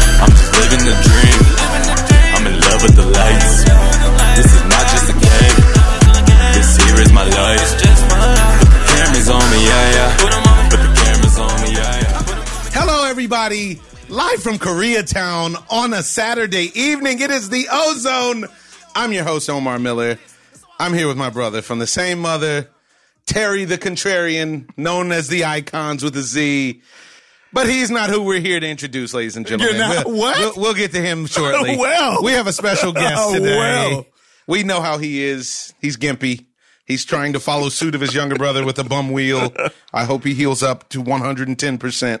living the dream. I'm in love with the lights. This is not just a game. This here is my life. The camera's on me, yeah, yeah. But the camera's on me, yeah, yeah. Hello, everybody. Live from Koreatown on a Saturday evening. It is the Ozone. I'm your host, Omar Miller. I'm here with my brother from the same mother, Terry the Contrarian, known as the Icons with a Z. But he's not who we're here to introduce, ladies and gentlemen. not- we'll, what? We'll, we'll get to him shortly. Well. we have a special guest Oh, today. well. We know how he is. He's gimpy. He's trying to follow suit of his younger brother with a bum wheel. I hope he heals up to 110%.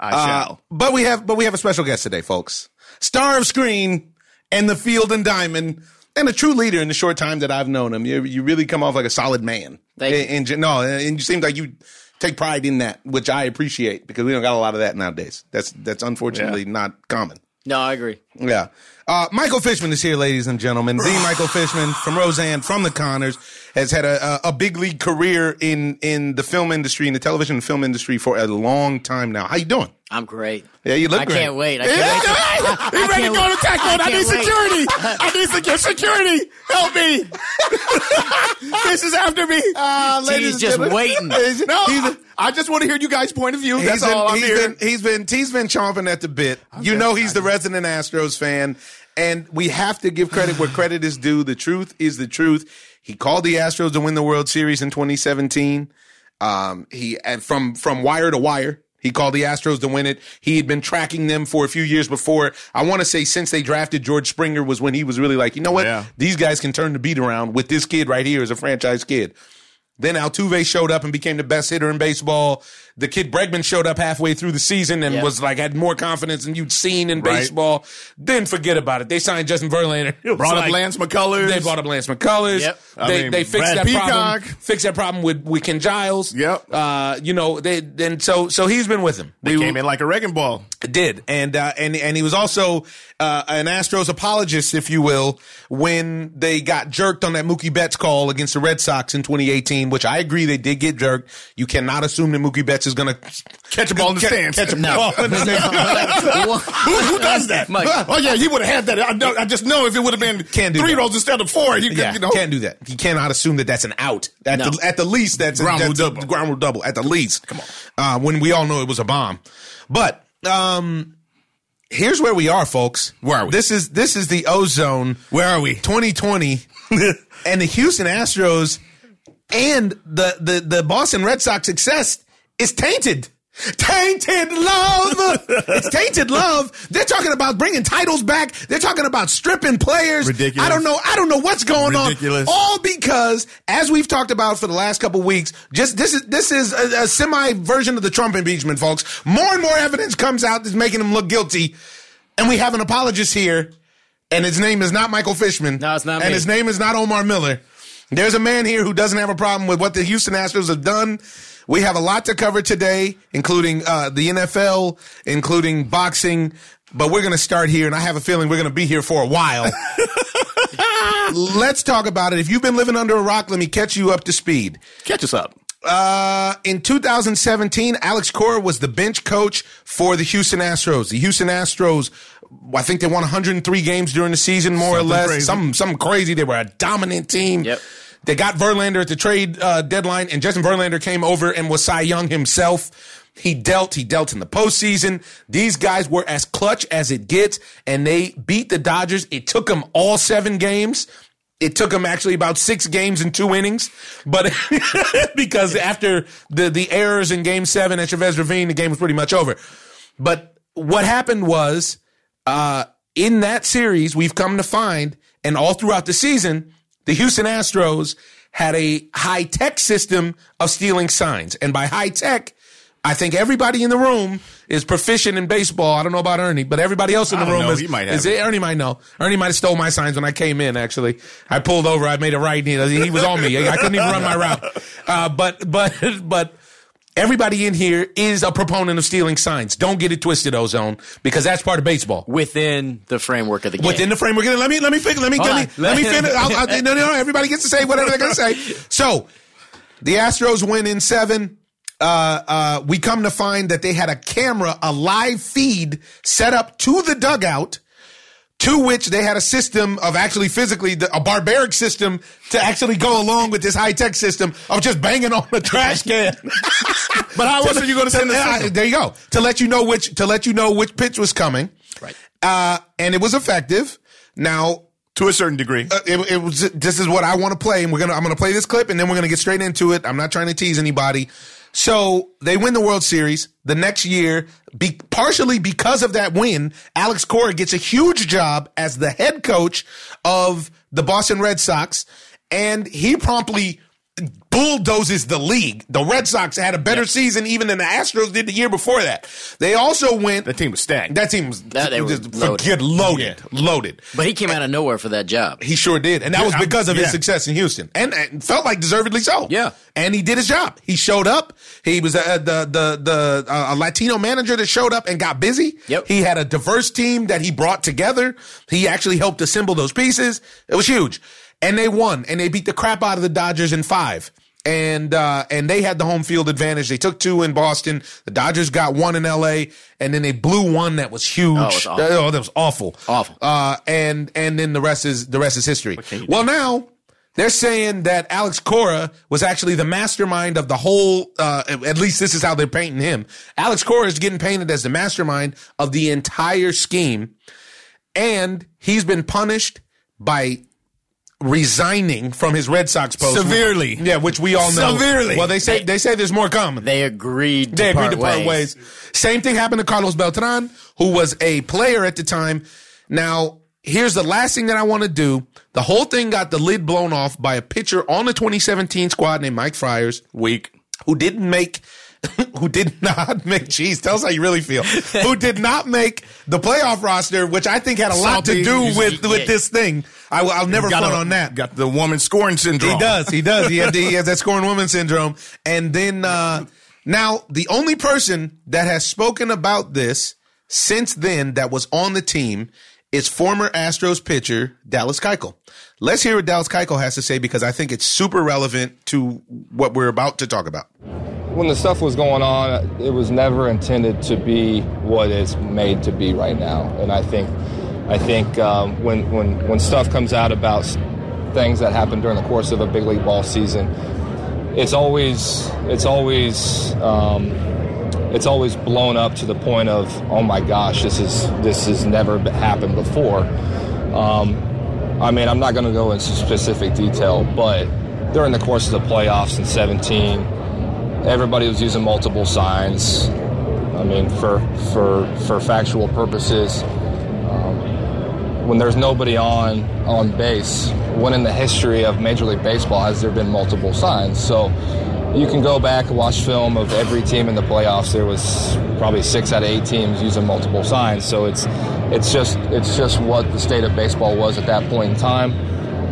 I shall. Uh, but we have but we have a special guest today, folks. Star of screen and the field and diamond and a true leader in the short time that I've known him. You you really come off like a solid man. Thank you. And, and ju- no, and you seem like you take pride in that, which I appreciate because we don't got a lot of that nowadays. That's that's unfortunately not common. No, I agree. Yeah. Uh, Michael Fishman is here, ladies and gentlemen. The Michael Fishman from Roseanne, from the Connors, has had a, a, a big league career in, in the film industry, in the television and film industry for a long time now. How you doing? I'm great. Yeah, you look I great. can't wait. I can't wait. He I ready to can't go to wait. tackle. I, I need can't wait. security. I need secure security. Help me. this is after me. Uh, Ah, ladies and just gentlemen. waiting. no, I just want to hear you guys' point of view. He's That's been, all I'm he's here. been he's been he's been chomping at the bit. you know he's the resident Astros fan, and we have to give credit where credit is due. The truth is the truth. He called the Astros to win the World Series in 2017. Um, he and from from wire to wire. He called the Astros to win it. He had been tracking them for a few years before. I want to say since they drafted George Springer was when he was really like, you know what? Yeah. These guys can turn the beat around with this kid right here as a franchise kid. Then Altuve showed up and became the best hitter in baseball. The kid Bregman showed up halfway through the season and Yeah. was like had more confidence than you'd seen in Right. baseball. Then forget about it. They signed Justin Verlander. It was Brought up like- Lance McCullers. They brought up Lance McCullers. Yep. I They, mean, they fixed Brad that problem. Peacock. Fixed that problem with, with Ken Giles. Yep. Uh, you know, they then so so he's been with him. They came in like a wrecking ball. Did and uh, and and he was also uh, an Astros apologist, if you will, when they got jerked on that Mookie Betts call against the Red Sox in 2018, which I agree they did get jerked. You cannot assume that Mookie Betts is going to Catch a ball in the stands. Catch a No. ball in the stands. Who, who does that? Mike. Oh yeah, he would have had that. I, know, I just know if it would have been Can't do three that. rolls instead of four, he could, yeah, you know, can't do that. You cannot assume that that's an out. At No. the at the least, that's Ground that's rule a double. ground rule double. At the least, come on. Uh, when we all know it was a bomb, but um, here's where we are, folks. Where are we? This is this is the ozone. Where are we? 2020 and the Houston Astros and the, the, the Boston Red Sox success is tainted. Tainted love. it's tainted love. They're talking about bringing titles back. They're talking about stripping players. Ridiculous. I don't know. I don't know what's going Ridiculous. on. All because, as we've talked about for the last couple weeks, just this is this is a, a semi version of the Trump impeachment, folks. More and more evidence comes out that's making him look guilty, and we have an apologist here and his name is not Michael Fishman. No, it's not And me. his name is not Omar Miller. There's a man here who doesn't have a problem with what the Houston Astros have done. We have a lot to cover today, including uh, the NFL, including boxing. But we're going to start here, and I have a feeling we're going to be here for a while. Let's talk about it. If you've been living under a rock, let me catch you up to speed. Catch us up. Uh, in 2017, Alex Cora was the bench coach for the Houston Astros. The Houston Astros, I think they won 103 games during the season, more or Something less. crazy. Some some crazy. They were a dominant team. Yep. They got Verlander at the trade uh, deadline, and Justin Verlander came over and was Cy Young himself. He dealt. He dealt in the postseason. These guys were as clutch as it gets, and they beat the Dodgers. It took them all seven games. It took them actually about six games and two innings, but because after the the errors in Game Seven at Chavez Ravine, the game was pretty much over. But what happened was uh, in that series, we've come to find, and all throughout the season, the Houston Astros had a high tech system of stealing signs. And by high tech, I think everybody in the room is proficient in baseball. I don't know about Ernie, but everybody else in the I don't room know. is. He might have is it. Ernie might know. Ernie might have stole my signs when I came in. Actually, I pulled over. I made a right. He he was on me. I couldn't even run my route. Uh, but but but everybody in here is a proponent of stealing signs. Don't get it twisted, Ozone, because that's part of baseball. Within the framework of the game. Within the framework. Let me let me finish. Let me Hold let me, on. let me finish. I'll, I'll, no, no, no. Everybody gets to say whatever they're going to say. So, the Astros win in seven. uh, we come to find that they had a camera, a live feed set up to the dugout, to which they had a system of actually physically, the- a barbaric system to actually go along with this high tech system of just banging on the trash can. But how else are you going to send the Yeah, I- signal? there you go. To let you know which to let you know which pitch was coming. Right. Uh, and it was effective. Now To a certain degree. uh, it, it was this is what I want to play, and we're gonna I'm gonna play this clip, and then we're gonna get straight into it. I'm not trying to tease anybody. So they win the World Series the next year, be, partially because of that win. Alex Cora gets a huge job as the head coach of the Boston Red Sox, and he promptly bulldozes the league. The Red Sox had a better season even than the Astros did the year before that. They also went. That team was stacked. That team was That they were just loaded. forget loaded, loaded. But he came out of nowhere for that job. He sure did, and that Yeah, was I'm- because of his yeah. success in Houston, and, and felt like deservedly so. Yeah. and he did his job. He showed up. He was uh, the the the uh, a Latino manager that showed up and got busy. Yep. he had a diverse team that he brought together. He actually helped assemble those pieces. It was huge, and they won, and they beat the crap out of the Dodgers in five. And uh, and they had the home field advantage. They took two in Boston. The Dodgers got one in L.A. And then they blew one that was huge. Oh, it was awful. Oh, that was awful. Awful. Uh, and and then the rest is the rest is history. Well, now they're saying that Alex Cora was actually the mastermind of the whole. Uh, at at least this is how they're painting him. Alex Cora is getting painted as the mastermind of the entire scheme, and he's been punished by resigning from his Red Sox post Severely. Yeah, which we all know Severely. Well, they say they, say there's more coming. They agreed to, They agreed part, to part ways. Same thing happened to Carlos Beltran, who was a player at the time. Now, here's the last thing that I want to do. The whole thing got the lid blown off by a pitcher on the 2017 squad named Mike Friars, Weak. who didn't make, who did not make. Jeez, tell us how you really feel. who did not make the playoff roster, which I think had a lot to Salty. do with with this thing. I, will- I'll never Got front a- on that. Got the woman scoring syndrome. He does. He does. He, had, he has that scoring woman syndrome. And then uh, now the only person that has spoken about this since then that was on the team is former Astros pitcher Dallas Keuchel. Let's hear what Dallas Keuchel has to say because I think it's super relevant to what we're about to talk about. when the stuff was going on, it was never intended to be what it's made to be right now. And I think, I think um, when when when stuff comes out about s- things that happen during the course of a big league ball season, it's always it's always um, it's always blown up to the point of oh my gosh, this is this has never b- happened before. Um, I mean, I'm not going to go into specific detail, but during the course of the playoffs in 17, everybody was using multiple signs. I mean, for for for factual purposes, um, when there's nobody on on base, when in the history of Major League Baseball has there been multiple signs? So you can go back and watch film of every team in the playoffs. There was probably six out of eight teams using multiple signs. So it's it's just it's just what the state of baseball was at that point in time.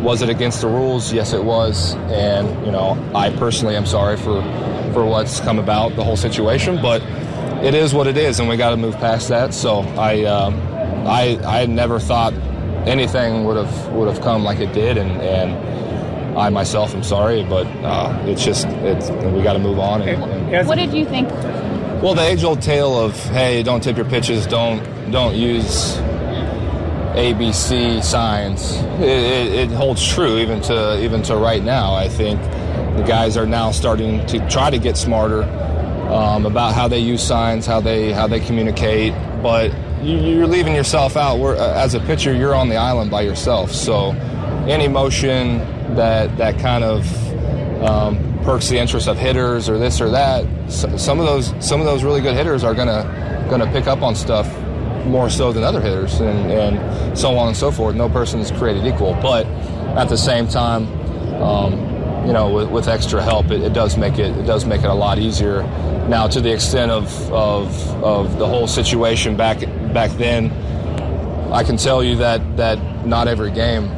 Was it against the rules? Yes, it was. And you know, I personally am sorry for for what's come about the whole situation, but it is what it is, and we got to move past that. So I um, I I never thought anything would have would have come like it did, and and I myself am sorry, but uh, it's just it's we got to move on. And, and, What did you think? well, the age-old tale of hey, don't tip your pitches, don't don't use ABC signs. It, it, it holds true even to even to right now. I think the guys are now starting to try to get smarter um, about how they use signs, how they how they communicate. But you, you're leaving yourself out. We're, uh, as a pitcher, you're on the island by yourself. So any motion that that kind of um, perks the interest of hitters or this or that. S some of those some of those really good hitters are gonna gonna pick up on stuff more so than other hitters, and, and so on and so forth. No person is created equal, but at the same time, um, you know, with, with extra help, it, it does make it it does make it a lot easier. Now, to the extent of of, of the whole situation back back then, I can tell you that that not every game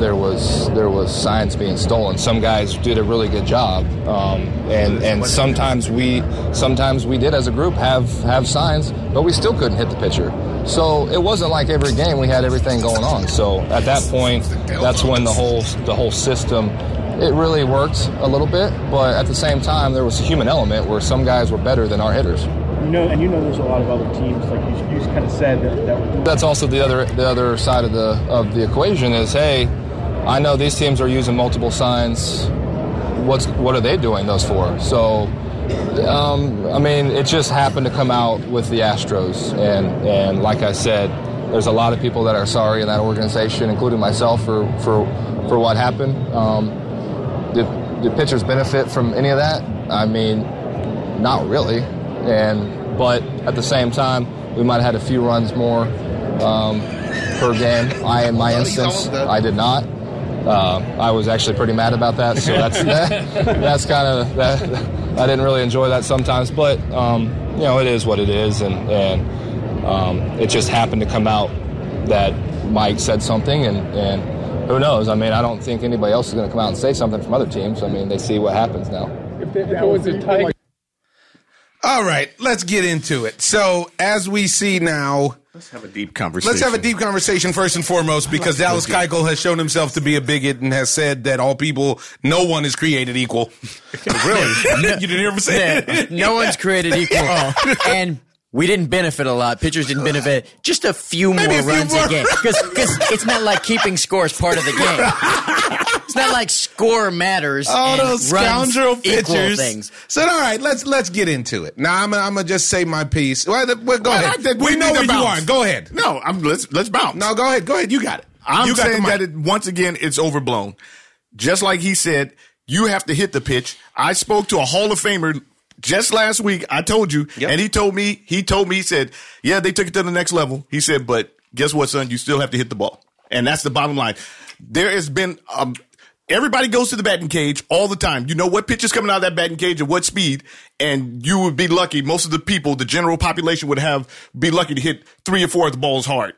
there was there was signs being stolen. Some guys did a really good job, um, and and sometimes we sometimes we did as a group have have signs, but we still couldn't hit the pitcher. So it wasn't like every game we had everything going on. So at that point, that's when the whole the whole system it really worked a little bit, but at the same time, there was a human element where some guys were better than our hitters. You know, and you know, there's a lot of other teams. Like you, you kind of said that, that were doing That's also the other the other side of the of the equation is hey, I know these teams are using multiple signs. What's what are they doing those for? So, um, I mean, it just happened to come out with the Astros, and and like I said, there's a lot of people that are sorry in that organization, including myself for for for what happened. Um, did, did pitchers benefit from any of that? I mean, not really. And but at the same time, we might have had a few runs more um, per game. I, in my instance, I did not. Uh, I was actually pretty mad about that. So that's that, that's kind of that. I didn't really enjoy that sometimes, but um, you know, it is what it is, and and um, it just happened to come out that Mike said something, and and who knows? I mean, I don't think anybody else is going to come out and say something from other teams. I mean, they see what happens now. All right, let's get into it. So, as we see now, Let's have a deep conversation. let's have a deep conversation first and foremost because Dallas Keuchel has shown himself to be a bigot and has said that all people, no one is created equal. really? you didn't hear him say Yeah, it. no one's created equal, and we didn't benefit a lot. Pitchers didn't benefit. Just a few Maybe more a few runs more a game because it's not like keeping score is part of the game. It's not like score matters. Oh, All and those runs scoundrel equal pitchers. things. So, all right, let's let's get into it. Now, I'm gonna, I'm gonna just say my piece. Well, the, well, go Well, I ahead. think We we know need to where you bounce. are. Go ahead. No, I'm let's let's bounce. No, go ahead. Go ahead. You got it. I'm you got the saying mic. that it, once again it's overblown. Just like he said, you have to hit the pitch. I spoke to a Hall of Famer just last week. I told you, Yep. and he told me, he told me, he said, yeah, they took it to the next level. He said, but guess what, son? You still have to hit the ball, and that's the bottom line. There has been um, everybody goes to the batting cage all the time. You know what pitch is coming out of that batting cage at what speed, and you would be lucky. Most of the people, the general population, would have be lucky to hit three or four of the balls hard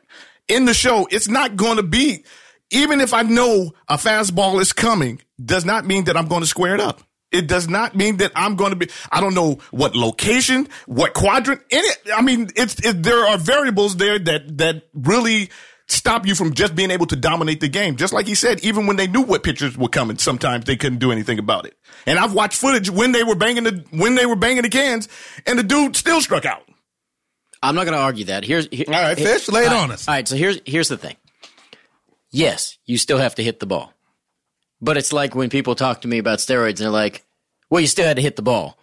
in the show, it's not going to be, even if I know a fastball is coming, does not mean that I'm going to square it up. It does not mean that I'm going to be, I don't know what location, what quadrant in it. I mean, it's, it, there are variables there that, that really stop you from just being able to dominate the game. Just like he said, even when they knew what pitchers were coming, sometimes they couldn't do anything about it. And I've watched footage when they were banging the, when they were banging the cans and the dude still struck out. I'm not going to argue that. Here's here, All right, Fish, lay it on us. All right, so here's here's the thing. Yes, you still have to hit the ball, but it's like when people talk to me about steroids and they're like, "Well, you still had to hit the ball."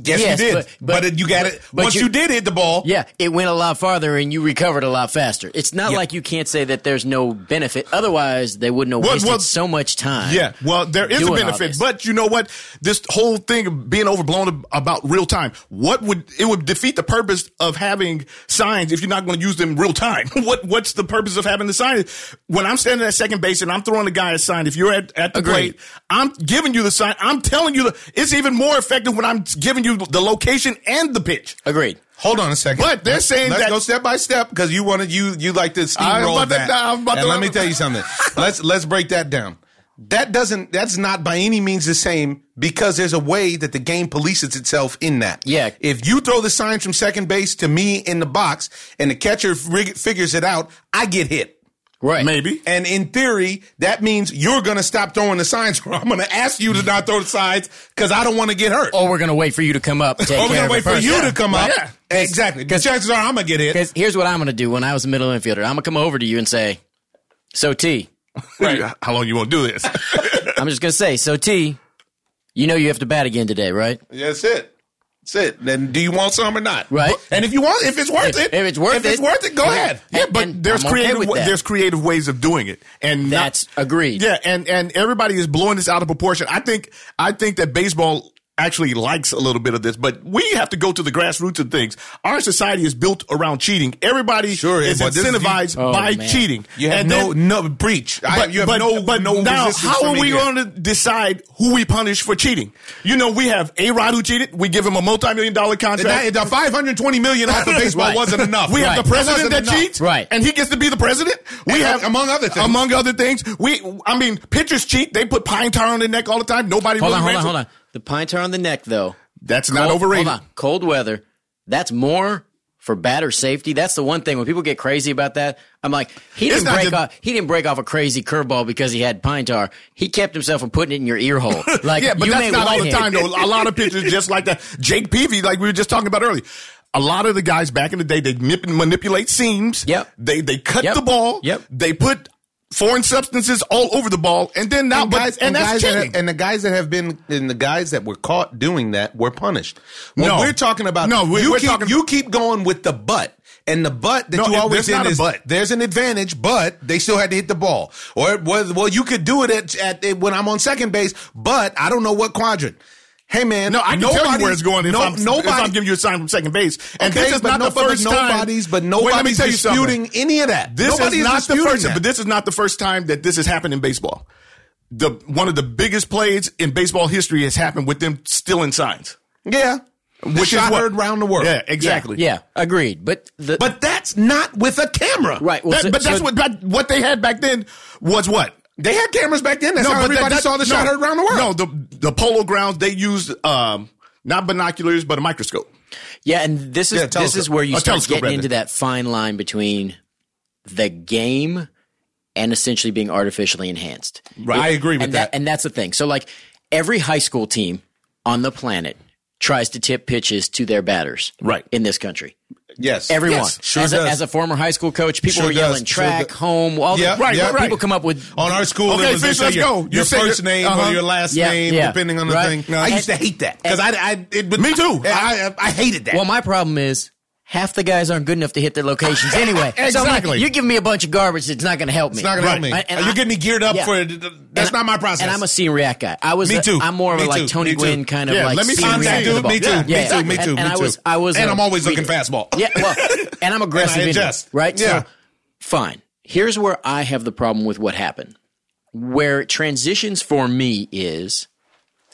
Yes, Yes, you did. But, but- but- it- you got but- it. but Once you, you- did hit the ball, Yeah, it went a lot farther and you recovered a lot faster. It's not like you can't say that there's no benefit. Otherwise, they wouldn't have Well, wasted well, so much time. Yeah, well, there is a doing all benefit, this. but you know what? This whole thing of being overblown ab- about real time. What would it would defeat the purpose of having signs if you're not going to use them real time? what What's the purpose of having the sign? When I'm standing at second base and I'm throwing the guy a sign, if you're at, at the Agreed. plate, I'm giving you the sign. I'm telling you, the, it's even more effective when I'm giving you the location and the pitch. Agreed. hold on a second. But they're saying let's that- go step by step because you wanted you you like to I'm steamroll about to- that. I'm about to- and let me tell you something. let's let's break that down. That doesn't. That's not by any means the same because there's a way that the game polices itself in that. Yeah. If you throw the sign from second base to me in the box and the catcher rig- figures it out, I get hit. Right. Maybe. And in theory, that means you're going to stop throwing the signs, or I'm going to ask you to not throw the signs because I don't want to get hurt. Oh, Or Oh, we're going to wait for you to come up. Or Oh, we're gonna wait for you to come up. Exactly. The 'Cause- chances are I'm gonna get hit. Because here's what I'm going to do when I was a middle infielder. I'm going to come over to you and say, So T, Right. How long you want to do this? I'm just going to say, So T, you know you have to bat again today, right? That's it. That's it. Then do you want some or not? Right. And if you want, if it's worth If- it, if it's worth if it's it, worth it, go yeah. ahead. Yeah, but And there's I'm okay creative with that. there's creative ways of doing it, and not- That's agreed. Yeah, and and everybody is blowing this out of proportion. I think I think that baseball actually likes a little bit of this, but we have to go to the grassroots of things. Our society is built around cheating. Everybody Sure is, is but this is- incentivized Oh, by man. cheating. You have And no then- no breach. I, you have no but no now, resistance how from are me we here. going to decide who we punish for cheating? You know, we have A Rod who cheated. We give him a multi million dollar contract. That- the 520 million off of baseball Right. wasn't enough. We Right. have the president that wasn't enough. cheats, Right. And he gets to be the president. We And have, among other things. among other things, we. I mean, pitchers cheat. They put pine tar on their neck all the time. Nobody Hold really on, hold on, rants- hold on. The pine tar on the neck, though. That's not Cold- overrated. Hold on. Cold weather. That's more for batter safety. That's the one thing when people get crazy about that. I'm like, he It's didn't not break the- off. He didn't break off a crazy curveball because he had pine tar. He kept himself from putting it in your ear hole. Like, yeah, but you that's may not all want the him. time though. A lot of pitchers just like that. Jake Peavy, like we were just talking about earlier. A lot of the guys back in the day, they nip and manipulate seams. Yep. They they cut Yep. the ball. Yep. They put foreign substances all over the ball, and then now but- and, that's guys cheating. That, and the guys that have been and the guys that were caught doing that were punished. When No. we're talking about No, we- you we're keep, talking- you keep going with the butt. And the butt that No, you it- always there's in not a is but. there's an advantage, but they still had to hit the ball. Or well, well you could do it at, at, when I'm on second base, but I don't know what quadrant. Hey man, no, I can nobody, tell you where it's going if, no- I'm, nobody, if I'm giving you a sign from second base. And okay, this is but not no- the but first time. nobody's, but Wait, let me nobody's tell you something. disputing any of that. This Nobody is not the disputing first, that. but this is not the first time that this has happened in baseball. The one of the biggest plays in baseball history has happened with them stealing signs, yeah, which is what- heard around the world. Yeah, exactly. Yeah, agreed. But the But that's not with a camera. right, well, That- so- but that's so- what that, what they had back then was what. They had cameras back then. That's how but that- everybody that- saw the shot no, heard around the world. No, the the polo grounds they used um, not binoculars but a microscope. Yeah, and this is Yeah, this telescope. is where you Oh, start telescope, getting rather. into that fine line between the game and essentially being artificially enhanced. Right. I agree with and that. And that's the thing. So like every high school team on the planet tries to tip pitches to their batters. Right. In this country. Yes. Everyone. Yes. Sure as, a, does. as a former high school coach, people Sure were yelling does. Sure track, does. home, all Yeah, the right, yeah. right, people come up with on our school, Okay, there was they Fish, say let's your, go. You Your say first your- name uh-huh. or your last Yeah, name, yeah. depending on the Right. thing. I And- used to hate that because I, I, it, would- Me too. I, I, I hated that. Well, my problem is half the guys aren't good enough to hit their locations anyway. So I'm like, Exactly. you're giving me a bunch of garbage that's not going to help me. it's not gonna Right. help me. And- and You're I- getting me geared up yeah. for it. That's And I- not my process. And I'm a see and react guy. I was Me too. I'm more of a Me like too. Tony Me too. Gwynn kind of Yeah, like let me see and contact react dude. to the ball. Me too. Yeah, me yeah, too. exactly. Me too. And, me and I too. was I was and a I'm always looking reader. fastball. Yeah, well, and I'm aggressive. And I anyway, adjust. right? Yeah. So fine. Here's where I have the problem with what happened. Where it transitions for me is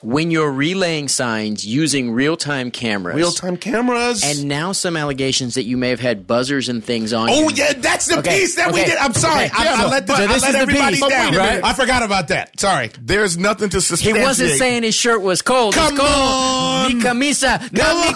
when you're relaying signs using real time cameras. Real time cameras. and now some allegations that you may have had buzzers and things on. Oh your- yeah, that's the Okay, piece that we okay, did. I'm sorry, okay. I, I So- let, the, so this I is let the everybody piece, down. but wait a minute. I forgot about that. Sorry. There's nothing to He substantiate. wasn't saying his shirt was cold. It's Come cold. on. Mi camisa. Come mi on.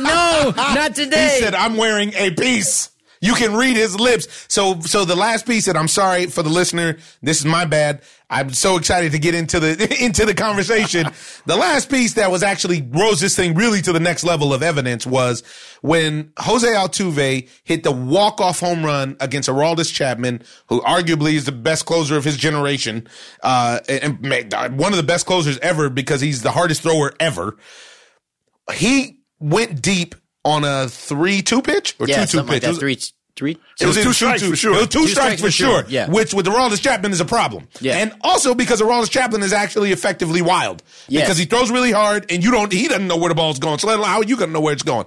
No, not today. He said, "I'm wearing a piece." You can read his lips. So, so the last piece that I'm sorry for the listener. This is my bad. I'm so excited to get into the into the conversation. the last piece that was actually rose this thing really to the next level of evidence was when Jose Altuve hit the walk off home run against Araldis Chapman, who arguably is the best closer of his generation, uh, and and one of the best closers ever because he's the hardest thrower ever he went deep on a three-two pitch or yeah, two-two something pitch. like It that. was- Three, three. it was either It was two strikes for sure. It was two, strikes, for sure. yeah. Which with Aroldis Chapman is a problem. Yeah. And also because Aroldis Chapman is actually effectively wild. Yes. Because he throws really hard and you don't he doesn't know where the ball's going. So let alone how are you gonna know where it's going?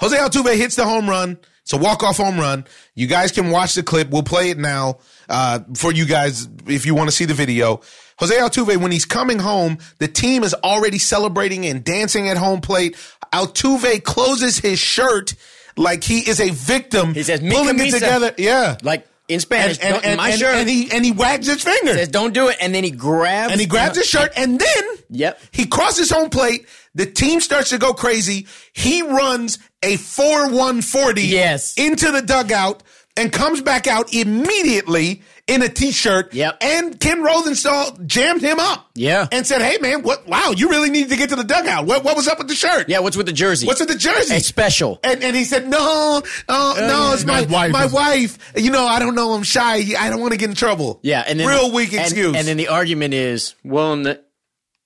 Jose Altuve hits the home run. It's a walk-off home run. You guys can watch the clip. We'll play it now uh, for you guys if you want to see the video. Jose Altuve, when he's coming home, the team is already celebrating and dancing at home plate. Altuve closes his shirt like he is a victim. He says, "Mi pulling it camisa." together. Yeah. Like in Spanish, and, and, don't- and, my and, shirt and he and he wags his finger. says, don't do it. And then he grabs. and he grabs his shirt and then Yep. he crosses home plate. The team starts to go crazy. He runs a 4-1-40 Yes. into the dugout and comes back out immediately in a t-shirt. Yep. And Ken Rosenthal jammed him up. Yeah. And said, hey man, what wow, you really need to get to the dugout. What what was up with the shirt? Yeah, what's with the jersey? What's with the jersey? A special. And and he said, No, uh, no, it's my, My wife my is- wife. You know, I don't know, I'm shy. I don't want to get in trouble. Yeah, and then real weak and- excuse. And, then the argument is, well, in the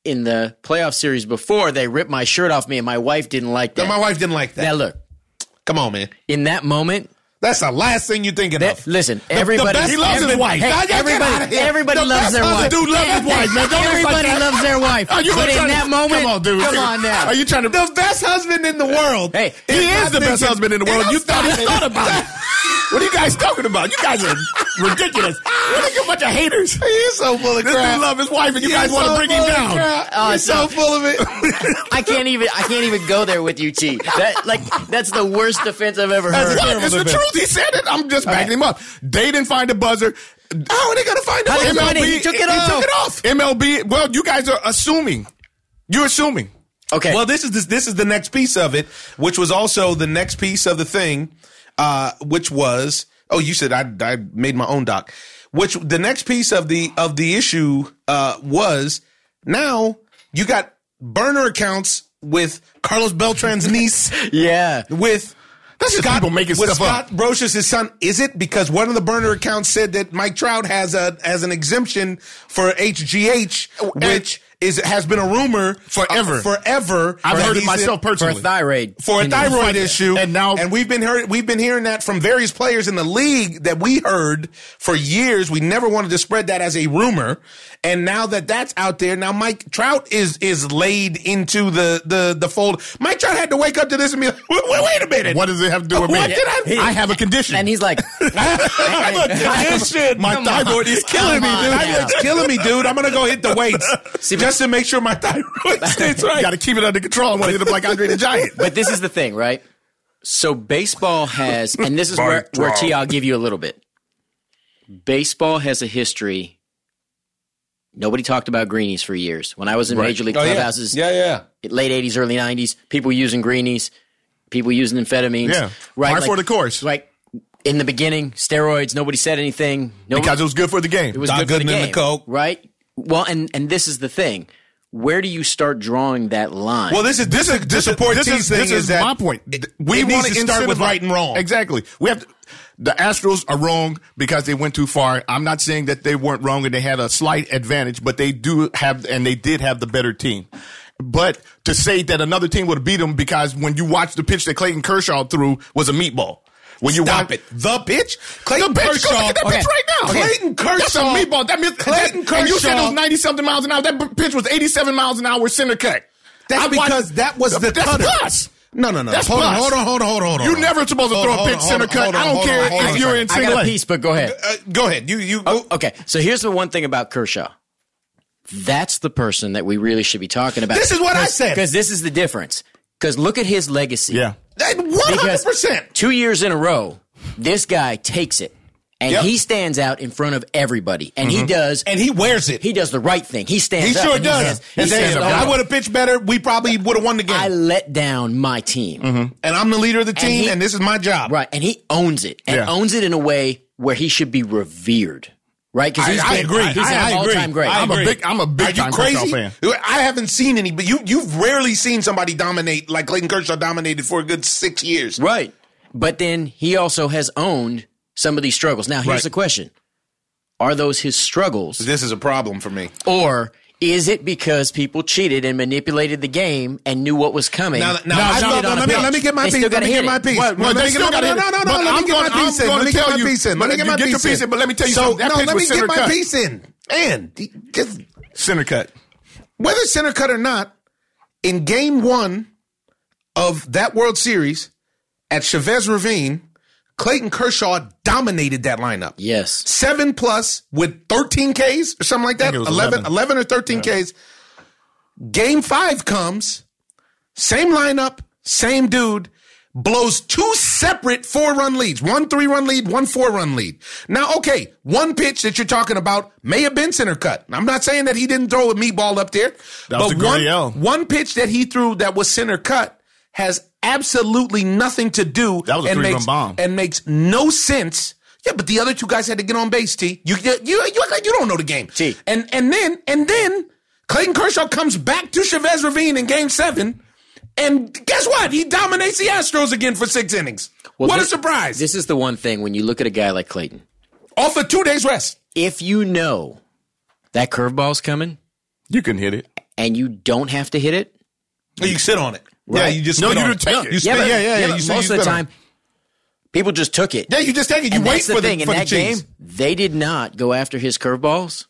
in the playoff series before, they ripped my shirt off me, and my wife didn't like that. my wife didn't like that. now look, Come on, man. in that moment, That's the last thing you're thinking that, of. Eh, listen, The- the everybody, best- He loves his everybody- wife. hey, Now, y'all get outta everybody, here. everybody The loves best their other wife. dude loves his wife, man. Don't everybody act like that. loves their wife. Are you but gonna in try to- that moment, Come on, dude. come on now. Are you trying to? the best husband in the world. Hey, is he not is the best thinking- husband in the world. Don't You thought stop he it. thought about it. What are you guys talking about? You guys are ridiculous. What are you a bunch of haters? He is so full of this crap. Dude love his wife, and you You're guys want so to bring him full of down. crap. Oh, You're it's so not- full of it. I can't even. I can't even go there with you, T. That like that's the worst defense I've ever heard. What? It's the bit. truth. He said it. I'm just backing right. him up. They didn't find a buzzer. How are Oh, they gonna find How out? they find it? He took it off. MLB. Well, you guys are assuming. You're assuming. Okay. Well, this is this, this is the next piece of it, which was also the next piece of the thing, uh, which was oh, you said I I made my own doc, which the next piece of the of the issue uh, was now you got burner accounts with Carlos Beltran's niece yeah. with. That's just people making with stuff Scott up. Brocious, his son, is it because one of the burner accounts said that Mike Trout has a as an exemption for HGH, which is has been a rumor Uh, Forever. forever. I've that heard it he's in- myself For a personally. thyroid. for a you know, thyroid yeah. issue, And now- and we've been heard, we've been hearing that from various players in the league that we heard for years. We never wanted to spread that as a rumor, and now that that's out there, now Mike Trout is is laid into the the the fold. Mike Trout had to wake up to this and be like, wait, wait, wait a minute, What does it have to do with What me? did I- I, have a condition. And he's like, I'm a condition. My Come on. thyroid is killing me, dude. Thyroid's killing me, dude. I'm gonna go hit the weights just to make sure my thyroid stays right. Got to keep it under control. I want to hit him like Andre the Giant. but this is the thing, right? So baseball has, and this is where, where T, I'll give you a little bit. Baseball has a history. Nobody talked about greenies for years. When I was in major league clubhouses, Oh, yeah. late '80s, early '90s, people using greenies, people using amphetamines. Yeah. right. Par for the course. Like in the beginning, steroids. Nobody said anything. Nobody, because it was good for the game. it was Doc good for the Gooden and game, the Coke. right? Well, and and this is the thing. Where do you start drawing that line? Well, this is this is this support this team is, thing this is, that my point. it- we it needs want to start with right and wrong. Exactly. We have to, the Astros are wrong because they went too far. I'm not saying that they weren't wrong and they had a slight advantage, but they do have and they did have the better team. But to say that another team would have beat them because when you watch the pitch that Clayton Kershaw threw was a meatball. When you Stop watch, it. The bitch? Clayton the bitch. Go Kershaw. look at that Okay. bitch right now. Clayton That's a Kershaw. meatball. That means Clayton that- And you said it Kershaw. was ninety something miles an hour. That b- pitch was eighty seven miles an hour center cut. That's I watched- because that was the that's cutter. Plus. No, no, no. That's hold, on, plus. hold on, hold on, hold on, hold on. You're never supposed to Hold throw on, a hold on, pitch center hold on, cut. I don't hold on, care hold on, hold if on. you're in I single got a A. piece, but go ahead. Uh, go ahead. You you Oh, okay, so here's the one thing about Kershaw. That's the person that we really should be talking about. This is what I said. Because this is the difference. Because look at his legacy. Yeah. one hundred Because percent. two years in a row, this guy takes it. And Yep. Mm-hmm. he stands out in front of everybody. And he does And he wears it. he does the right thing. He stands He up. sure and does. He And then, says, he stands if up. I would have pitched better. We probably would have won the game. I let down my team. and I'm the leader of the Mm-hmm. team, and, he- this is my job. Right. And he owns it. And Yeah. owns it in a way where he should be revered. Right? Because I, he's I been- agree. He's I, an I all-time agree. great. I I'm a agree. big- I'm a big Are you time crazy? Kershaw fan. I haven't seen any, but you you've rarely seen somebody dominate like Clayton Kershaw dominated for a good six years. Right. But then he also has owned some of these struggles. Now, here's Right. the question Are those his struggles? This is a problem for me. Or is it because people cheated and manipulated the game and knew what was coming? Now, now, and I cheated love, on a let, me, pitch? let me get my They piece. still Let gotta me hit get it. my piece. Well, well, let they me get still my gotta no, hit no, it. no, But no. Let I'm me get gonna- my I'm piece in. gonna Let me get tell my you- piece in. Let me but get you my get your piece piece in. in, but let me tell you So, something. That no, pitch let was me get center my cut. piece in. And d- just Center cut. whether center cut or not, in game one of that World Series at Chavez Ravine, Clayton Kershaw dominated that lineup. Yes. Seven plus with 13 Ks or something like that. it was 11, 11. 11 or 13 Ks. Game five comes, same lineup, same dude, blows two separate four run leads one three run lead, one four run lead. Now, okay, one pitch that you're talking about may have been center cut. I'm not saying that he didn't throw a meatball up there, That but was the Gurriel. one, one pitch that he threw that was center cut has absolutely nothing to do That was a and three-run makes, bomb. and makes no sense. Yeah, but the other two guys had to get on base. T, you you you act like you don't know the game. T. and and then and then Clayton Kershaw comes back to Chavez Ravine in Game Seven, and guess what? He dominates the Astros again for six innings. Well, what this- a surprise! This is the one thing when you look at a guy like Clayton, Off of two days rest. if you know that curveball's coming You can hit it. and you don't have to hit it, You sit on it. Yeah, Right. you just No, sit you on don't take it. You Yeah, spit, yeah, but- yeah, yeah. but you sit- most you of the spit on time, it. people just took it. yeah, you just take it. You and wait that's the for thing the in for the that game. cheese. They did not go after his curveballs.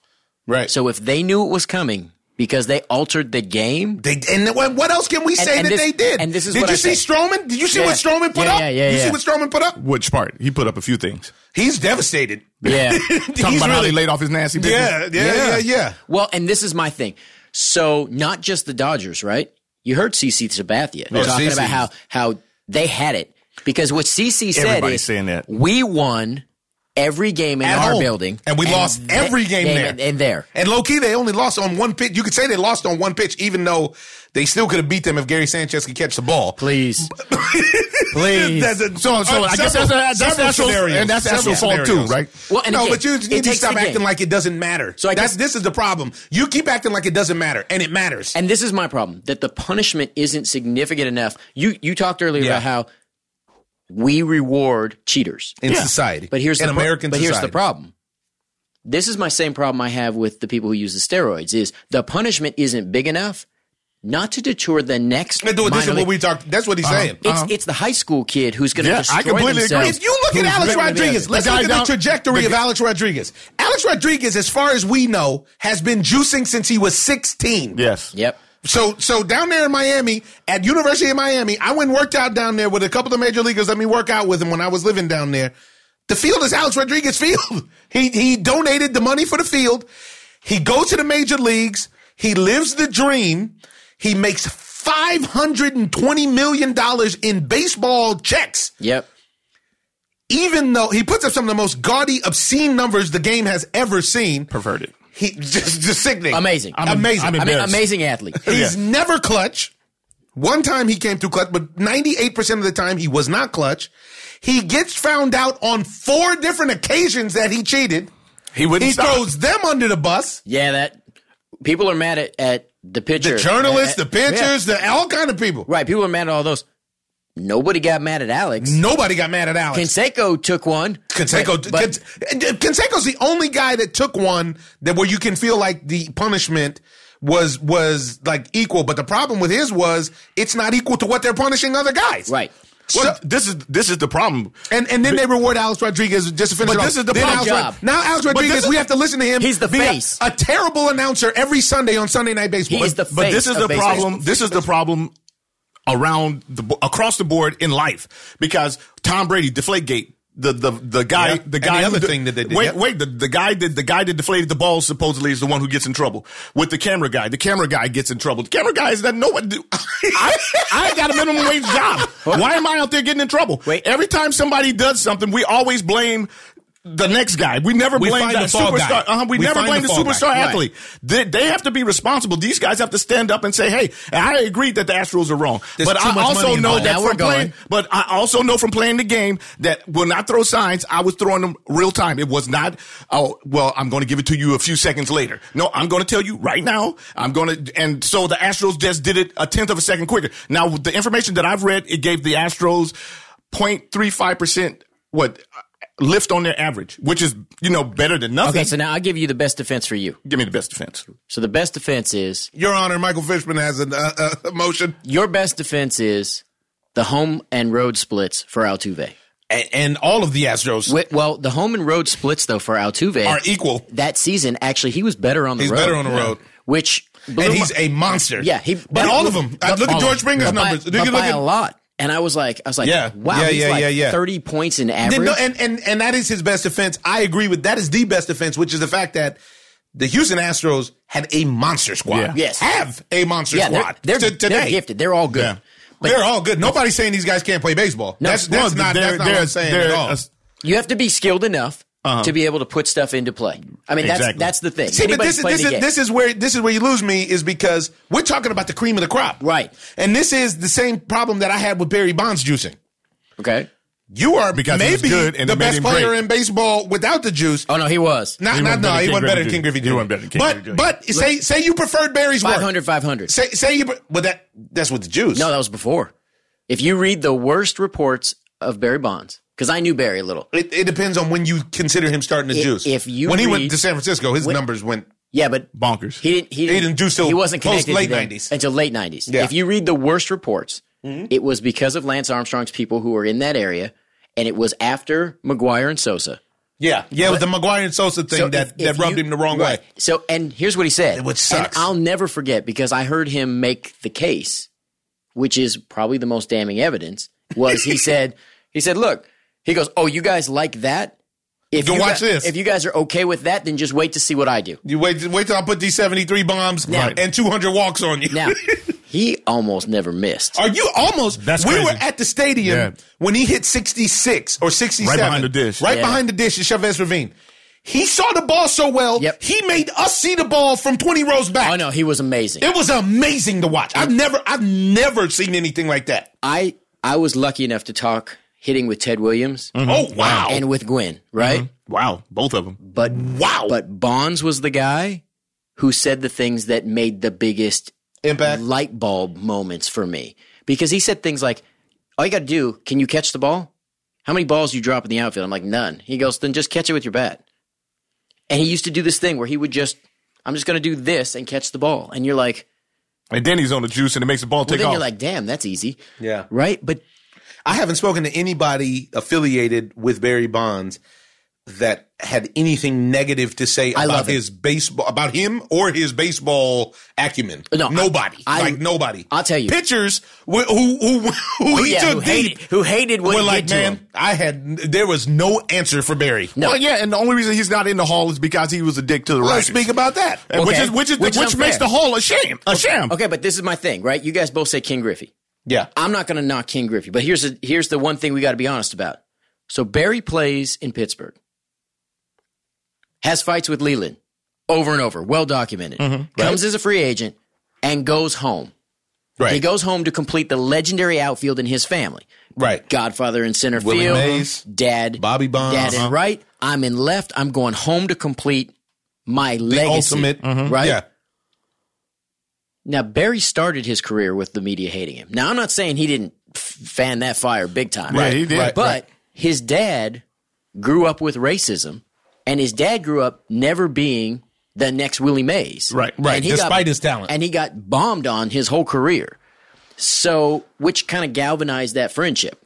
Right. So if they knew it was coming because they altered the game, They and what what else can we say and that this- they did? and this is did what you I see said. Strowman? Did you see Yeah. what Strowman put Yeah, up? yeah, yeah, you see yeah. what Strowman put up? Which part? He put up a few things. He's devastated. yeah. Talking about how he laid off his nasty business. yeah, yeah, yeah, yeah, yeah. well, and this is my thing. So not just the Dodgers, right? You heard CC Sabathia talking CeCe. about how how they had it because what CC said Everybody's is saying that. we won every game in At our home. building, And we lost every game there. And, and there, And low key, they only lost on one pitch. You could say they lost on one pitch, even though they still could have beat them if Gary Sanchez could catch the ball. please, Please. that's a, uh, So, so I guess that's that's that's several Astros- scenarios. and that's Several Astros fault too, scenarios. right? Well, and no, again, but you it need to takes stop the acting game. like it doesn't matter. So I That's, guess- this is the problem. You keep acting like it doesn't matter, and it matters. and this is my problem that the punishment isn't significant enough. You you talked earlier Yeah. about how we reward cheaters. in society, But here's in the pro- American But society. here's the problem. This is my same problem I have with the people who use the steroids: is the punishment isn't big enough not to deter the next. Let's do it. This minor is what league- we Uh-huh. talked. That's what he's Uh-huh. saying. It's it's the high school kid who's going to Yeah, I destroy completely agree. themselves. If you look at who's Alex bigger than the Rodriguez, others. let's The guy look at the down- trajectory the of guy- Alex Rodriguez. Alex Rodriguez, as far as we know, has been juicing since he was 16. Yes. Yep. So, so down there in Miami, at University of Miami, I went and worked out down there with a couple of major leaguers. Let me work out with him when I was living down there. The field is Alex Rodriguez Field. He he donated the money for the field. He goes to the major leagues. He lives the dream. He makes five hundred and twenty million dollars in baseball checks Yep. even though he puts up some of the most gaudy, obscene numbers the game has ever seen. Perverted. He just, just sickening. Amazing. I'm- amazing. I'm I mean, embarrassed. amazing athlete. He's never clutch. One time he came through clutch, but 98% of the time he was not clutch. He gets found out on four different occasions that he cheated. He wouldn't He stop. throws them under the bus. Yeah, that people are mad at, at the pitcher, The journalists, At- the pitchers, the all kind of people. right? People are mad at all those. Nobody got mad at Alex. Nobody got mad at Alex. Canseco took one. Canseco, but, but Can- Canseco's the only guy that took one that where you can feel like the punishment was was like equal. But the problem with his was it's not equal to what they're punishing other guys. right. Well, So- this is this is the problem. And and then they reward Alex Rodriguez just to finish. But it off. this is the Then problem. Alex Job. Rod- now Alex Rodriguez, is- we have to listen to him. He's the be a- face. A, terrible announcer every Sunday on Sunday Night Baseball. He is the But- But this face is of the baseball. problem. This is the problem around the bo- across the board in life because Tom Brady, Deflategate. The, the the guy Yeah. the And guy the other who- thing that they did, wait yep. wait the, the guy that the guy that deflated the ball supposedly is the one who gets in trouble with the camera guy the camera guy gets in trouble the camera guy is that no one do- I I got a minimum wage job why am I out there getting in trouble Wait. every time somebody does something we always blame the next guy we never We blame find that the fall guy. superstar uh-huh, we, We never find blame the the, fall guy. superstar Right. athlete they, they have to be responsible. These guys have to stand up and say, "Hey, I agree that the Astros are wrong, There's but too I much also money know involved." that Now we're from playing, going. but I also know from playing the game that when I throw signs, I was throwing them real time. It was not, oh, well, I'm going to give it to you a few seconds later. No, I'm going to tell you right now. I'm going to, and so the Astros just did it a tenth of a second quicker. Now, with the information that I've read, it gave the Astros 0.35 percent what lift on their average, which is you know better than nothing. Okay, so now I'll give you the best defense for you. Give me the best defense. So the best defense is Your Honor, Michael Fishman has a uh, uh, motion. your best defense is the home and road splits for Altuve. And, and all of the Astros Wait, well, the home and road splits though for Altuve are equal. That season, actually, he was better on the He's road. better on the road. which blew and my- he's a monster. Yeah, he. But all of them. I look at George Springer's But by- numbers. but Look at- look by at- a lot. And I was like, I was like, Yeah. wow, Yeah, he's yeah, like yeah, yeah. thirty points in Then, average. no, and, and and that is his best defense. I agree with that is the best defense, which is the fact that the Houston Astros had a monster squad. Yeah. Yes. have a monster yeah, squad. they're they're, to today. they're gifted. They're all good. Yeah. But They're all good. Nobody's saying these guys can't play baseball. that's that's Well, not that's there- not what there- I'm saying there- at all. uh, you have to be skilled enough to be able to put stuff into play. I mean, Exactly. that's that's the thing. Uh-huh. See, but Anybody's this is played this the is game. this is where this is where you lose me is because we're talking about the cream of the crop, Right. And this is the same problem that I had with Barry Bonds juicing. okay. You are Because he was maybe good and the it made best him player great. in baseball without the juice. Oh no, he was Not, He not wasn't no, better he than wasn't King better than Griffey King Griffey Jr. Jr. He wasn't better than King but, Griffey Jr. But say say you preferred Barry's work. 500, 500. Say say you, pre- but that that's with the Jews. No, that was before. If you read the worst reports of Barry Bonds, because I knew Barry a little. it, it depends on when you consider him starting to If- juice. if you when he went read- to San Francisco, his numbers went. Yeah, but bonkers. He didn't. He didn't, didn't do till He wasn't post connected late to them 90s. until late nineties. Yeah. Mm-hmm. If you read the worst reports, it was because of Lance Armstrong's people who were in that area, and it was after McGuire and Sosa. Yeah, yeah, it was the McGuire and Sosa thing So that if- that if rubbed you- him the wrong right. way. So, and here's what he said, Which sucks. And I'll never forget because I heard him make the case, which is probably the most damning evidence. Was he said? He said, "Look," he goes, "Oh, you guys like that." If Go you watch gu- this. If you guys are okay with that, then just wait to see what I do. You wait, wait till I put these seventy three bombs Now- and two hundred walks on you. Now, He almost never missed. Are you almost? That's we crazy. were at the stadium Yeah. when he hit 66 or 67. Right behind the dish. Right Yeah. behind the dish in Chavez Ravine. He saw the ball so well, Yep. he made us see the ball from 20 rows back. Oh no, he was amazing. It was amazing to watch. I've never I've never seen anything like that. I I was lucky enough to talk hitting with Ted Williams Oh wow. and with Gwen, right? Mm-hmm. Mm-hmm. Wow, both of them. But wow. but Bonds was the guy who said the things that made the biggest impact. light bulb moments for me because he said things like, "All you got to do, can you catch the ball? How many balls you drop in the outfield?" I'm like, "None." He goes, "Then just catch it with your bat." And he used to do this thing where he would just, "I'm just going to do this and catch the ball," and you're like, And then he's on the juice and it makes the ball well, take "Then off. you're like, damn, that's easy, Yeah. right?" But I haven't spoken to anybody affiliated with Barry Bonds that had anything negative to say about love it. his baseball about him or his baseball acumen. No, I- nobody. I- like nobody. I'll tell you. Oh, Pitchers who who who, who he yeah, took who deep hated, who hated what were he like, did to him. man, I had there was no answer for Barry. No. Well, yeah, and the only reason he's not in the hall is because he was a dick to the Let's Riders. speak about that. And Which Okay. is which is Which which, is makes unfair. the hall a sham. A sham. Okay, but this is my thing, right? You guys both say King Griffey. Yeah. I'm not going to knock King Griffey, but here's a, here's the one thing we got to be honest about. So Barry plays in Pittsburgh, has fights with Leland over and over, well documented. Mm-hmm. Comes as a free agent and goes home. Right. He goes home to complete the legendary outfield in his family. Right. Godfather in center Willie field, Mays, Dad, Bobby Bonds. Dad in Uh-huh. right. I'm in left. I'm going home to complete my legacy. Ultimate. mm-hmm. right? Yeah. Now Barry started his career with the media hating him. Now I'm not saying he didn't f- fan that fire big time, Yeah, he did. but his dad grew up with racism, and his dad grew up never being the next Willie Mays. Right, right, And he despite his talent. and he got bombed on his whole career. So, which kind of galvanized that friendship.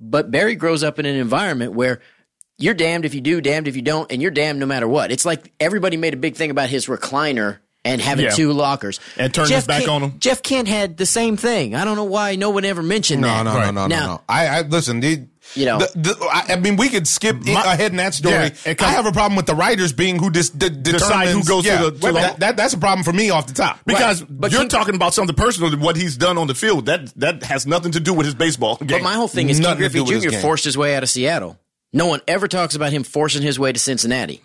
But Barry grows up in an environment where you're damned if you do, damned if you don't, and you're damned no matter what. It's like everybody made a big thing about his recliner and having Yeah. two lockers And turned his back Kent- on him. Jeff Kent had the same thing. I don't know why no one ever mentioned No, that. no, no, no, no, Now- no. I, I listen. The, You know. the, the, I, I mean, we could skip i- My- ahead in that story. Yeah, it come- I have a problem with the writers being who dis, de- Decide who determines- goes to yeah, the- to the- that, that- that's a problem for me off the top Because But you're King- talking about something personal to what he's done on the field. That that has nothing to do with his baseball game. But my whole thing is King Nothing to Griffey do with his Jr. game. forced his way out of Seattle. No one ever talks about him forcing his way to Cincinnati.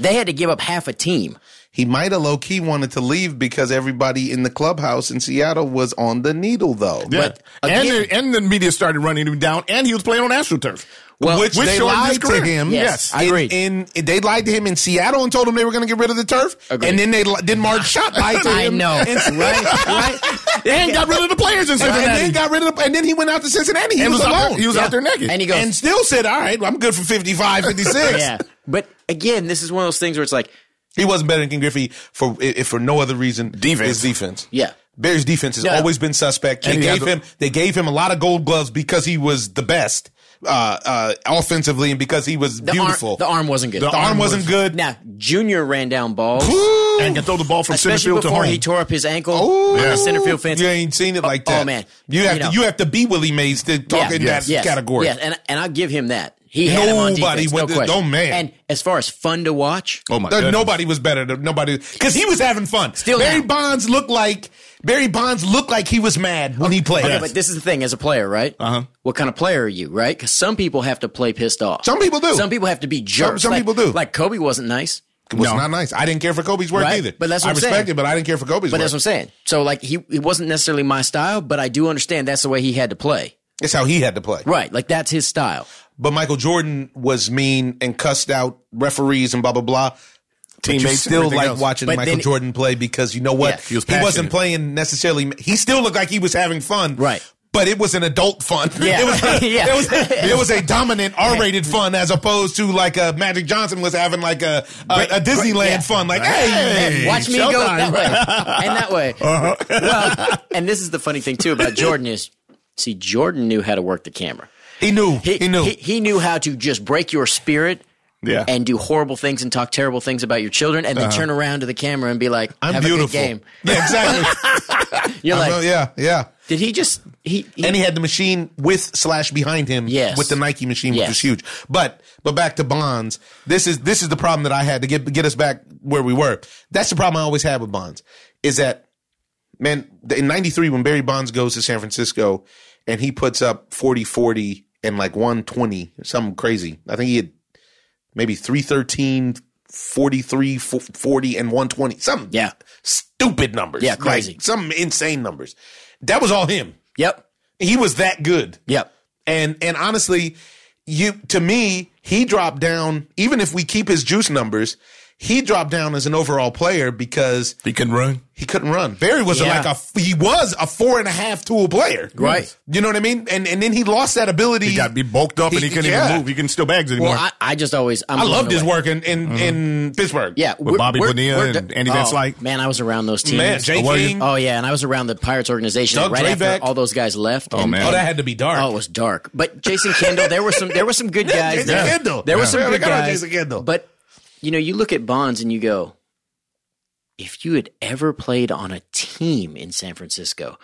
They had to give up half a team. he might have low key wanted to leave because everybody in the clubhouse in Seattle was on the needle though. yeah. but and, again- the, and the media started running him down, and he was playing on AstroTurf. Well, Which, Which Uh, they shortened his lied to career. him. Yes, I In- agree. In, they lied to him in Seattle and told him they were going to get rid of the turf. And then they li- did Mark Schott lie to I him. know, in right? Right? And got rid of the players in And, Cincinnati. then got rid of, and then he went out to Cincinnati. He And was, was out there- alone. he was out there naked. And he goes, and still said, all right, well, I'm good for 55, 56. yeah. But again, this is one of those things where it's like, He wasn't better than King Griffey for if for no other reason. His Defense. defense. Yeah. Barry's defense has No. always been suspect. They And he gave had the- him they gave him a lot of gold gloves because he was the best uh, uh, offensively and because he was the, arm, beautiful. the arm wasn't good. The arm wasn't good. Now, Junior ran down balls, and can throw the ball from center especially field to before home. he tore up his ankle Ooh. on the center field fence. You ain't seen it like Oh, that. oh, man. You have You to know. you have to be Willie Mays to talk in Yes, that yes, category. Yes, and, and I'll give him that. He had him on Nobody defense, went no to- question. oh, man. And as far as fun to watch, oh my There- god! nobody was better than nobody because he was having fun. Still Barry now. Bonds looked like Barry Bonds looked like he was mad when he played. Okay, but this is the thing as a player, right? Uh-huh. What kind of player are you, right? Because some people have to play pissed off. Some people do. Some people have to be jerks. some Like- people do. Like Kobe wasn't nice. It was No. not nice. I didn't care for Kobe's work Right, either. but that's what I I'm respect saying. it, but I didn't care for Kobe's But work. that's what I'm saying. So like he it wasn't necessarily my style, but I do understand that's the way he had to play. It's how he had to play. Right. Like that's his style. But Michael Jordan was mean and cussed out referees and blah blah blah. Teammates Teammates, still everything like else. watching But Michael then- Jordan play because you know what? Yeah, he was wasn't passionate. playing necessarily. He still looked like he was having fun. Right. But it was an adult fun. Yeah. it, was, Yeah. it was it was a dominant R-rated fun as opposed to like uh, Magic Johnson was having like a a, a Disneyland yeah. fun. Like Man, hey, Uh-huh. watch me go that way and that way. Well, and this is the funny thing too about Jordan is, see, Jordan knew how to work the camera. He knew. He, knew. He, he knew how to just break your spirit. Yeah. And do horrible things and talk terrible things about your children, and then turn around to the camera and be like, Uh-huh. I'm "Have beautiful. a good game." Yeah, exactly. You're like, Well, yeah, yeah. "Did he just he?" he- and he had the machine with slash behind him Yes. with the Nike machine, which Yes. was huge. But but back to Bonds, this is this is the problem that I had to get get us back where we were. That's the problem I always had with Bonds is that man, the- in 93, when Barry Bonds goes to San Francisco and he puts up 40 40 and like 120, something crazy. I think he had maybe 313, 43, 40, and 120, something Yeah. stupid numbers. Yeah, Like, crazy. some insane numbers. That was all him. Yep. He was that good. Yep. And and honestly, you to me, he dropped down, even if we keep his juice numbers, he dropped down as an overall player because He can run. he couldn't run. Barry was Yeah. like a he was a four and a half tool player. Right. You know what I mean? And and then he lost that ability. He got be bulked up and he couldn't yeah. even move. He couldn't steal bags anymore. Mm-hmm. Well, I, I just always I'm I blown loved his away. work in in, in Pittsburgh. Yeah, With Bobby Bonilla and Andy Van Slyke. Oh, Man, I was around those teams. Man, Jay Well, you- King. Oh yeah, and I was around the Pirates organization Doug right Drabeck. after all those guys left. and- man. Oh, that had to be dark. Oh, it was dark. But Jason Kendall, there were some there were some good guys. Jason there. Kendall. There were Yeah. some Yeah, good they got on guys. Jason Kendall. But you know, you look at Bonds and you go, if you had ever played on a team in San Francisco,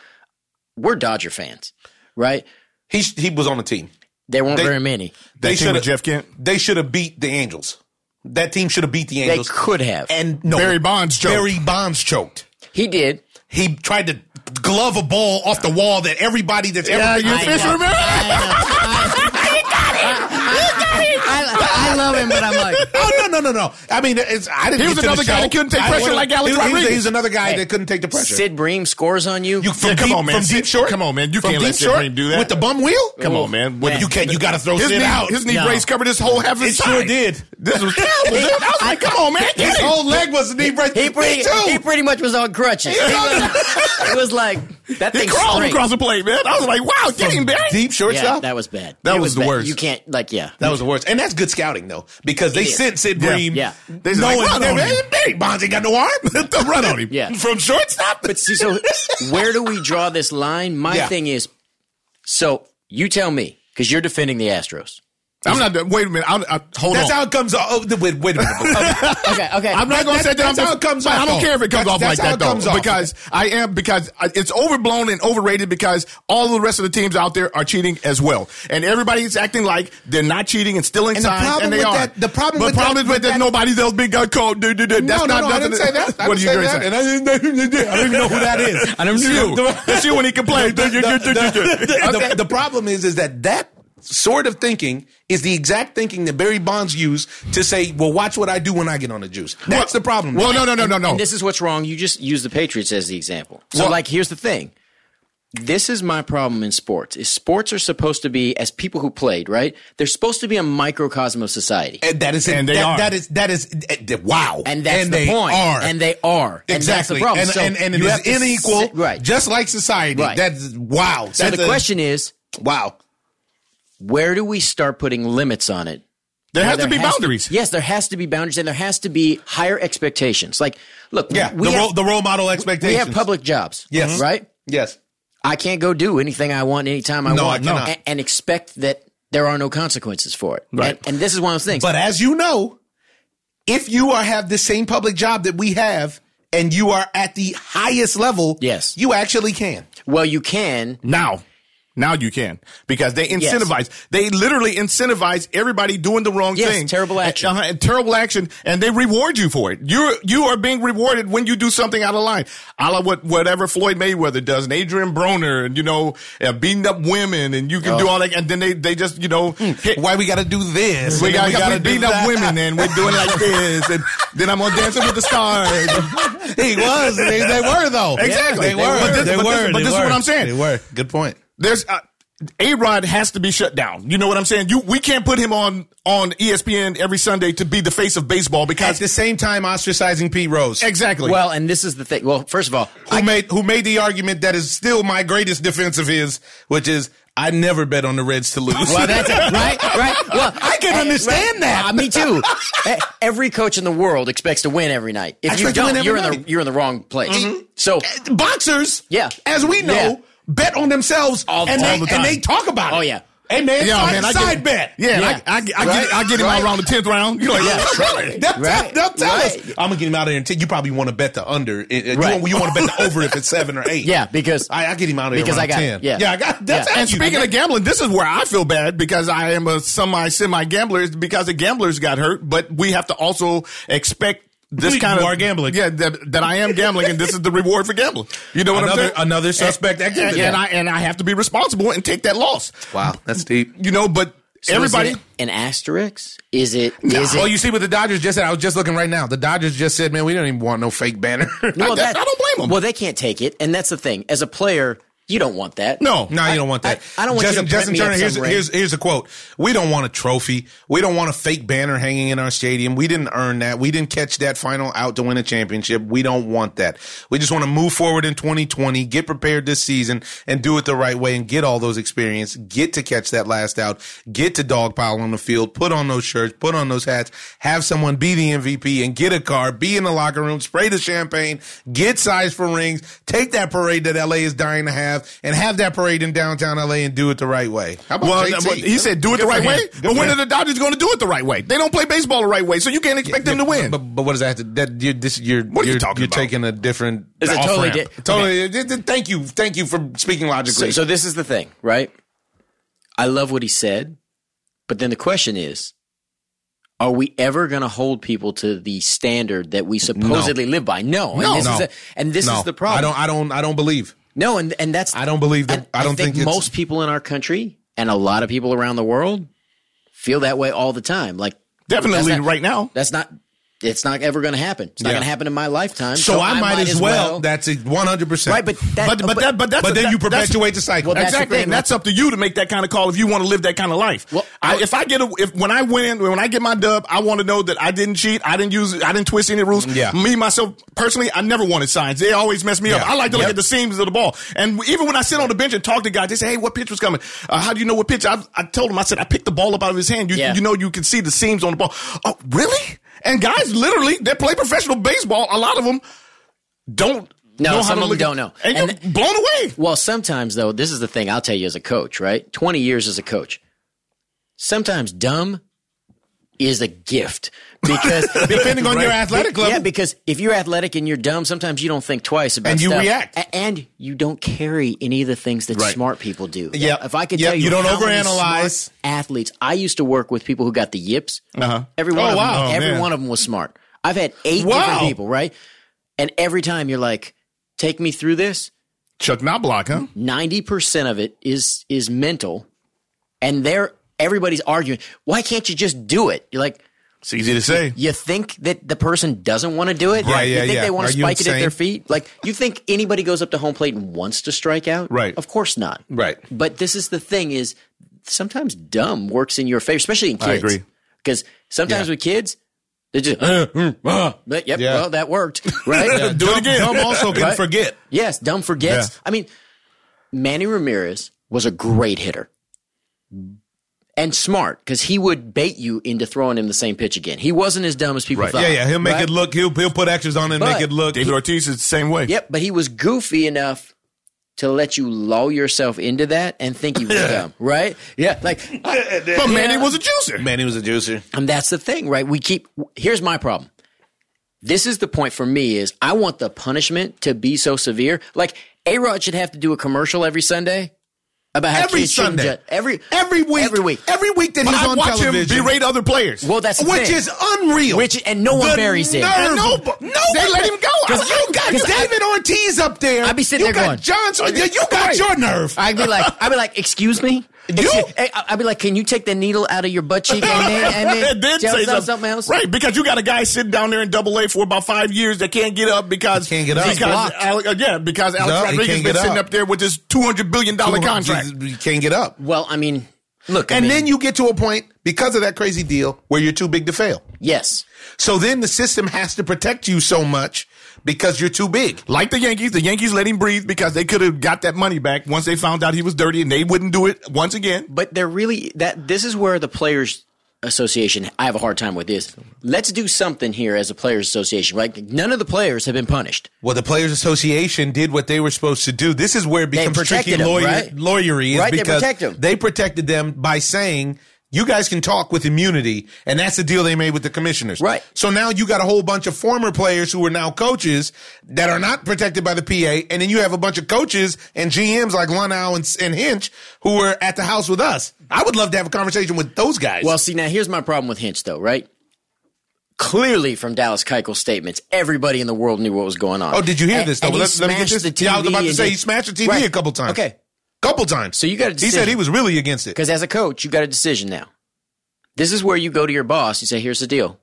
we're Dodger fans, right? He he was on the team. There weren't They- very many. that they team with shoulda- Jeff Kent. They should have beat the Angels. That team should have beat the They Angels. could have. and no, Barry Bonds choked. Barry Bonds choked. he did. He tried to glove a ball off the wall that everybody that's ever you I know. fisherman. I, I love him, but I'm like, Oh no no no no! I mean, it's, I didn't. He was get to the another guy show. that couldn't take I- pressure like he was- Alex he was- Rodriguez. He was another guy Hey. that couldn't take the pressure. Sid Bream scores on you. you from Yeah, come deep, on, man. From Sid- deep short, come on, man. You from can't let deep Sid short Bream do that. with the bum wheel. Come on, man. With- You can't. You got to throw His Sid knee, out. his knee No. brace covered his whole half of it his sure side. did. This was terrible. dude. I was like, come on, man. His get it. whole leg was a knee brace. He pretty, Me too. he pretty much was on crutches. He was, it was like that He thing crawled across the plate, man. I was like, wow, get him, Barry. deep short Yeah, shot. that was bad. That It was the bad. worst. You can't like yeah. That was the worst. And that's good scouting though, because they It is. sent Sid Yeah. Bream. Yeah. They said, knowing like, run on Hey, him. hey, Bonds ain't got no arm. Throw- run on him. Yeah. From shortstop. But see, so where do we draw this line? My Yeah. thing is, so you tell me because you're defending the Astros. I'm not. Wait a minute. I, I, hold that's on. how it comes off. Oh, wait, wait a minute. Okay, okay. I'm not going to say that. I'm that's how it comes but off, I don't though. care if it comes That's- off that's like how that it though, comes off. because I am because I- it's overblown and overrated because all the rest of the teams out there are cheating as well, and everybody's acting like they're not cheating and stealing And the signs, problem and they with are. that- the problem but with problem that- is that, with that- nobody else being got called. Dude, dude, dude. That's no, not no, I nothing. didn't say that. I what didn't are say you doing? that. And I didn't, I don't even know who that is. I don't It's know. That's you when he complained. The, the- the- Okay. the- the problem is, is that that sort of thinking is the exact thinking that Barry Bonds used to say, "Well, watch what I do when I get on the juice." That's the problem. Well, no, no, no, no, no. And this is what's wrong. You just use the Patriots as the example. So, Well- like, here's the thing. This is my problem in sports. Is sports are supposed to be as people who played, right? They're supposed to be a microcosm of society. And that is And they that, are. that is that is uh, wow. And that's the they point. Are. And they are. And that's the exactly. problem. And, So and, and it you have is to unequal, sit- right. Just like society. Right. That's wow. so that's the a- question is, wow. where do we start putting limits on it? there has to There be has boundaries. yes, there has to be boundaries, and there has to be higher expectations. Like, look, Yeah, we, the, have, role, the role model we expectations. have public jobs. Yes. Right? Yes. I can't go do anything I want anytime I No, want I cannot. and, and expect that there are no consequences for it. Right. And, and this is one of those things. But as you know, if you are have the same public job that we have, and you are at the highest level, Yes. you actually can. well, you can. Now. Now you can because they incentivize. They literally incentivize everybody doing the wrong Yes, thing. terrible action. Uh-huh, and terrible action, and they reward you for it. You you are being rewarded when you do something out of line, a la what whatever Floyd Mayweather does, and Adrian Broner, and you know uh, beating up women, and you can do all that, and then they they just you know hit. Hmm. Why we got to do this? We and got, then we got gotta to beat up that. women, and we're doing like this, and then I'm on Dancing with the Stars. He was. They, they were though. Exactly. they, were. But this- they but this- were. They but this is were. what I'm saying. They were. Good point. there's uh, A Rod has to be shut down. You know what I'm saying? You we can't put him on on E ESPN every Sunday to be the face of baseball At because the same time, ostracizing Pete Rose. exactly. Well, and this is the thing. Well, first of all, who made who made the argument that is still my greatest defense of his, which is I never bet on the Reds to lose. well, that's it. Right? Right? Well, eh, I can understand that. Uh, me too. Eh, Every coach in the world expects to win every night. If you expect to win don't, every you're in the night. Mm-hmm. Eh, you're in the wrong place. So Boxers, Yeah. as we know, Yeah. bet on themselves All- and all they the and time. they talk about Oh, it. yeah. Hey man, Yeah, side, man, I get side it. bet. Yeah, and Yeah. I, I, I, Right? get, I get him Right. out around the tenth round. You're like, Yeah. really? They'll, Right. they'll tell Right. us. I'm gonna get him out of here. And t- you probably want to bet the under. Uh, You, Right. want- you want to bet the over if it's seven or eight. yeah, because I, I get him out of here Because around I got- ten. yeah. yeah, I got. That's Yeah. how And you- speaking of gambling, this is where I feel bad because I am a semi semi gambler is because the gamblers got hurt, but we have to also expect this You kind of are gambling. Yeah, that, that I am gambling, and this is the reward for gambling. You know what Another- I'm saying? another suspect And, and, activity. and I and I have to be responsible and take that loss. Wow, that's deep. You know, but everybody. Is it an asterisk? Is it? Is Well, it? you see what the Dodgers just said. I was just looking right now. The Dodgers just said, "Man, we don't even want no fake banner." well, that- I don't blame 'em. Well, they can't take it, and that's the thing. As a player, you don't want that. No, No, you don't want that. I- I don't want you Justin, to print Justin me up Turner. Here's, some ring. here's here's a quote. We don't want a trophy. We don't want a fake banner hanging in our stadium. We didn't earn that. We didn't catch that final out to win a championship. We don't want that. We just want to move forward in 2020. Get prepared this season and do it the right way and get all those experience. Get to catch that last out. Get to dogpile on the field. Put on those shirts. Put on those hats. Have someone be the MVP and get a car. Be in the locker room. Spray the champagne. Get size for rings. Take that parade that LA is dying to have and have that parade in downtown LA and do it the right way. How about Well, JT? well, he said do it Good the for right him. way. Good But for when are him. the Dodgers going to do it the right way? They don't play baseball the right way, so you can't expect them to win. But, but what does that have to, that you're, this, you're, What are you you're, talking you're about? taking a different, Is it off totally ramp. di- totally. th- th- Thank you. Thank you for speaking So, logically. so this is the thing, right? I love what he said, but then the question is, are we ever going to hold people to the standard that we supposedly live by? No, No. and this, is, No. a, and this no, is the problem. I don't, I don't, I don't believe. no, and and that's I don't believe that. I, don't think, it's, most people in our country and a lot of people around the world feel that way all the time. Like Definitely that's not- right now. That's not. It's not ever going to happen. It's not Yeah. going to happen in my lifetime. So, I, might, as well. That's it, 100%. right, but that, But but that but that's but then that- you that's- perpetuate the cycle. Well, that's the exactly, thing. and that's up to you to make that kind of call if you want to live that kind of life. Well, I, I- if I get a, if when I win, when I get my dub, I want to know that I didn't cheat, I didn't use, I didn't twist any rules. Mm, Yeah. Me myself personally, I never wanted signs. They always mess me up. Yeah. I like to look Yep. at the seams of the ball, and even when I sit on the bench and talk to guys, they say, "Hey, what pitch was coming? Uh, how do you know what pitch?" I, I told them, I said, "I picked the ball up out of his hand. You Yeah. you know you can see the seams on the ball. Oh, really? And guys, literally, they play professional baseball. A lot of them don't. No, know how some of to 'em look at- don't know. and, And you're blown away. Well, sometimes though, this is the thing I'll tell you as a coach, right? 20 years as a coach. Sometimes dumb is a gift because Depending on your athletic level. Yeah, because if you're athletic and you're dumb, sometimes you don't think twice about And you stuff. react. A- and you don't carry any of the things that smart people do. Yeah. If I could Yeah, tell you, you don't how many overanalyze. smart athletes. I used to work with people who got the yips. Uh-huh. Every one Oh, of them, wow. every Oh, man. one of them was smart. I've had eight Wow. different people, right? And every time you're like, "Take me through this." Chuck Knoblock, huh? ninety percent of it is is mental, and they're everybody's arguing. Why can't you just do it? You're like, It's easy to say. you think that the person doesn't want to do it? Right, you yeah, think yeah. they want Are to you spike it at insane? their feet? Like, you think anybody goes up to home plate and wants to strike out? Right. Of course not. Right. But this is the thing: is sometimes dumb works in your favor, especially in kids. I agree. because sometimes with kids. They just, "Uh, but yep, Yeah. well, that worked, right? do it again. Dumb also can Right? forget. Yes, dumb forgets. Yeah. I mean, Manny Ramirez was a great hitter and smart because he would bait you into throwing him the same pitch again. He wasn't as dumb as people thought. Yeah, yeah. He'll make right? it look. He'll he'll put extras on it, and But- make it look. David Ortiz is the same way. Yep, but he was goofy enough to let you lull yourself into that and think he was dumb, right? Yeah, like, But Manny Yeah. was a juicer. Man, he was a juicer. and that's the thing, right? We keep. Here's my problem. This is the point for me is I want the punishment to be so severe. Like A Rod should have to do a commercial every Sunday about how Every kids shouldn't Sunday. ju- every Every week. every week. Every week that But he's I on watch television. him berate other players. Well, that's the which thing. is unreal. which and no one buries it. nerve. No, but- no, they but- let him go. I was Cause you like, got 'cause I- David Ortiz up there. I be sitting you there got going, Johnson. yeah, you got Right. your nerve. I'd be like, I'd be like, excuse me. You- Hey, I- I'd be like, can you take the needle out of your butt cheek and then, and then, And then tell say us something. something else? Right, because you got a guy sitting down there in double A for about five years that can't get up because He can't get up. He's Because blocked. Ale- uh, yeah, because Alex No, he Rodriguez can't been get sitting up. up there with this two hundred billion dollar contract. You can't get up. Well, I mean, look, I And mean, then you get to a point because of that crazy deal where you're too big to fail. yes, So then the system has to protect you so much because you're too big. Like the Yankees, the Yankees let him breathe because they could have got that money back once they found out he was dirty, and they wouldn't do it once again. but they're really that. This is where the players. Association, I have a hard time with this. Let's do something here as a players' association, right? None of the players have been punished. Well, the Players Association did what they were supposed to do. This is where it becomes tricky protected 'em, lawyer, right? lawyery is Right, they because protect 'em. they protected them by saying you guys can talk with immunity, and that's the deal they made with the commissioners. Right. So now you got a whole bunch of former players who are now coaches that are not protected by the PA, and then you have a bunch of coaches and GMs like Lunau and, and Hinch who were at the house with us. I would love to have a conversation with those guys. Well, see, now here's my problem with Hinch, though, right? clearly from Dallas Keuchel's statements, everybody in the world knew what was going on. Oh, did you hear And- this? Though? and he Let, let me get smashed this. the TV yeah, I was about to and say did- he smashed the TV Right. a couple times. Okay, couple times. So you got a He said decision. he was really against it. because as a coach, you got a decision now. This is where you go to your boss. You say, "Here's the deal.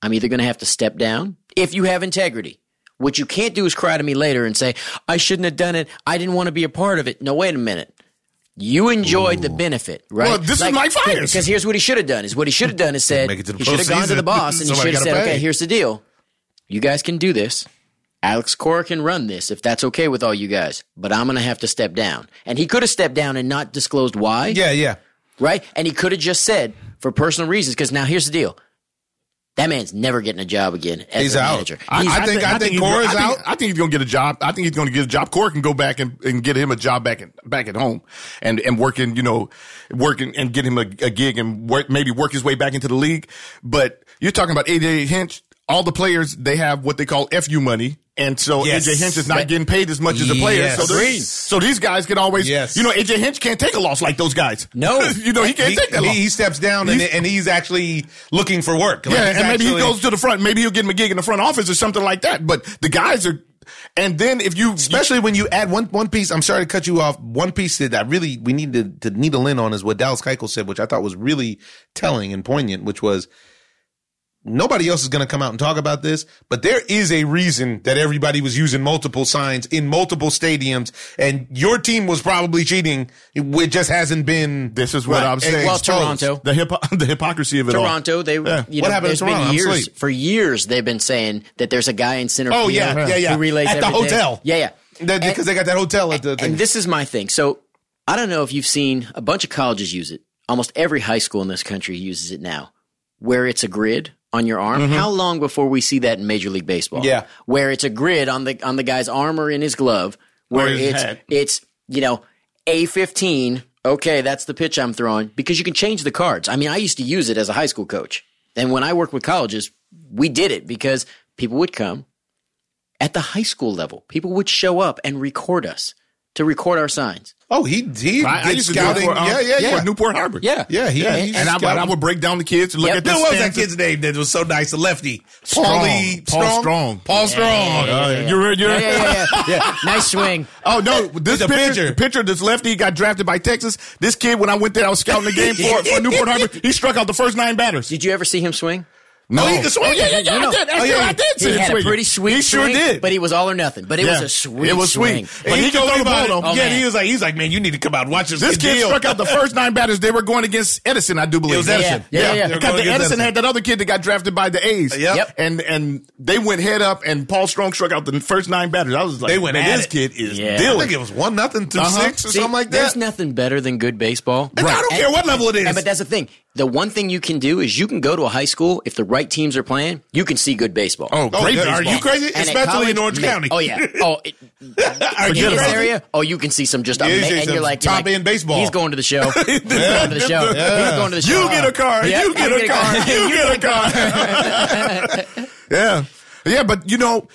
I'm either going to have to step down if you have integrity. What you can't do is cry to me later and say I shouldn't have done it. I didn't want to be a part of it. No, wait a minute." You enjoyed the benefit, right? Well, this is Mike Fires. Because here's what he should have done: is what he should have done is said Make it to the he should have gone to the postseason. boss and he Somebody should have gotta said, pay. "Okay, here's the deal. You guys can do this. Alex Cora can run this if that's okay with all you guys, but I'm going to have to step down. And he could have stepped down and not disclosed why, Yeah, yeah. right? And he could have just said for personal reasons. Because now here's the deal: that man's never getting a job again as He's a out. manager. I- He's- I think- I think he's- Cora's I think- out. I think he's going to get a job. I think he's going to get a job. Cora can go back and, and get him a job back at back at home, and and working you know working and get him a, a gig and work, maybe work his way back into the league. But you're talking about AJ Hinch. All the players they have what they call fu money, and so Yes. AJ Hinch is not getting paid as much as the players. Yes. So they're- Agreed. so these guys can always Yes. you know AJ Hinch can't take a loss like those guys. No. you know he can't He, take that he, loss. he steps down and, He's- and he's actually looking for work. Like, Yeah, he's and maybe he actually- goes to the front. Maybe he'll get him a gig in the front office or something like that. But the guys are, and then if you, Especially when you add one one piece. I'm sorry to cut you off. One piece that I really we need to, to needle in on is what Dallas Keuchel said, which I thought was really telling and poignant, which was nobody else is going to come out and talk about this, but there is a reason that everybody was using multiple signs in multiple stadiums, and your team was probably cheating. It just hasn't been. this is what Right. I'm saying. Well, Toronto. the hip, the hypocrisy of it all. Toronto, they Yeah. you What know happened in there's Toronto? I'm been years asleep. for years they've been saying that there's a guy in center Oh, field yeah, yeah, yeah. who relays At the everything. hotel. Yeah, yeah. That- because they got that hotel at the thing. And this is my thing. So I don't know if you've seen a bunch of colleges use it. Almost every high school in this country uses it now, where it's a grid on your arm. How long before we see that in Major League Baseball? Yeah. where it's a grid on the on the guy's arm or in his glove, where his it's hat. it's you know a fifteen. Okay, that's the pitch I'm throwing because you can change the cards. I mean, I used to use it as a high school coach, and when I worked with colleges, we did it because people would come at the high school level. People would show up and record us to record our signs. oh, he he I, I did used to scouting. do it for, um, yeah, yeah, yeah. for Newport Harbor. Yeah. yeah, he, Yeah, he and was And I, scouting. and I would break down the kids and look Yep. at the Then what was that stats. kid's name that was so nice? The lefty, Strong. Paulie, Paul Strong. Paul Strong. yeah, yeah, yeah. You're- yeah, you're- yeah, yeah, yeah. nice swing. Oh no! It's This a picture, pitcher. picture, of this lefty got drafted by Texas. This kid, when I went there, I was scouting the game for, for Newport Harbor. He struck out the first nine batters. Did you ever see him swing? No, he could swing. Oh, yeah, yeah, yeah. You know- I did. I, Oh, yeah. I did. see He him had a swinging. pretty sweet He sure swing, did. but he was all or nothing. But it was a sweet. It was swing. sweet. But he, could throw the ball though. Oh, yeah, man. he was like, he's like, man, you need to come out and watch this. This kid kid deal." struck out the first nine batters. They were going against Edison, I do believe. It was Edison. Yeah, yeah, yeah. They were Because going the against Edison, had that other kid that got drafted by the A's. Yep. Yep. And and they went head up, and Paul Strong struck out the first nine batters. I was like, They went man, at this it. kid is Yeah. I dealing. think it was one nothing through Uh-huh. six or See, something like There's that. nothing better than good baseball. And I don't care what level it is. And- But that's the thing. The one thing you can do is you can go to a high school if the right teams are playing. You can see good baseball. Oh, Great dude, are baseball. you crazy? And at Especially college, in Orange man, County. Oh yeah. Oh, it, in Forget this about it. area. Oh, you can see some just you see amazing. And some you're like top you're like, end baseball. He's going to the show. He's going to the show. He's going to the show. Uh, You get a car. Yeah, You get I a car. You get a car. yeah. Yeah, but you know,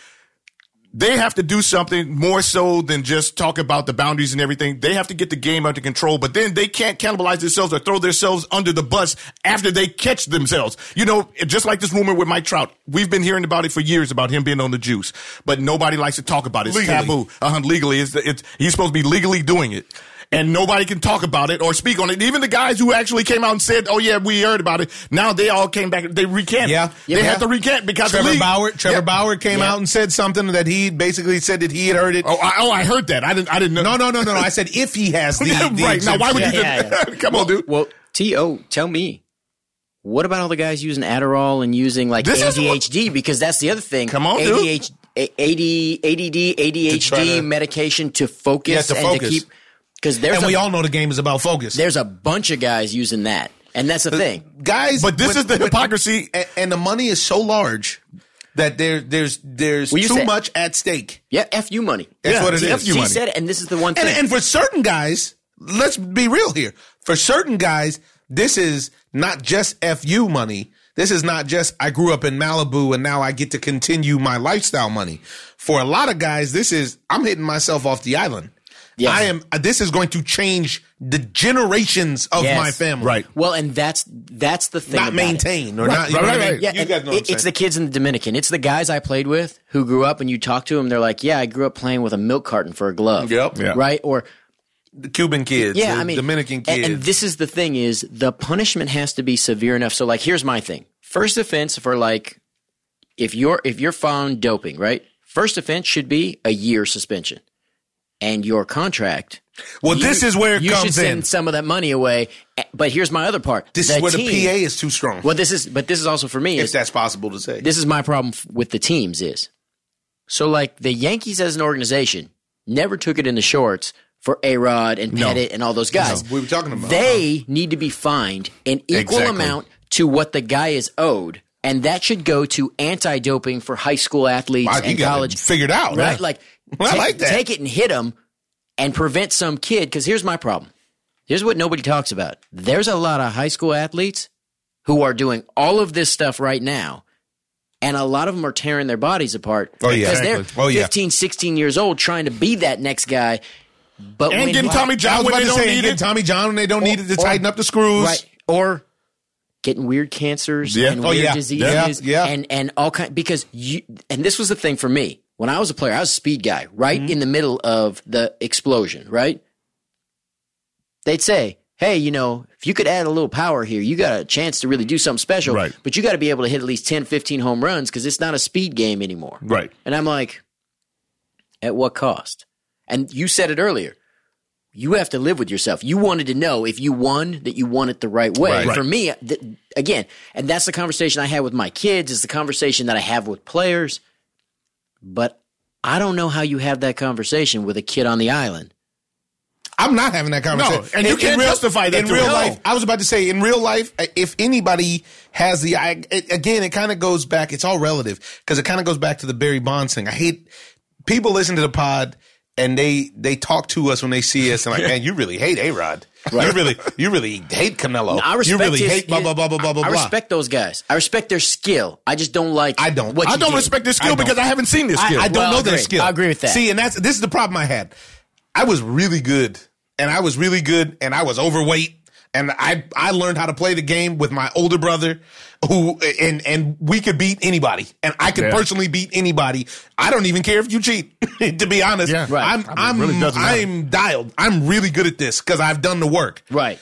they have to do something more so than just talk about the boundaries and everything. They have to get the game under control, but then they can't cannibalize themselves or throw themselves under the bus after they catch themselves. You know, just like this rumor with Mike Trout. We've been hearing about it for years about him being on the juice, but nobody likes to talk about it. It's Legally. taboo. Uh-huh, legally, it's, it's, he's supposed to be legally doing it. And nobody can talk about it or speak on it. Even the guys who actually came out and said, "Oh yeah, we heard about it," now they all came back. They recanted. Yeah. they Yeah. had to recant because the Trevor league- Bauer. Trevor Yeah. Bauer came Yeah. out and said something that he basically said that he had heard it. Oh, I, oh, I heard that. I didn't. I didn't know. No, no, no, no. I said if he has the, the right now, why would you? exemption. do Yeah, yeah, that? Come on, dude. Well, to tell me. What about all the guys using Adderall and using like This is what- ADHD? Because that's the other thing. Come on, dude. ADHD, AD, ADD, try ADHD to- medication to focus Yeah, to and focus. to keep. Because there's And a we all know the game is about focus. there's a bunch of guys using that, and that's the Uh, thing. guys. But this when- is the when- hypocrisy. and, and the money is so large that there there's there's Well, you too said- much at stake. Yeah, f you money. That's Yeah, what it it's is. F you He money. said, it, and this is the one thing. And and for certain guys, let's be real here. For certain guys, this is not just fu money. This is not just I grew up in Malibu and now I get to continue my lifestyle money. For a lot of guys, this is I'm hitting myself off the island. Yes. I am. This is going to change the generations of Yes. my family. Right. Well, and that's that's the thing. Not about It. maintain or not. you know right, what I mean? right. Yeah, You and guys know what I'm it- it's the saying. kids in the Dominican. It's the guys I played with who grew up, and you talk to them, they're like, "Yeah, I grew up playing with a milk carton for a glove." Yep. Yeah. Right. Or The Cuban kids. yeah, the I mean, Dominican and- kids. And, this is the thing: is the punishment has to be severe enough. So, like, here's my thing: first offense for like, if you're if you're found doping, right? First offense should be a year suspension, and your contract. well, this you- is where it you should comes send in. some of that money away. Eh, But here's my other part: This is is where the PA is too strong. Well, this is but this is also for me. if is- that's possible to say. this is my problem f- with the teams is so like the Yankees as an organization never took it in the shorts for A Rod and Pettit and all those guys. No, we were talking about- uh-huh. they need to be fined an equal Exactly. amount to what the guy is owed, and that should go to anti-doping for high school athletes Wow, you and got it college. figured out, yeah. right? Like, Well, I take, like that. take it and hit him, and prevent some kid. Because here's my problem. Here's what nobody talks about. There's a lot of high school athletes who are doing all of this stuff right now. And a lot of them are tearing their bodies apart. Oh, yeah. Because they're Exactly. Oh, yeah. 15, 16 years old trying to be that next guy. But And when- getting Tommy I John was when about they to don't say need again, it. Tommy John, and they don't need it to tighten up the screws. Right. Or getting weird cancers Yeah. and Oh, weird yeah. diseases Yeah, yeah. and and all kind because you and this was the thing for me. When I was a player, I was a speed guy, right in the middle of the explosion, right? They'd say, "Hey, you know, if you could add a little power here, you got a chance to really do something special, Right. but you got to be able to hit at least 10, 15 home runs cuz it's not a speed game anymore." Right. And I'm like, at what cost? And you said it earlier. You have to live with yourself. You wanted to know if you won that you won it the right way. Right. For me, th- again, and that's the conversation I had with my kids. Is the conversation that I have with players. But I don't know how you have that conversation with a kid on the island. I'm not having that conversation. No, and you can't justify that in to real him. life. I was about to say in real life, uh, if anybody has the, I, it, again, it kind of goes back. It's all relative because it kind of goes back to the Barry Bonds thing. I hate people listen to the pod and they they talk to us when they see us and like, man, you really hate A Rod. You really you really hate Canelo. I respect Oh, you really his- hate blah blah blah blah blah blah. I blah. respect those guys. I respect their skill. I just don't like. I don't. What I you don't did. respect this I skill don't. because I haven't seen this I- skill. I, don't Well, know I their agree. skill. I agree with that. See, and that's this is the problem I had. I was really good, and I was really good, and I was overweight, and I I learned how to play the game with my older brother, who and and we could beat anybody, and I could Yeah. personally beat anybody. I don't even care if you cheat. to be honest, Yeah. Right. I'm I mean, it I'm really doesn't matter. I'm dialed. I'm really good at this because I've done the work Right.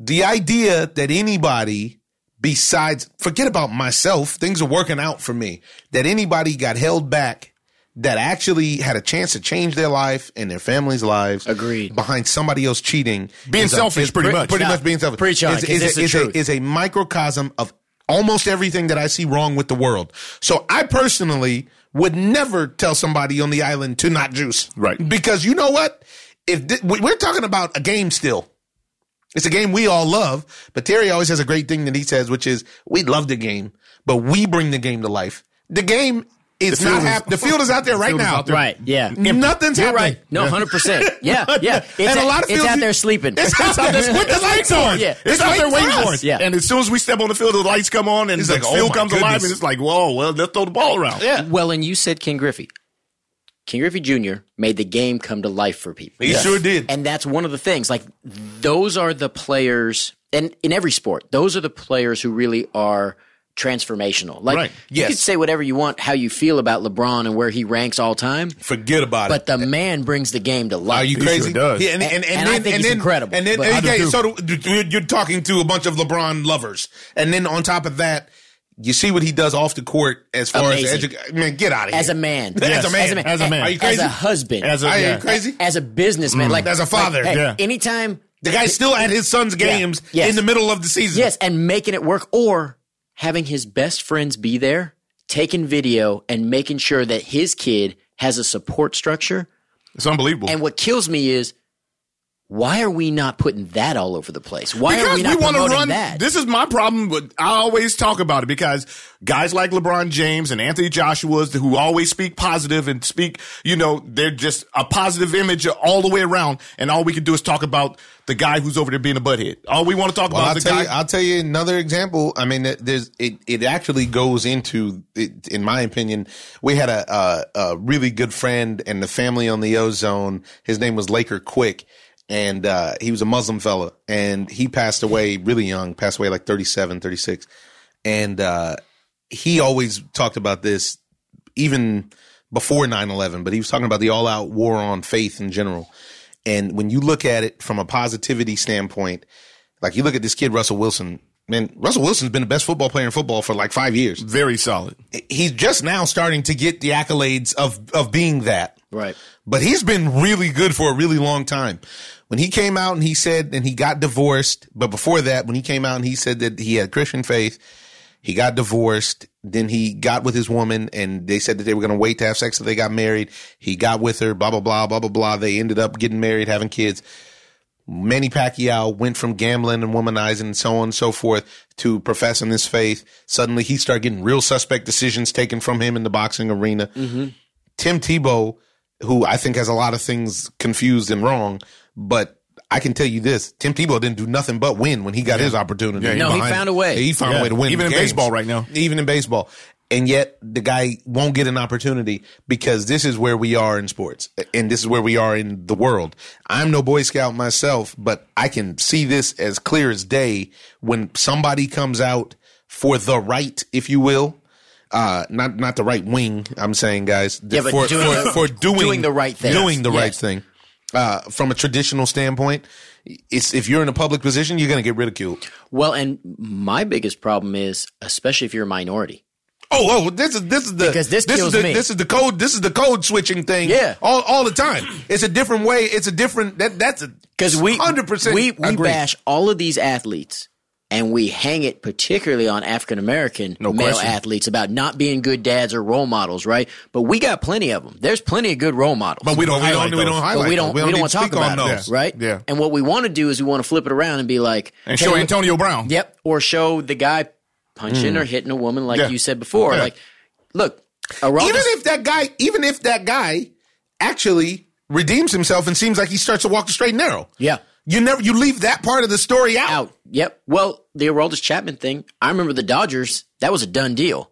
the idea that anybody besides forget about myself things are working out for me that anybody got held back that actually had a chance to change their life and their family's lives Agreed. behind somebody else cheating Being is a- selfish, is pretty much. pretty Now, much being selfish preach on is, it, 'cause is, it's a, the is, a, truth. is a microcosm of almost everything that i see wrong with the world so i personally would never tell somebody on the island to not juice Right. because you know what if thi- we- we're talking about a game still it's a game we all love, but Terry always has a great thing that he says, which is we love the game, but we bring the game to life. The game is The not field is- happening. The field is out there right field is now. out there. Right. Yeah. Nothing's You're happening. right. No, hundred percent. Yeah, yeah. It's, And a lot of it's fields out you- there sleeping. It's out there with the lights on. Yeah. It's, out there waiting for us. Yeah. And as soon as we step on the field, the lights come on and He's the like, oh field my comes alive goodness. and it's like, whoa, well, let's throw the ball around. Yeah. Well, and you said Ken Griffey. Ken Griffey Jr. made the game come to life for people. He sure did. And that's one of the things. Like, those are the players, and in every sport, those are the players who really are transformational. Like, Right. you could Yes. say whatever you want, how you feel about LeBron and where he ranks all time, Forget about but the man brings the game to life. Are you He crazy? sure does. Yeah, and, and, and, And I then, think and he's then, incredible, And then, but- I do okay, too. so do- do- you're talking to a bunch of LeBron lovers, and then on top of that, you see what he does off the court as far as Amazing. edu- man, get out of here As a man. as a man, As a man. Are you crazy? As a husband. As a- Are you yeah. crazy? As a businessman. Like, As a father, like, hey, yeah. Anytime The guy's still at his son's games Yes. in the middle of the season. Yes, and making it work or having his best friends be there, taking video and making sure that his kid has a support structure. It's unbelievable. And what kills me is Why are we not putting that all over the place? Why are because we not want to promoting run. that? This is my problem. But I always talk about it because guys like LeBron James and Anthony Joshua's who always speak positive and speak, you know, they're just a positive image all the way around. And all we can do is talk about the guy who's over there being a butthead. All we want to talk Well, about I'll is the tell, guy. you, I'll tell you another example. I mean, there's it. It actually goes into, it, in my opinion, we had a, a a really good friend and the family on the ozone. His name was Laker Quick, and uh, he was a Muslim fella, and he passed away really young. Passed away like 37, 36. and uh, he always talked about this even before 9-11 but he was talking about the all-out war on faith in general and when you look at it from a positivity standpoint like you look at this kid russell wilson man russell wilson's been the best football player in football for like five years Very solid. he's just now starting to get the accolades of of being that right. but he's been really good for a really long time. When he came out and he said, and he got divorced, but before that, when he came out and he said that he had Christian faith, he got divorced. Then he got with his woman and they said that they were going to wait to have sex. So they got married. He got with her, blah, blah, blah, blah, blah, blah. They ended up getting married, having kids. Manny Pacquiao went from gambling and womanizing and so on and so forth to professing his faith. Suddenly he started getting real suspect decisions taken from him in the boxing arena. Mm-hmm. Tim Tebow, who I think has a lot of things confused and wrong, but I can tell you this: Tim Tebow didn't do nothing but win when he got his opportunity. Yeah, he- No, he Behind- found a way. He found Yeah, a way to win, even in games. baseball right now. Even in baseball, and yet the guy won't get an opportunity because this is where we are in sports, and this is where we are in the world. I'm no Boy Scout myself, but I can see this as clear as day when somebody comes out for the right, if you will. Uh, not not the right wing. I'm saying, guys, Yeah, but for, doing for, the- for doing, doing the right thing. doing the Yes. right thing. Uh, from a traditional standpoint, it's if you're in a public position, you're gonna get ridiculed. Well, and my biggest problem is, especially if you're a minority. Oh, oh, this is this is the Because this is kills the, me. This is the code. This is the code switching thing. Yeah. all all the time. It's a different way. It's a different that that's a Because we hundred percent we, we bash all of these athletes and we hang it particularly on African American male question. athletes about not being good dads or role models, right? But we got plenty of them. There's plenty of good role models. But we don't. We highlight don't. We those. don't But highlight. but we those. don't, we don't, need want to speak talk about on those, those. right? Yeah. And what we want to do is we want to flip it around and be like, And hey, show look- Antonio Brown. Yep. Or show the guy Mm. punching or hitting a woman, like Yeah. you said before. Yeah. Like, look, Araldis, Even if that guy, even if that guy actually redeems himself and seems like he starts to walk the straight and narrow, yeah, you never you leave that part of the story out. out. Yep. Well, the Araldis Chapman thing. I remember the Dodgers. That was a done deal.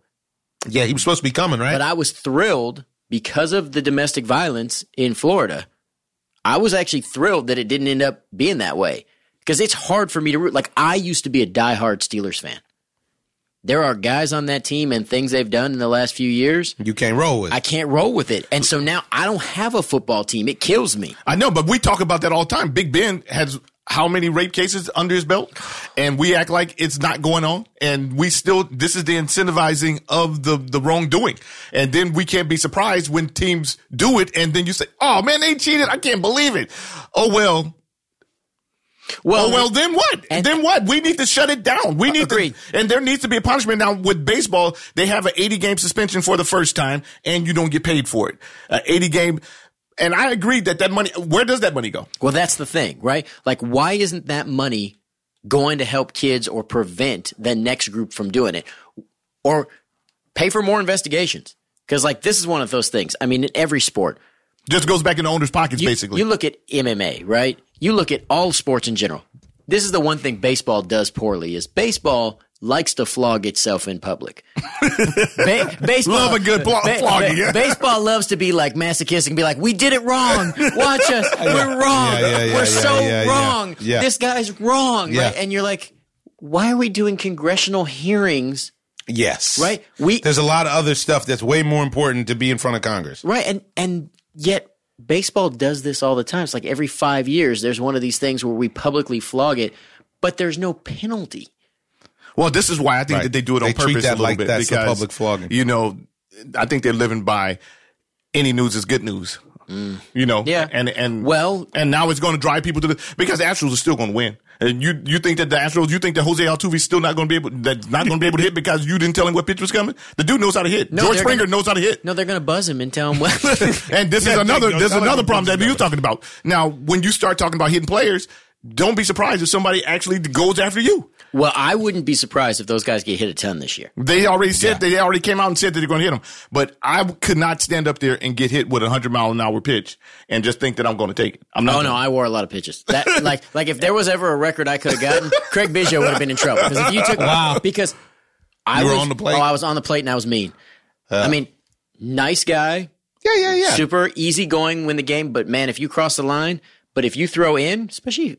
Yeah, he was supposed to be coming, right? But I was thrilled because of the domestic violence in Florida. I was actually thrilled that it didn't end up being that way because it's hard for me to root. Like, I used to be a diehard Steelers fan. There are guys on that team and things they've done in the last few years. you can't roll with. I can't roll with it. And so now I don't have a football team. It kills me. I know, but we talk about that all the time. Big Ben has how many rape cases under his belt, and we act like it's not going on, and we still this is the incentivizing of the the wrongdoing, and then we can't be surprised when teams do it, and then you say, "Oh man, they cheated! I can't believe it." Oh well. Well, Oh well, then what? and- then what? We need to shut it down. We need Agreed. to, and there needs to be a punishment. Now with baseball, they have an eighty game suspension for the first time, and you don't get paid for it. An eighty game, and I agree that that money. Where does that money go? well, that's the thing, right? Like, why isn't that money going to help kids or prevent the next group from doing it or pay for more investigations? Because, like, this is one of those things. I mean, in every sport, just goes back in the owner's pockets, you, basically. you look at MMA, right? You look at all sports in general. This is the one thing baseball does poorly is baseball likes to flog itself in public. Ba- baseball Love a good blo- flogging, yeah. Baseball loves to be like masochistic and be like, "We did it wrong. Watch us. We're wrong. Yeah, yeah, yeah, We're yeah, so yeah, yeah. wrong. Yeah. This guy's wrong." Yeah. Right? And you're like, "Why are we doing congressional hearings?" yes, Right? We There's a lot of other stuff that's way more important to be in front of Congress. Right, and and yet baseball does this all the time. It's like every five years there's one of these things where we publicly flog it, but there's no penalty. well, this is why I think Right. that they do it on They treat purpose that a little like bit that's the because public flogging. You know, I think they're living by any news is good news. You know, Mm. Yeah. and and Well- and now it's going to drive people to the because the Astros are still going to win. And you you think that the Astros, you think that Jose Altuve's still not going to be able that's not going to be able to hit because you didn't tell him what pitch was coming? The dude knows how to hit. No, George they're Springer gonna- knows how to hit. No, they're gonna buzz him and tell him what. and this is Yeah, another thank you. this is Tell another him. problem that you're talking about. Now, when you start talking about hitting players, don't be surprised if somebody actually goes after you. well, I wouldn't be surprised if those guys get hit a ton this year. They already said they already came out and said that they're going to hit him. But I could not stand up there and get hit with a hundred mile an hour pitch and just think that I'm going to take it. I'm not. Oh no, I wore a lot of pitches. That like like if there was ever a record I could have gotten, Craig Biggio would have been in trouble because if you took wow because I You were was on the plate? Oh, I was on the plate and I was mean. I mean, nice guy, Yeah, yeah, yeah. super easy going when the game, but man, if you cross the line, but if you throw in, especially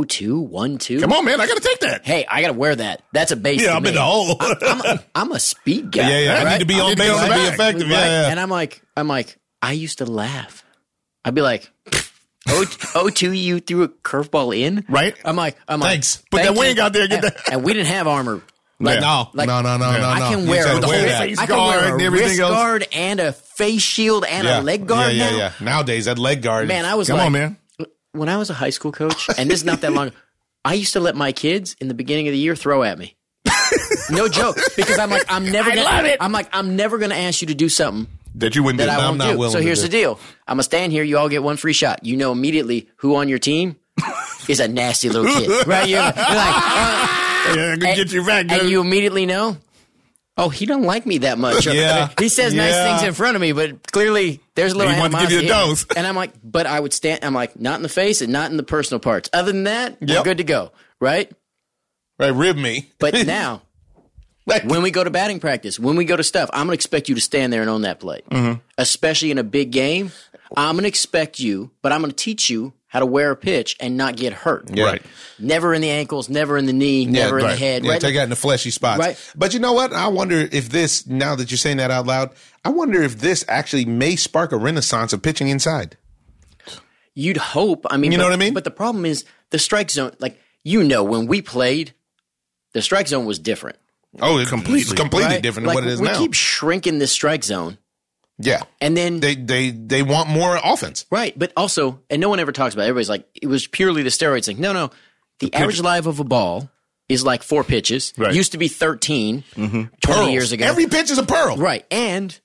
0-2, 1-2. Come on, man! I got to take that. Hey, I gotta wear that. That's a base. yeah, to I'm me. in the Oh. hole. I'm a, I'm a speed guy. yeah, yeah. I need to be on be base on to be the back. effective. Right? Yeah, And I'm like, I'm like, I used to laugh. I'd be like, oh, oh two, you threw a curveball in, Right. I'm like, I'm Thanks. like, Put thank that wing you. out there and get And- that- And we didn't have armor. yeah. Like, No, like, no, no, no, no, no. I can You wear, said a wear wrist- that. I can wear guard a and everything wrist else. guard and a face shield and a leg guard yeah, yeah, now. yeah. Nowadays, that leg guard. Man, I was Come like, on, man. when I was a high school coach, and this is not that long, I used to let my kids in the beginning of the year throw at me. No joke, because I'm like, I'm never gonna. I'm like, I'm never gonna ask you to do something That you wouldn't that do. I I'm won't not do. willing So to here's do. the deal: I'm gonna stand here. You all get one free shot. You know immediately who on your team is a nasty little kid, right? You're, you're like, uh, yeah, I can get you back. and dude. you immediately know. Oh, he don't like me that much. Yeah. he says Yeah. nice things in front of me, but clearly there's a little. He wanted to give you a animosity in it. dose. and I'm like, but I would stand. I'm like, not in the face and not in the personal parts. Other than that, we're Yep. good to go, right? right, rib me. But now, Like- when we go to batting practice, when we go to stuff, I'm going to expect you to stand there and own that plate, especially in a big game. I'm going to expect you, but I'm going to teach you how to wear a pitch and not get hurt. Right. Never in the ankles, never in the knee, never in the head. Yeah, right? take out in the fleshy spots. Right. But you know what? I wonder if this, now that you're saying that out loud, I wonder if this actually may spark a renaissance of pitching inside. You'd hope. I mean, You know but- what I mean? But the problem is the strike zone. Like you know, when we played, the strike zone was different. Oh, it's completely, completely right? different Like, than what it is we now. keep shrinking this strike zone, yeah. and then They, they, they want more offense. Right, but also, and no one ever talks about. it. Everybody's like, it was purely the steroids thing. No, no, the, average life of a ball is like four pitches. Right. Used to be 13 20 Mm-hmm. Pearls. years ago. Every pitch is a pearl. right, and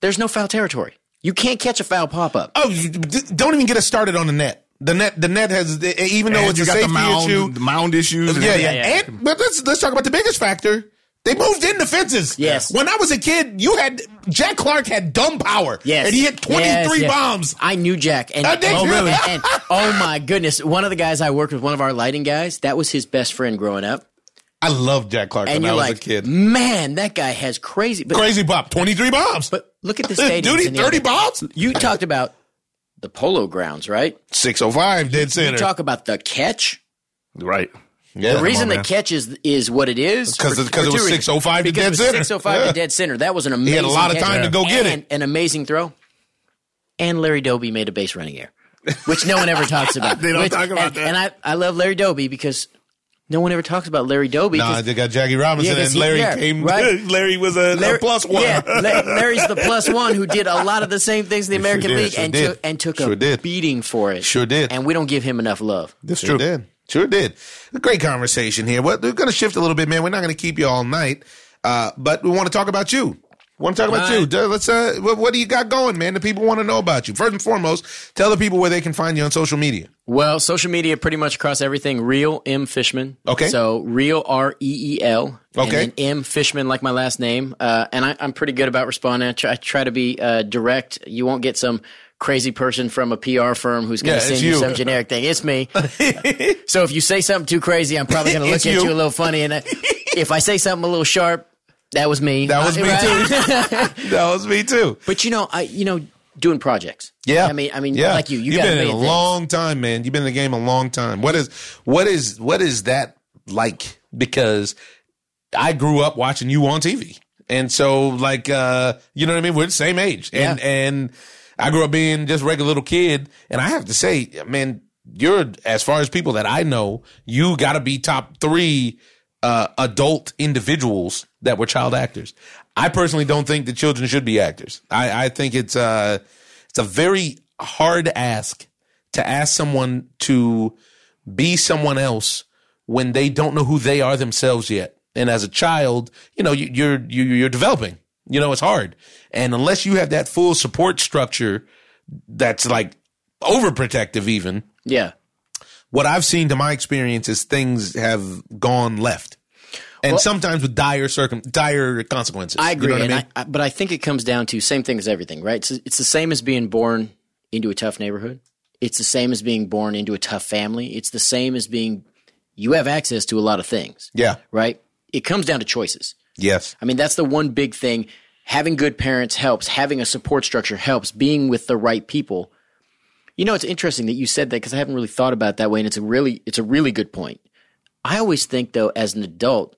there's no foul territory. You can't catch a foul pop up. Oh, you- d- don't even get us started on the net. The net, the net has, eh, e, even though And it's you a got safety the mound, issue, the mound issues. and Yeah, yeah, everything. And but let's let's talk about the biggest factor. They moved in the fences. Yes. When I was a kid, you had Jack Clark had dumb power. And he hit twenty three Yes, yes. bombs. I knew Jack. And, I did. and- Oh, really? and- and- oh, my goodness. One of the guys I worked with, one of our lighting guys, that was his best friend growing up. I loved Jack Clark And when I you're was like, a kid. man, that guy has crazy. But, Crazy Bob, twenty three bombs. but look at the stadium. Dude, he thirty bombs. You talked about the polo grounds, right? Six oh five dead You center. talk about the catch. Right. yeah, The reason on, the man. catch is is what it is 'Cause it- 'cause it was 605 to dead center. Six oh five Yeah. to dead center. That was an amazing. had a lot of catch. time to go get it. And An amazing throw. And Larry Doby made a base running error, which no one ever talks about. They don't Which- talk about and, that. And I, I love Larry Doby because no one ever talks about Larry Doby. Nah, 'cause Uh, they got Jackie Robinson Yeah, 'cause and he- Larry yeah, came. right. Larry was a, a Larry- plus one. Yeah, La- Larry's the plus one who did a lot of the same things in the American did, League sure and did. took and took Sure a did. beating for it. Sure did. And we don't give him enough love. That's true. Sure did. Sure did. Great conversation here. What we're going to shift a little bit, man. We're not going to keep you all night, uh, but we want to talk about you. Want to talk about All you? right. Duh, Let's. Uh, what, what do you got going, man? The people want to know about you. First and foremost, tell the people where they can find you on social media. Well, social media pretty much across everything. Real M Fishman. Okay. So real R E E L. Okay. And then M Fishman, like my last name. Uh, and I, I'm pretty good about responding. I try, I try to be uh, direct. You won't get some crazy person from a PR firm who's going Yeah, to it's send you. you. some generic thing. It's me. so if you say something too crazy, I'm probably going to It's look at you. you. a little funny. And I, if I say something a little sharp, that was me. That was Uh, me right? too. that was me too. But you know, I you know doing projects. Yeah. I mean, I mean, Yeah. like you, you You've got been in many a things. long time, man. You've been in the game a long time. What is what is what is that like? Because I grew up watching you on TV. And so like uh you know what I mean? We're the same age. And Yeah. and I grew up being just a regular little kid and I have to say, man, you're as far as people that I know, you got to be top 3 uh adult individuals that were child actors. I personally don't think that children should be actors. I I think it's uh it's a very hard ask to ask someone to be someone else when they don't know who they are themselves yet. And as a child, you know, you, you're, you, you're developing, you know, it's hard. And unless you have that full support structure that's like overprotective, even Yeah. what I've seen to my experience is things have gone left. And sometimes with dire circum dire consequences. I You agree, know what I and mean? I, I, but I think it comes down to same thing as everything, right? It's, it's the same as being born into a tough neighborhood. It's the same as being born into a tough family. It's the same as being you have access to a lot of things, yeah. right? It comes down to choices. Yes. I mean, that's the one big thing. Having good parents helps. Having a support structure helps. Being with the right people. You know, it's interesting that you said that because I haven't really thought about it that way, and it's a really, it's a really good point. I always think though, as an adult,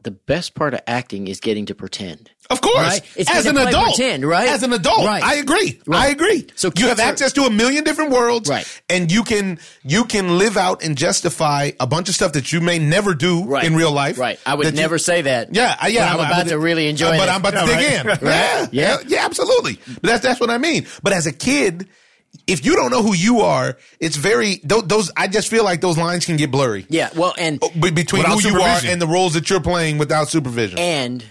the best part of acting is getting to pretend. Of course. Right? It's As to an play adult. pretend, right? As an adult. Right. I agree. I agree. So So you have kids are- access to a million different worlds. Right. And you can you can live out and justify a bunch of stuff that you may never do Right. in real life. Right. I would that you- never say that. Yeah, I- yeah. but I'm, I- I about would- to really enjoy But it. I'm about to dig in. Yeah, Yeah. yeah, yeah, absolutely. But that's that's what I mean. But as a kid, if you don't know who you are, it's very tho- those. I just feel like those lines can get blurry yeah. Well, and be- between Without who you are supervision. and the roles that you're playing without supervision. And,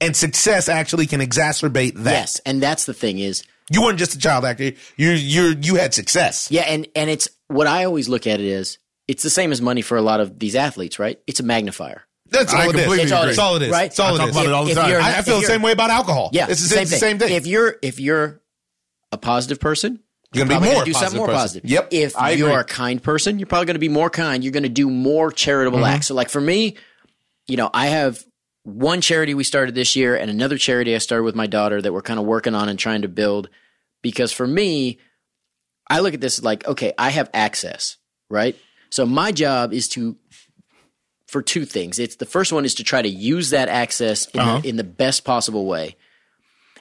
and success actually can exacerbate that. yes, and that's the thing is, You weren't just a child actor. You you you had success. yeah, and and it's what I always look at it is. It's the same as money for a lot of these athletes, right? It's a magnifier. That's I all it is. completely That's agree. all it is. Right? That's all I it talk is. about it all the If time. you're I, I not- feel if the same you're- way about alcohol. Yeah, it's the same, same, thing. same thing. If you're if you're a positive person, You're gonna be probably more gonna do something positive more person. positive. Yep, If I you're agree. a kind person, you're probably going to be more kind. You're going to do more charitable Mm-hmm. acts. So, like for me, you know, I have one charity we started this year and another charity I started with my daughter that we're kind of working on and trying to build. Because for me, I look at this like, okay, I have access, right? So my job is to for two things. It's the first one is to try to use that access in, Uh-huh. the, in the best possible way.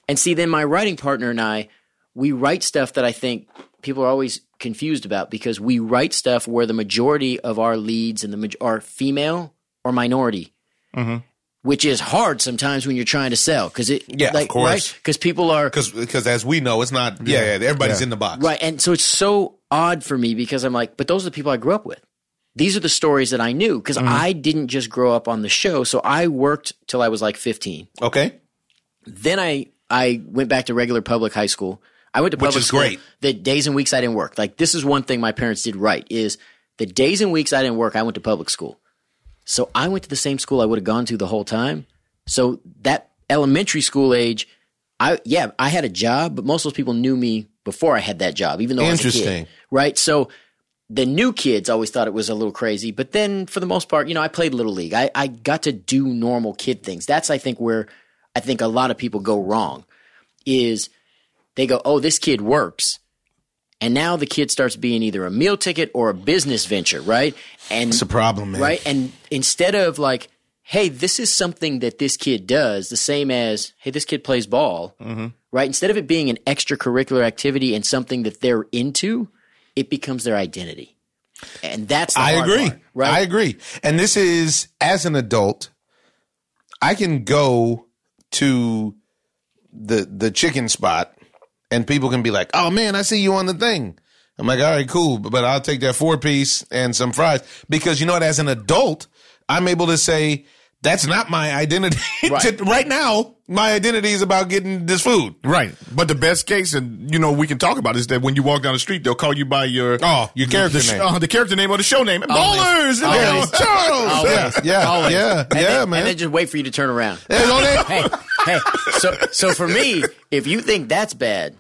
And see, then my writing partner and I, we write stuff that I think people are always confused about because we write stuff where the majority of our leads and the maj- are female or minority, Mm-hmm. which is hard sometimes when you're trying to sell because it Yeah, of course. because people are Because as we know, it's not. Yeah, yeah, everybody's in the box. Right. And so it's so odd for me because I'm like, but those are the people I grew up with. These are the stories that I knew because Mm-hmm. I didn't just grow up on the show. So I worked till I was like 15. Okay. Then I, I went back to regular public high school. I went to public is school. great. The days and weeks I didn't work. Like this is one thing my parents did right is the days and weeks I didn't work, I went to public school. So I went to the same school I would have gone to the whole time. So that elementary school age, I yeah, I had a job, but most of those people knew me before I had that job, even though I was a kid, Interesting. right? So the new kids always thought it was a little crazy, but then for the most part, you know, I played little league. I, I got to do normal kid things. That's I think where I think a lot of people go wrong is they go, oh, this kid works. And now the kid starts being either a meal ticket or a business venture, right? And It's a problem, man. right? And instead of like, hey, this is something that this kid does, the same as, hey, this kid plays ball, right? Instead of it being an extracurricular activity and something that they're into, it becomes their identity. And that's the I hard agree. part, right? I agree. And this is as an adult, I can go to the the chicken spot and people can be like, "Oh man, I see you on the thing." I'm like, "All right, cool, but but I'll take that four piece and some fries." Because you know what, as an adult, I'm able to say that's not my identity. Right. To- right now, my identity is about getting this food. Right. But the best case, and you know, we can talk about is that when you walk down the street, they'll call you by your Oh, your the- character the, sh- name. uh, the character name Uh, or the show name. Oh, Always. Ballers. Yeah. Always. Charles. Always. Yeah. Yeah, Always. yeah, And yeah, then, man. And then just wait for you to turn around. Hey, don't they- hey, hey. So, so for me, if you think that's bad,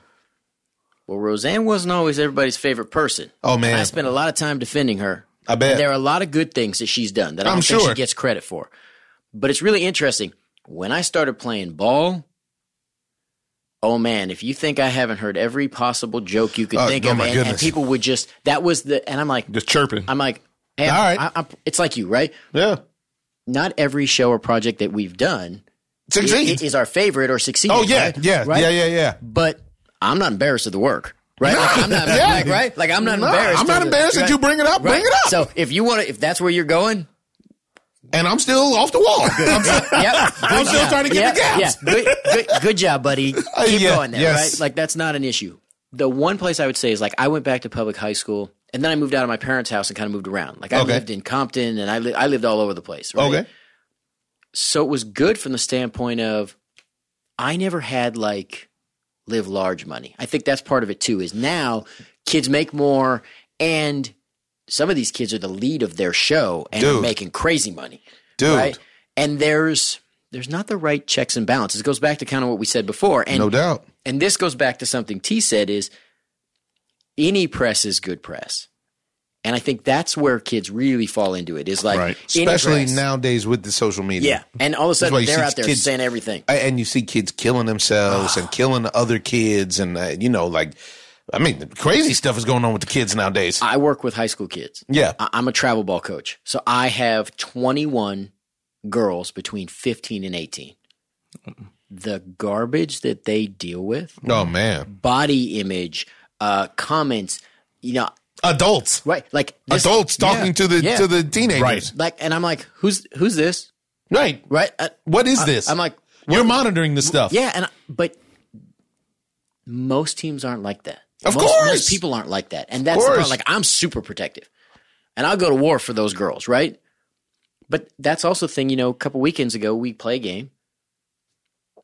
well, Roseanne wasn't always everybody's favorite person. Oh, man. And I spent a lot of time defending her. I bet. And there are a lot of good things that she's done that I don't I'm think she sure. gets credit for. But it's really interesting. When I started playing ball, oh man, if you think I haven't heard every possible joke you could Oh, think oh, of, my and, and goodness. people would just that was the and I'm like Just chirping. I'm like, hey, All right. I, I, it's like you, right? Yeah. Not every show or project that we've done i- i- Succeed. is our favorite or succeeded. Oh yeah, right? yeah, right? yeah, yeah, yeah. But I'm not embarrassed of the work, right? Like, I'm not, like, right? Like I'm not No, embarrassed. I'm not of the- embarrassed that right? you bring it up. Bring Right. it up. So if you want to, if that's where you're going, and I'm still off the wall. I'm still- yep. I'm still trying to get the gaps. Yeah. Good, good, good job, buddy. Keep yeah, going there, yes. right? Like that's not an issue. The one place I would say is like I went back to public high school and then I moved out of my parents' house and kind of moved around. Like I Okay. lived in Compton and I li- I lived all over the place. Right? Okay. So it was good from the standpoint of I never had like live large money. I think that's part of it too. Is now kids make more and some of these kids are the lead of their show and are Dude. making crazy money. Dude. Right? And there's there's not the right checks and balances. It goes back to kind of what we said before. And No doubt. and this goes back to something T said is any press is good press. And I think that's where kids really fall into it is like Right. any Especially press. nowadays with the social media. Yeah. And all of a why sudden you they're see out there kids- saying everything. I- and you see kids killing themselves and killing other kids and uh, you know like i mean the crazy stuff is going on with the kids nowadays I work with high school kids. yeah I- I'm a travel ball coach. So I have 21 girls between 15 and 18. The garbage that they deal with, oh man body image, uh, comments, you know, adults right? Like this, adults talking to the yeah. to the teenagers Right. like, and I'm like, who's who's this? Right. Right? Uh, what is this I'm like, you're monitoring the stuff yeah, and I- but most teams aren't like that. Of most, course. most people aren't like that, and that's the course. problem. like I'm super protective, and I'll go to war for those girls, right? But that's also a thing. You know, a couple weekends ago, we play a game.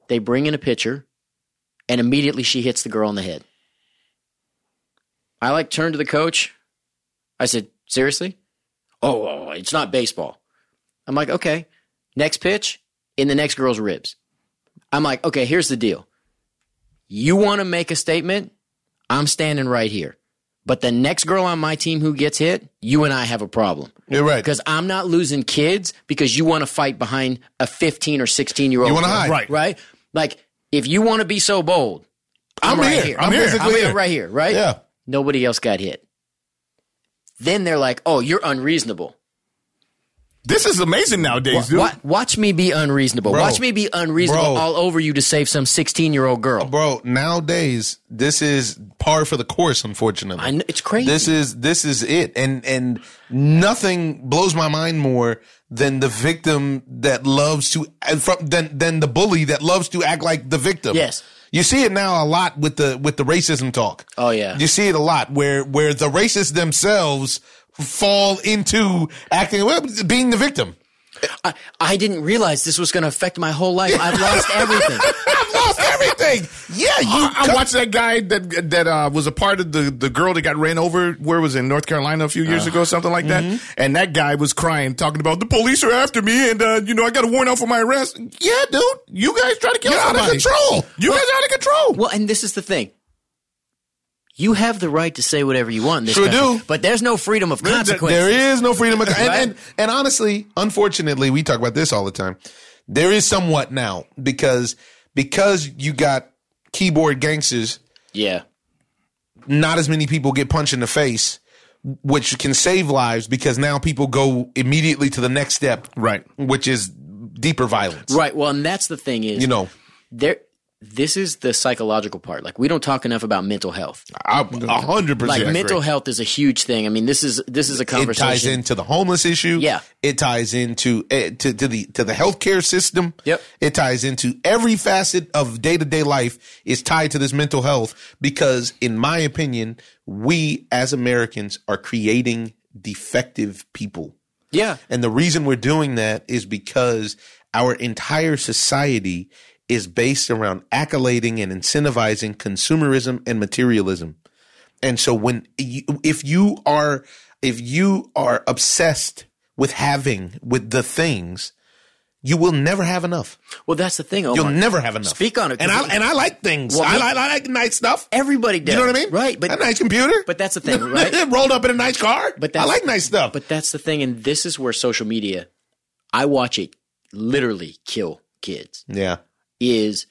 They bring in a pitcher, and immediately she hits the girl on the head. I like turned to the coach. I said, "Seriously? Oh, oh, it's not baseball." I'm like, "Okay." Next pitch in the next girl's ribs. I'm like, okay, here's the deal. You want to make a statement? I'm standing right here. But the next girl on my team who gets hit, you and I have a problem. you're right Because I'm not losing kids because you want to fight behind a 15 or 16 year old. You wanna hide. Right. Right? Like, if you want to be so bold, I'm I'm, right here. here. I'm here. I'm physically here. Right here, right? yeah Nobody else got hit. Then they're like, oh, you're unreasonable. This is amazing nowadays, dude. Wa- watch me be unreasonable. Bro. watch me be unreasonable Bro. Uh, all over you to save some 16 year old girl. bro nowadays this is par for the course unfortunately I know, it's crazy. this is this is it and and nothing blows my mind more than the victim that loves to and from than than the bully that loves to act like the victim Yes. you see it now a lot with the with the racism talk Oh, yeah. you see it a lot where where the racists themselves fall into acting well being the victim I, I didn't realize this was going to affect my whole life. I've lost everything. i've lost everything yeah you I, I watched that guy that that uh, was a part of the, the girl that got ran over. Where was it? in North Carolina a few years Uh-huh. ago, something like that. Mm-hmm. And that guy was crying, talking about the police are after me, and uh, you know I got a warrant out for my arrest. Yeah, dude, you guys try to kill You're out of somebody. control. You guys are out of control. Well, and this is the thing. You have the right to say whatever you want. In this Sure country, do. But there's no freedom of consequence. There is no freedom of and, Right? and and honestly, unfortunately, we talk about this all the time. There is somewhat now because because you got keyboard gangsters, Yeah. not as many people get punched in the face, which can save lives because now people go immediately to the next step, Right. Which is deeper violence. Right. Well, and that's the thing is, You know, there. This is the psychological part. Like we don't talk enough about mental health. I- a hundred Like percent. mental health is a huge thing. I mean, this is this is a It ties conversation. into the homeless issue. Yeah. It ties into eh, to, to the to the healthcare system. Yep. It ties into every facet of day to day life is tied to this mental health because, in my opinion, we as Americans are creating defective people. yeah. And the reason we're doing that is because our entire society is based around accolading and incentivizing consumerism and materialism. And so when you, if you are if you are obsessed with having with the things, you will never have enough. Well, that's the thing. Omar. You'll never have enough. Speak on it. And I and I like things. Well, I, me- like, I like nice stuff. everybody does. You know what I mean? Right. But a nice computer. but that's the thing, right? Rolled up in a nice car. But I that's- like nice stuff. But that's the thing, and this is where social media, I watch it literally kill kids. yeah, Is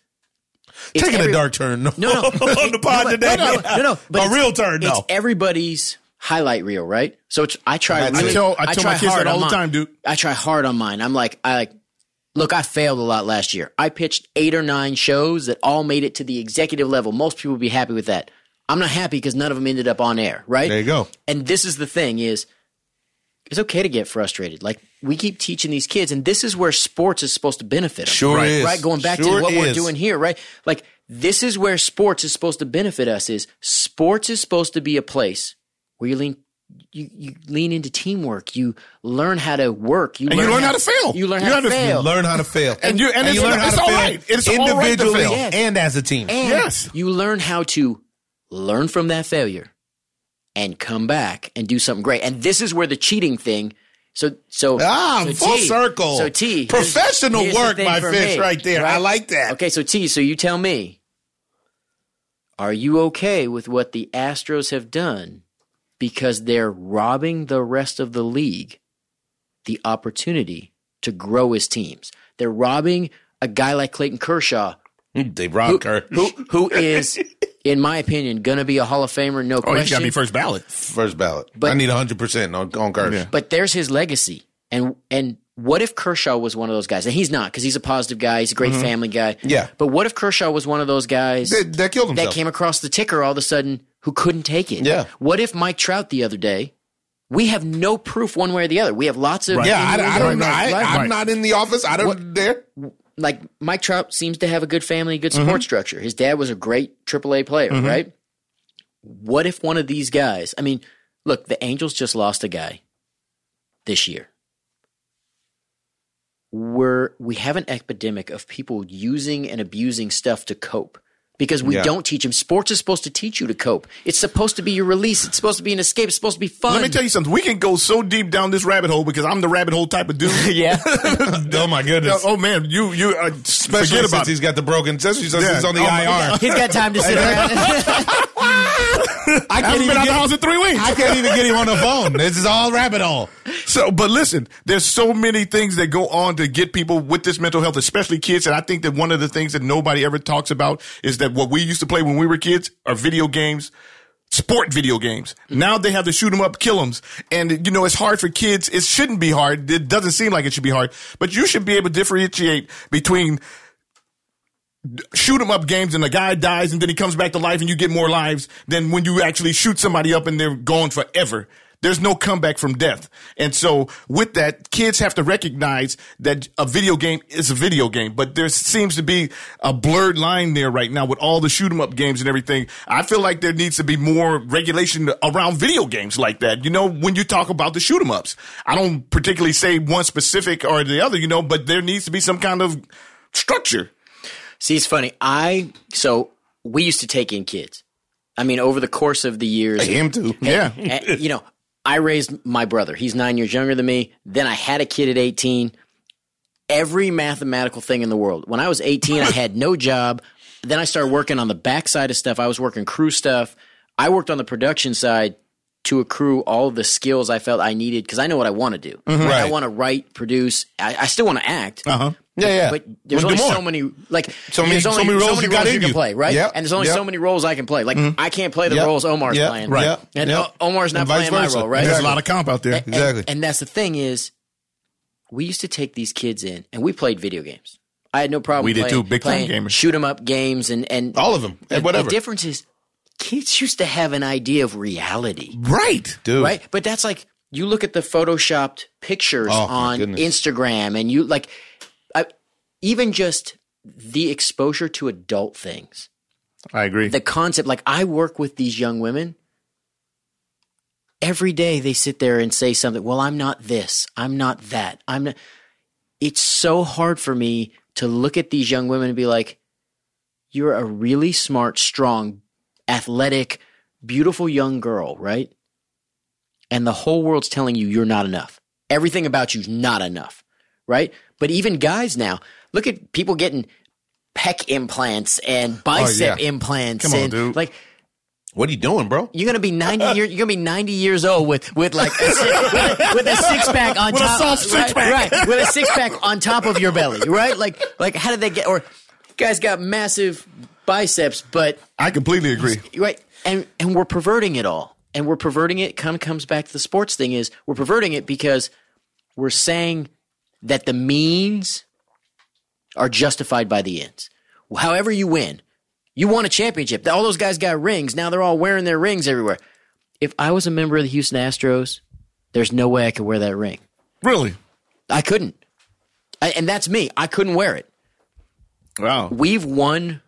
it's taking every- a dark turn. No, No, no, on the pod no, but- today. No, no, no, no, but a it's- real turn. It's No, everybody's highlight reel, right? So it's, I try. That's really- I tell I tell try my kids hard that all on the mine. time, dude. I try hard on mine. I'm like, I like, look, I failed a lot last year. I pitched eight or nine shows that all made it to the executive level. Most people would be happy with that. I'm not happy because none of them ended up on air, right? There you go. And this is the thing is it's okay to get frustrated. Like we keep teaching these kids, and this is where sports is supposed to benefit them. Sure right? is. Right? Going back Sure to what is. we're doing here, right? Like this is where sports is supposed to benefit us is sports is supposed to be a place where you lean you, you lean into teamwork. You learn how to work. You And you learn how to fail. You learn You how have to to fail. Learn how to fail. And you- and it's- it's all right. It's all right to individually fail. Yes. and as a team. And Yes. you learn how to learn from that failure and come back and do something great. And this is where the cheating thing. So so Ah, so full T, circle. So T, here's- professional here's the work thing by for Fish me, right there. I like that. Okay, so T, so you tell me, are you okay with what the Astros have done because they're robbing the rest of the league the opportunity to grow as teams? They're robbing a guy like Clayton Kershaw, They robbed her who who is, in my opinion, going to be a Hall of Famer, no Oh, he's got question. to be first ballot. first ballot. But- I need 100 percent on on Kershaw. but there's his legacy, and and what if Kershaw was one of those guys? And he's not because he's a positive guy, he's a great family guy. Mm-hmm. Yeah. But what if Kershaw was one of those guys? That, that killed that himself. came across the ticker all of a sudden who couldn't take it. Yeah. What if Mike Trout the other day? We have no proof one way or the other. We have lots of yeah, I, I don't know. I, Right. I'm not in the office. I don't there. like Mike Trout seems to have a good family, good Mm-hmm. support structure. His dad was a great AAA player, right? What if one of these guys? I mean, look, the Angels just lost a guy this year. We're we have an epidemic of people using and abusing stuff to cope because we don't teach them. Sports is supposed to teach you to cope. It's supposed to be your release. It's supposed to be an escape. It's supposed to be fun. Let me tell you something. We can go so deep down this rabbit hole because I'm the rabbit hole type of dude. yeah, Oh my goodness. oh man, you you uh, Especially forget oh, since about it. he's got the broken. Especially since Yeah. he's on the Oh, my IR. he's got time to sit around. I I can't haven't even been out get. the house in three weeks. I can't even get him on the phone. This is all rabbit hole. So, but listen, there's so many things that go on to get people with this mental health, especially kids. And I think that one of the things that nobody ever talks about is that what we used to play when we were kids are video games, sport video games. Now they have to shoot 'em up, kill 'em. And you know, it's hard for kids. It shouldn't be hard. It doesn't seem like it should be hard, but you should be able to differentiate between shoot 'em up games and the guy dies and then he comes back to life and you get more lives than when you actually shoot somebody up and they're gone forever. There's no comeback from death. And so with that, kids have to recognize that a video game is a video game, but there seems to be a blurred line there right now with all the shoot 'em up games and everything. I feel like there needs to be more regulation around video games like that. You know, when you talk about the shoot 'em ups, I don't particularly say one specific or the other, you know, but there needs to be some kind of structure. See, it's funny. I so we used to take in kids. I mean, over the course of the years, Him too. Yeah. and, you know, I raised my brother. He's nine years younger than me. Then I had a kid at 18. Every mathematical thing in the world. When I was 18, I had no job. Then I started working on the backside of stuff. I was working crew stuff. I worked on the production side to accrue all the skills I felt I needed because I know what I want to do. Like, I Right. want to write, produce. I, I still want to act. Uh huh. Yeah, yeah. But there's Wanna only do so more. many, like So many- there's so only many roles you got in can you. play, right? Yep, And there's only yep. Mm-hmm. so many roles I can play. Like I can't play the Yep, roles Omar's yep, playing, right. Yep, And yep. O- Omar's not And vice playing my versa. role, right? There's a lot of comp out there. And- Exactly. And, that's the thing is, we used to take these kids in and we played video games. I had no problem. We did playing, too, big time playing gamers. Shoot 'em up games and and All of them. and whatever. The difference is, kids used to have an idea of reality, Right, dude. right? But that's like you look at the photoshopped pictures Oh, my on goodness. Instagram, and you like, I, even just the exposure to adult things I agree. the concept like i work with these young women every day they sit there and say something well i'm not this i'm not that i'm not it's so hard for me to look at these young women and be like you're a really smart strong athletic beautiful young girl right and the whole world's telling you you're not enough everything about you's not enough right but even guys now look at people getting pec implants and bicep implants Oh, Come on, and dude. like What are you doing, bro? you're gonna be ninety. Year, you're gonna be ninety years old with with like a, si- with, a, with a six pack on With a top, soft right, six-pack. right? With a six pack on top of your belly, right? Like like how did they get? Or guys got massive biceps, but I completely agree. right and and we're perverting it all and we're perverting it kind of comes back to the sports thing is we're perverting it because we're saying that the means are justified by the ends however you win you won a championship all those guys got rings now they're all wearing their rings everywhere if i was a member of the houston astros there's no way i could wear that ring Really? i couldn't I, and that's me i couldn't wear it Wow. we've won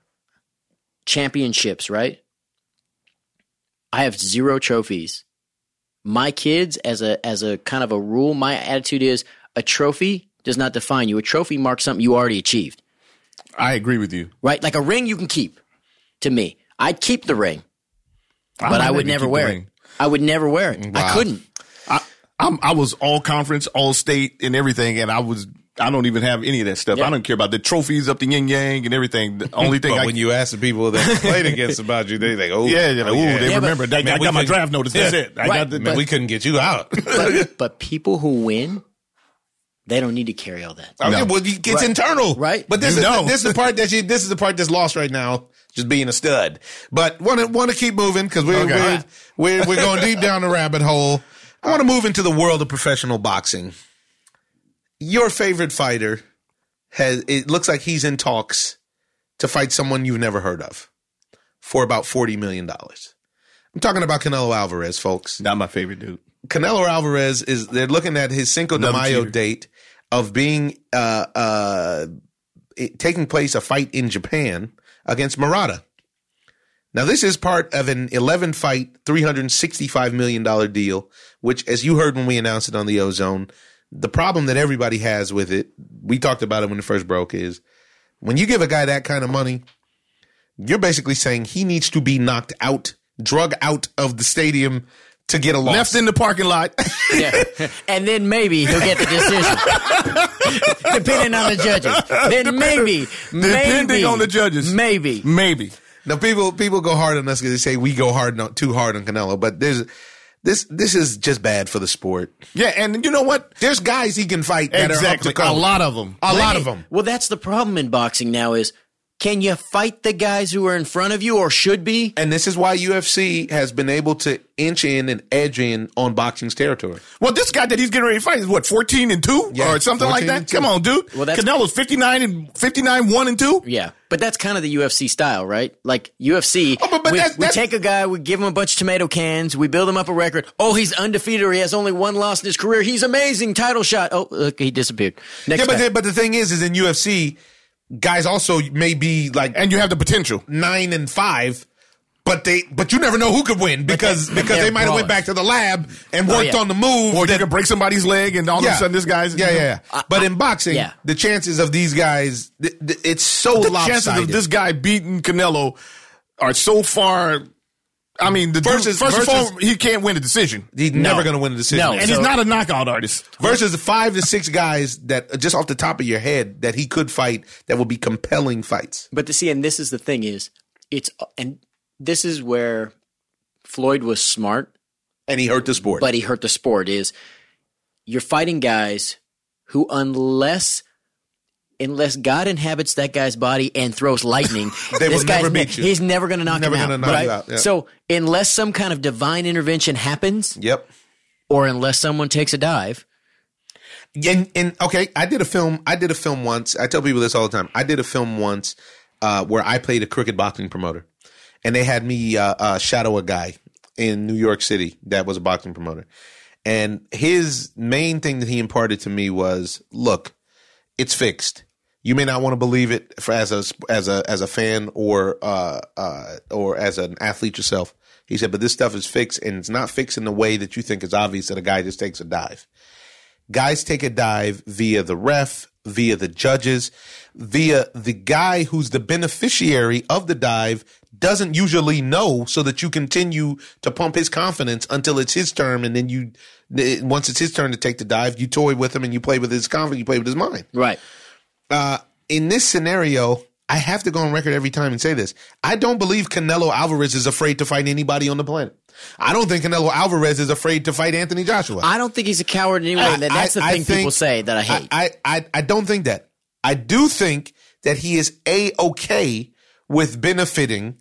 championships, right? I have zero trophies. my kids as a as a kind of a rule, my attitude is a trophy does not define you. A trophy marks something you already achieved. I agree with you. Right? Like a ring you can keep to me. I'd keep the ring, but I, might would even never keep the wear it. ring. I would never wear it. I couldn't. I, I'm, I was all conference, all state, and everything, and I was. I don't even have any of that stuff. Yeah. I don't care about the trophies up the yin yang and everything. The only thing But I when you ask the people that played against about you, they like, oh yeah, yeah, oh, ooh, they Yeah, but- remember. They- Man, I we got my could- draft notice. That's Yeah. it. I Right, got the, Man, we couldn't get you out. But, but people who win, they don't need to carry all that. Okay, well, you- it's internal, Right. But this You is know. this is the part that you this is the part that's lost right now, just being a stud. But want to want to keep moving because we're, Okay. we're we're we're going deep down the rabbit hole. I want to move into the world of professional boxing. Your favorite fighter has it looks like he's in talks to fight someone you've never heard of for about forty million dollars. I'm talking about Canelo Alvarez, folks. not my favorite dude. Canelo Alvarez is they're looking at his Cinco de Another Mayo cheater. date of being uh uh it, taking place a fight in Japan against Murata. Now this is part of an 11 fight 365 million dollar deal which as you heard when we announced it on the Ozone the problem that everybody has with it we talked about it when it first broke is when you give a guy that kind of money you're basically saying he needs to be knocked out drug out of the stadium to get a loss Left in the parking lot. Yeah. and then maybe he'll get the decision, depending on the judges. Then maybe, Depending maybe- on the judges. maybe. Maybe. Now people people go hard on us because they say we go hard on, too hard on Canelo, but there's this this is just bad for the sport. Yeah, and you know what? There's guys he can fight that are Exactly. up to A code. lot of them. a lot Hey, of them. Well, that's the problem in boxing now is can you fight the guys who are in front of you or should be? And this is why UFC has been able to inch in and edge in on boxing's territory. Well, this guy that he's getting ready to fight is what fourteen and two Yeah, or something like 14 and that. two. Come on, dude. Well, that's- Canelo's fifty nine and fifty nine one and two. Yeah, but that's kind of the UFC style, right? Like UFC, Oh, but- but we, that's- we that's- take a guy, we give him a bunch of tomato cans, we build him up a record. Oh, he's undefeated, or he has only one loss in his career. He's amazing, title shot. Oh, look, he disappeared. Next Yeah, but guy. the, but the thing is, is in UFC, guys also may be like And you have the potential. nine and five. But they, but you never know who could win because because they they're might have went brawlers. back to the lab and worked yeah. on the move, Or you can break somebody's leg and all of a sudden this guy's yeah, you know, yeah, yeah. But in boxing, yeah. the chances of these guys, th- th- it's so the lopsided. chances of this guy beating Canelo are so far. I mean, the dude- Versus- first versus- of all, he can't win a decision, he's never going to win the decision. No. and So- he's not a knockout artist. Versus the five to six guys that uh, just off the top of your head that he could fight that would be compelling fights. But the see, and this is the thing is, it's and this is where Floyd was smart, And he hurt the sport. but he hurt the sport. Is you're fighting guys who, unless unless God inhabits that guy's body and throws lightning, They this will guy's never ne- beat you. He's never going to knock Never him gonna out. knock right? you out, yeah. So unless some kind of divine intervention happens, yep. or unless someone takes a dive, and and okay, I did a film. I did a film once. I tell people this all the time. I did a film once uh, where I played a crooked boxing promoter, and they had me uh, uh, shadow a guy in New York City that was a boxing promoter, and his main thing that he imparted to me was, "Look, it's fixed. You may not want to believe it for, as a as a as a fan or uh, uh, or as an athlete yourself." He said, "But this stuff is fixed, and it's not fixed in the way that you think is obvious that a guy just takes a dive." guys take a dive via the ref, via the judges, via the guy who's the beneficiary of the dive doesn't usually know so that you continue to pump his confidence until it's his turn and then you eh, once it's his turn to take the dive you toy with him and you play with his confidence you play with his mind right? in this scenario i have to go on record every time and say this i don't believe canelo alvarez is afraid to fight anybody on the planet i don't think canelo alvarez is afraid to fight anthony joshua I don't think he's a coward anyway. and that's the I- I thing people think- say that I hate. I, I, I don't think that. I do think that he is a okay with benefiting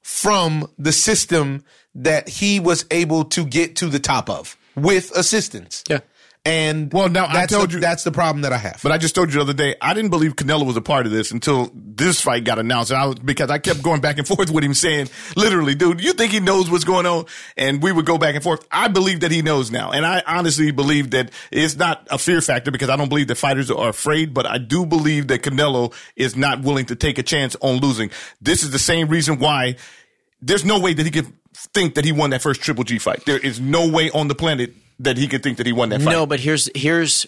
from the system that he was able to get to the top of with assistance. Yeah. And Well, now, I that's told the, you- that's the problem that I have. But I just told you the other day, I didn't believe Canelo was a part of this until this fight got announced. And I was, because I kept going back and forth with him saying, literally, dude, you think he knows what's going on? And we would go back and forth. I believe that he knows now. And I honestly believe that it's not a fear factor because I don't believe that fighters are afraid, but I do believe that Canelo is not willing to take a chance on losing. This is the same reason why there's no way that he could think that he won that first Triple G fight. There is no way on the planet that he could think that he won that fight. No, but here's here's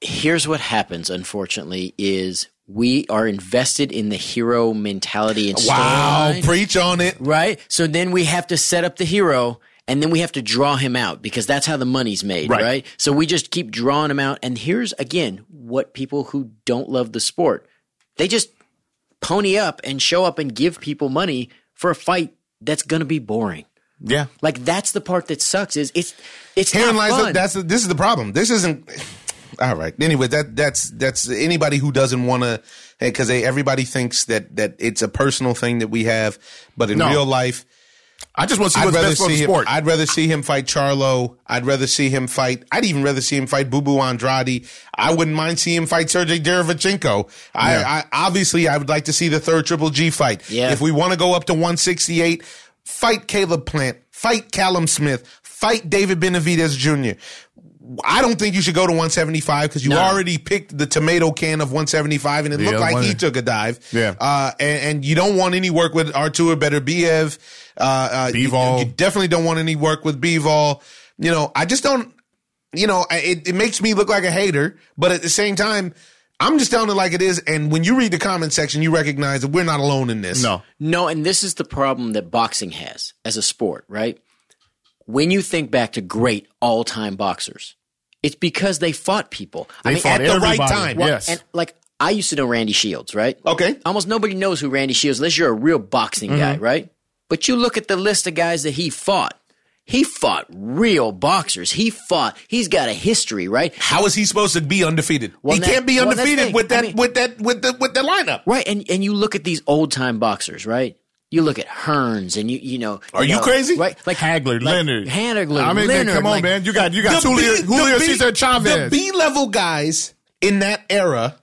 here's what happens. Unfortunately, is we are invested in the hero mentality and Wow, storyline, preach on it. right? So then we have to set up the hero. And then we have to draw him out because that's how the money's made, Right. right. So we just keep drawing him out. And here's again what people who don't love the sport they just pony up and show up and give people money for a fight that's going to be boring. Yeah. Like that's the part that sucks. Is it's it's Herein not lies the, fun. that's the, this is the problem. This isn't all right. Anyway, that that's that's anybody who doesn't want to because everybody thinks that that it's a personal thing that we have, but in No. real life, I just want to see I'd what's rather best for the see him. sport. I'd rather see him fight Charlo. I'd rather see him fight. I'd even rather see him fight Boo Boo Andrade. I wouldn't mind seeing him fight Sergey Derevichenko. I, I obviously I would like to see the third Triple G fight. Yeah. If we want to go up to 168, fight Caleb Plant, fight Callum Smith, fight David Benavidez Jr. I don't think you should go to 175 because you No. already picked the tomato can of 175 and it looked other like one- he took a dive. Yeah. Uh, and, and you don't want any work with Artur Better Biev. Uh, uh, you- Bivol. You, definitely don't want any work with Bivol. You know, I just don't. You know, I- it, it makes me look like a hater, but at the same time, I'm just telling it like it is. And when you read the comment section, you recognize that we're not alone in this. no. No, and this is the problem that boxing has as a sport, right? When you think back to great all time boxers, it's because they fought people. I mean, fought at the right everybody, time. yes. And like, I used to know Randy Shields, right? Okay. Almost nobody knows who Randy Shields, unless you're a real boxing guy, right? But you look at the list of guys that he fought. He fought real boxers. He fought. He's got a history, right? How is he supposed to be undefeated? Well, he that- can't be well, that's the undefeated thing. with I that mean- with that with the with the lineup. Right, and and you look at these old time boxers, right? You look at Hearns, and you you know. Are you know, crazy? Right, like Hagler, like Leonard. Hagler, I mean, man, Leonard. come on, like- man. You got you got The Julio, B- Julio the B- Cesar The Chavez. B level guys in that era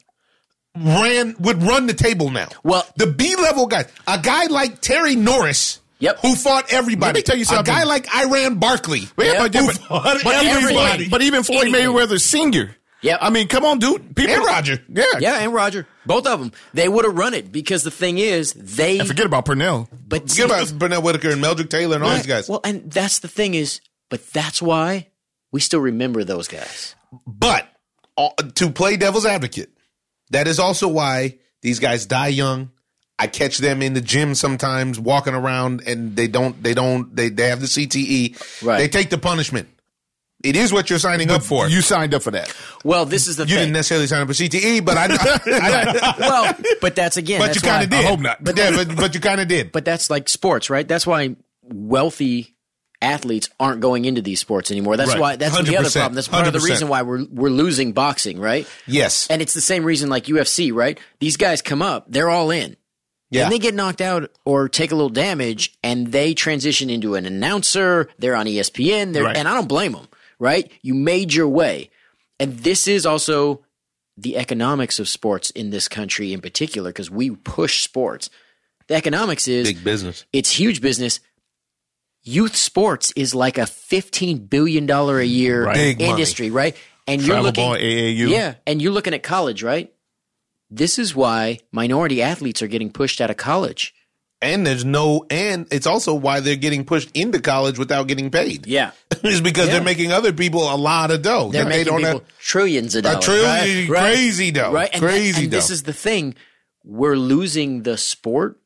ran would run the table now. Well- the B level guys, a guy like Terry Norris, Yep. who fought everybody. Let me tell you A something. guy like Iran Barkley, Yeah, but, who yeah, but, fought but everybody. even, but even Floyd Anything. Mayweather Senior. Yep. I mean, come on, dude. People, And Roger. Yeah. Yeah, and Roger, both of them, they would have run it because the thing is, they. And forget about Purnell. but Forget about Bernard Whitaker and Meldrick Taylor and all these guys. Well, and that's the thing is, but that's why we still remember those guys. But uh, to play devil's advocate, that is also why these guys die young. I catch them in the gym sometimes walking around and they don't they don't they, they have the CTE. Right. They take the punishment. It is what you're signing up for. You, You signed up for that. Well, this is the thing. didn't necessarily sign up for CTE, but I, I- I- well, but that's again. but that's you kind why- of did. hope not. But yeah, but, but you kind of did. but that's like sports, right? That's why wealthy athletes aren't going into these sports anymore. That's Right. why that's the other 100%. problem. That's part of the 100%. reason why we're we're losing boxing, right? yes. And it's the same reason like UFC, right? These guys come up, they're all in. Yeah. And they get knocked out or take a little damage and they transition into an announcer, they're on E ESPN, they're, Right. and I don't blame them, right? You made your way. And this is also the economics of sports in this country in particular because we push sports. The economics is Big business. it's huge business. Youth sports is like a fifteen billion dollar a year Big money. industry, right? And Travel you're looking ball, AAU. yeah, and you're looking at college, right? This is why minority athletes are getting pushed out of college. And there's no and it's also why they're getting pushed into college without getting paid. Yeah, is because Yeah. they're making other people a lot of dough. they're that making have- people trillions of A dollars. trillion, Oh, right? Right? crazy though, right? And, crazy and though. this is the thing: we're losing the sport,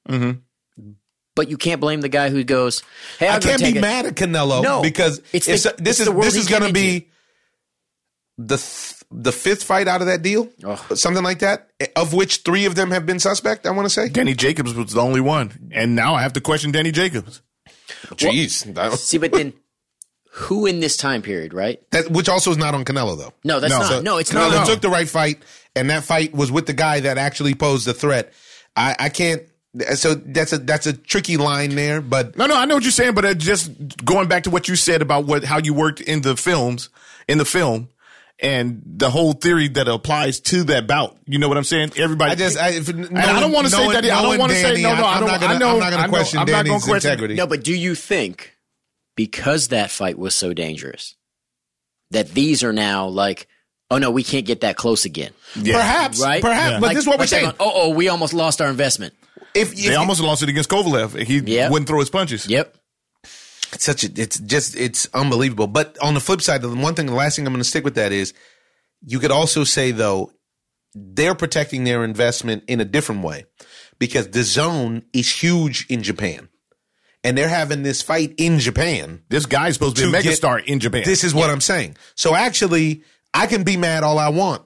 but you can't blame the guy who goes, "Hey, Mm-hmm. I'm I gonna can't be take a- mad at Canelo No, because it's it's, the- it's this is the world this he is going to came be the th- the fifth fight out of that deal, Ugh. something like that, of which three of them have been suspect. I want to say, Danny Jacobs was the only one, and now I have to question Danny Jacobs. jeez, that was- See, but then who in this time period, right? that, which also is not on Canelo though. No, that's No. not. So- no, it's Canelo not. took the right fight, and that fight was with the guy that actually posed the threat. I, I can't. So that's a that's a tricky line there, but No, no, I know what you're saying, but uh, just going back to what you said about what how you worked in the films, in the film, and the whole theory that applies to that bout. You know what I'm saying? Everybody, I just I, if, And I don't want to say that. I don't want to say no. No, I don't. am not gonna, I know. I'm not going I to know, question I'm not Danny's gonna question- integrity. No, but do you think because that fight was so dangerous that these are now like, oh no, we can't get that close again, Yeah. Perhaps, right? perhaps. But this is what we're saying. Oh, oh, we almost lost our investment. If, if They almost lost it against Kovalev. He Yeah. wouldn't throw his punches. Yep. It's such a, it's just, it's unbelievable. But on the flip side, the one thing, the last thing I'm going to stick with that is you could also say, though, they're protecting their investment in a different way because the zone is huge in Japan. And they're having this fight in Japan. This guy's supposed to be a To get- megastar in Japan. This is what I'm saying. So actually, I can be mad all I want.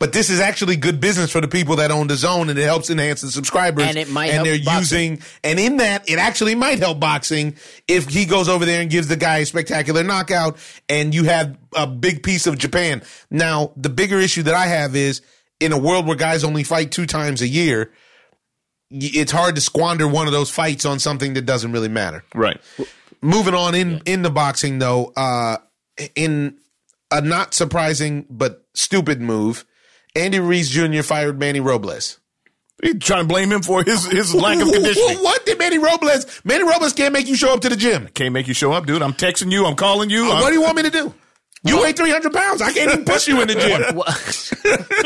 But this is actually good business for the people that own the zone, and it helps enhance the subscribers. And it might And help they're boxing. using, and in that, it actually might help boxing if he goes over there and gives the guy a spectacular knockout, and you have a big piece of Japan. Now, the bigger issue that I have is in a world where guys only fight two times a year, y- it's hard to squander one of those fights on something that doesn't really matter. right. Moving on in in the boxing though, uh in a not surprising but stupid move, Andy Reese Jr. fired Manny Robles. He's trying to blame him for his, his lack of conditioning. What did Manny Robles? Manny Robles can't make you show up to the gym. Can't make you show up, dude. I'm texting you. I'm calling you. I'm- Uh, What do you want me to do? You weigh three hundred pounds. I can't even push you in the gym. What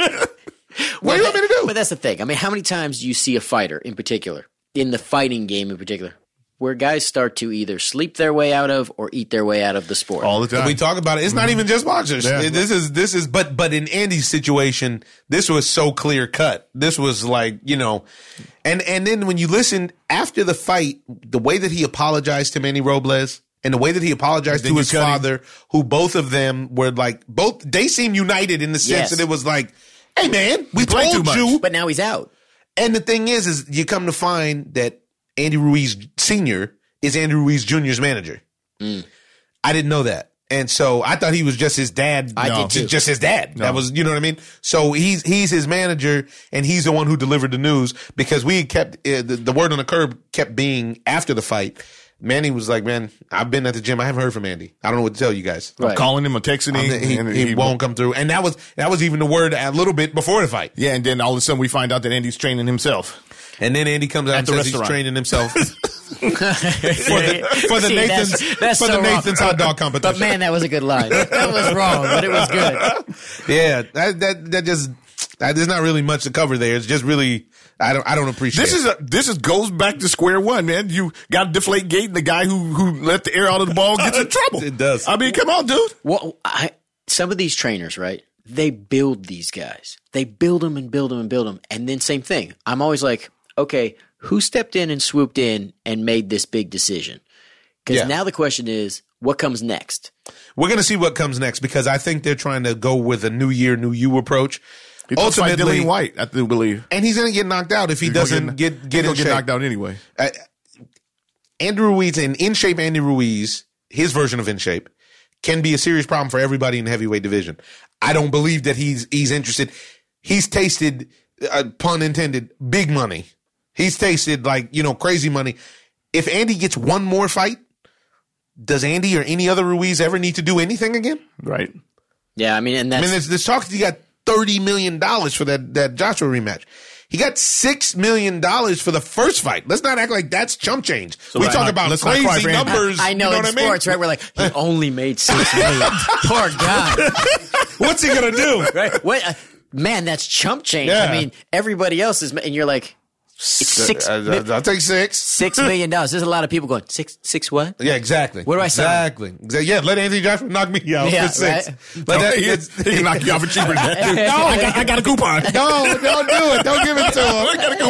do you want me to do? But that's the thing. I mean, how many times do you see a fighter in particular, in the fighting game in particular, where guys start to either sleep their way out of or eat their way out of the sport? all the time. Mm-hmm. We talk about it. It's not even just boxers. This is this is but but in Andy's situation, this was so clear cut. This was like, you know, and and then when you listened after the fight, the way that he apologized to Manny Robles and the way that he apologized to you his cut him. father, who both of them were like both they seemed united in the sense Yes. that it was like, hey man, we played too told much. you. but now he's out. And the thing is, is you come to find that Andy Ruiz Sr. is Andy Ruiz Jr.'s manager. Mm. I didn't know that. And so I thought he was just his dad. I No. did too. Just his dad. That was, you know what I mean? So he's, he's his manager and he's the one who delivered the news because we kept, uh, the, the word on the curb kept being after the fight. Manny was like, man, I've been at the gym. I haven't heard from Andy. I don't know what to tell you guys. Right. calling him, I'm texting him. He, and he won't come through. And that was, that was even the word a little bit before the fight. Yeah, and then all of a sudden we find out that Andy's training himself. And then Andy comes out and the says restaurant. he's training himself for the, for the See, that's- Nathan's that's for so the wrong. Nathan's hot dog competition. But man, that was a good line. That was wrong, but it was good. yeah, that that that just that, there's not really much to cover there. It's just really I don't I don't appreciate. This it. is a, this is goes back to square one, man. You got to deflate gate, and the guy who who let the air out of the ball gets in trouble. It does. I mean, come on, dude. Well, I, some of these trainers, right? They build these guys. They build them and build them and build them. And then same thing. I'm always like, okay, who stepped in and swooped in and made this big decision? Because Yeah. now the question is, what comes next? we're gonna see what comes next because I think they're trying to go with a new year, new you approach. He does fight Ultimately, Dillian White, I do believe. and he's gonna get knocked out if he He's gonna doesn't get get, he's in gonna get shape. knocked out anyway. Andrew Ruiz and in shape Andy Ruiz, his version of in shape, can be a serious problem for everybody in the heavyweight division. I don't believe that he's he's interested. He's tasted, uh, pun intended, big money. He's tasted like you know crazy money. If Andy gets one more fight, does Andy or any other Ruiz ever need to do anything again? Right. Yeah, I mean, and that's I mean, there's, there's talk that he got thirty million dollars for that that Joshua rematch. He got six million dollars for the first fight. Let's not act like that's chump change. we let's talk not- about let's not crazy cry for Andy. numbers. I know you in what I mean? sports, right? We're like, he only made six million. Poor guy, What's he gonna do? right? What? Uh, man, that's chump change. Yeah. I mean, everybody else is, ma- and you're like, it's six, I, mi- will take six. six million dollars. There's a lot of people going six, six what? Yeah, exactly. What do I sign? exactly. Exactly. Yeah, let Anthony Joshua knock me out Yeah, for six. right. But that, he, it's, he can knock you out for cheaper. than that. no, I got, I got a coupon. no, don't do it. Don't give it to him. I got a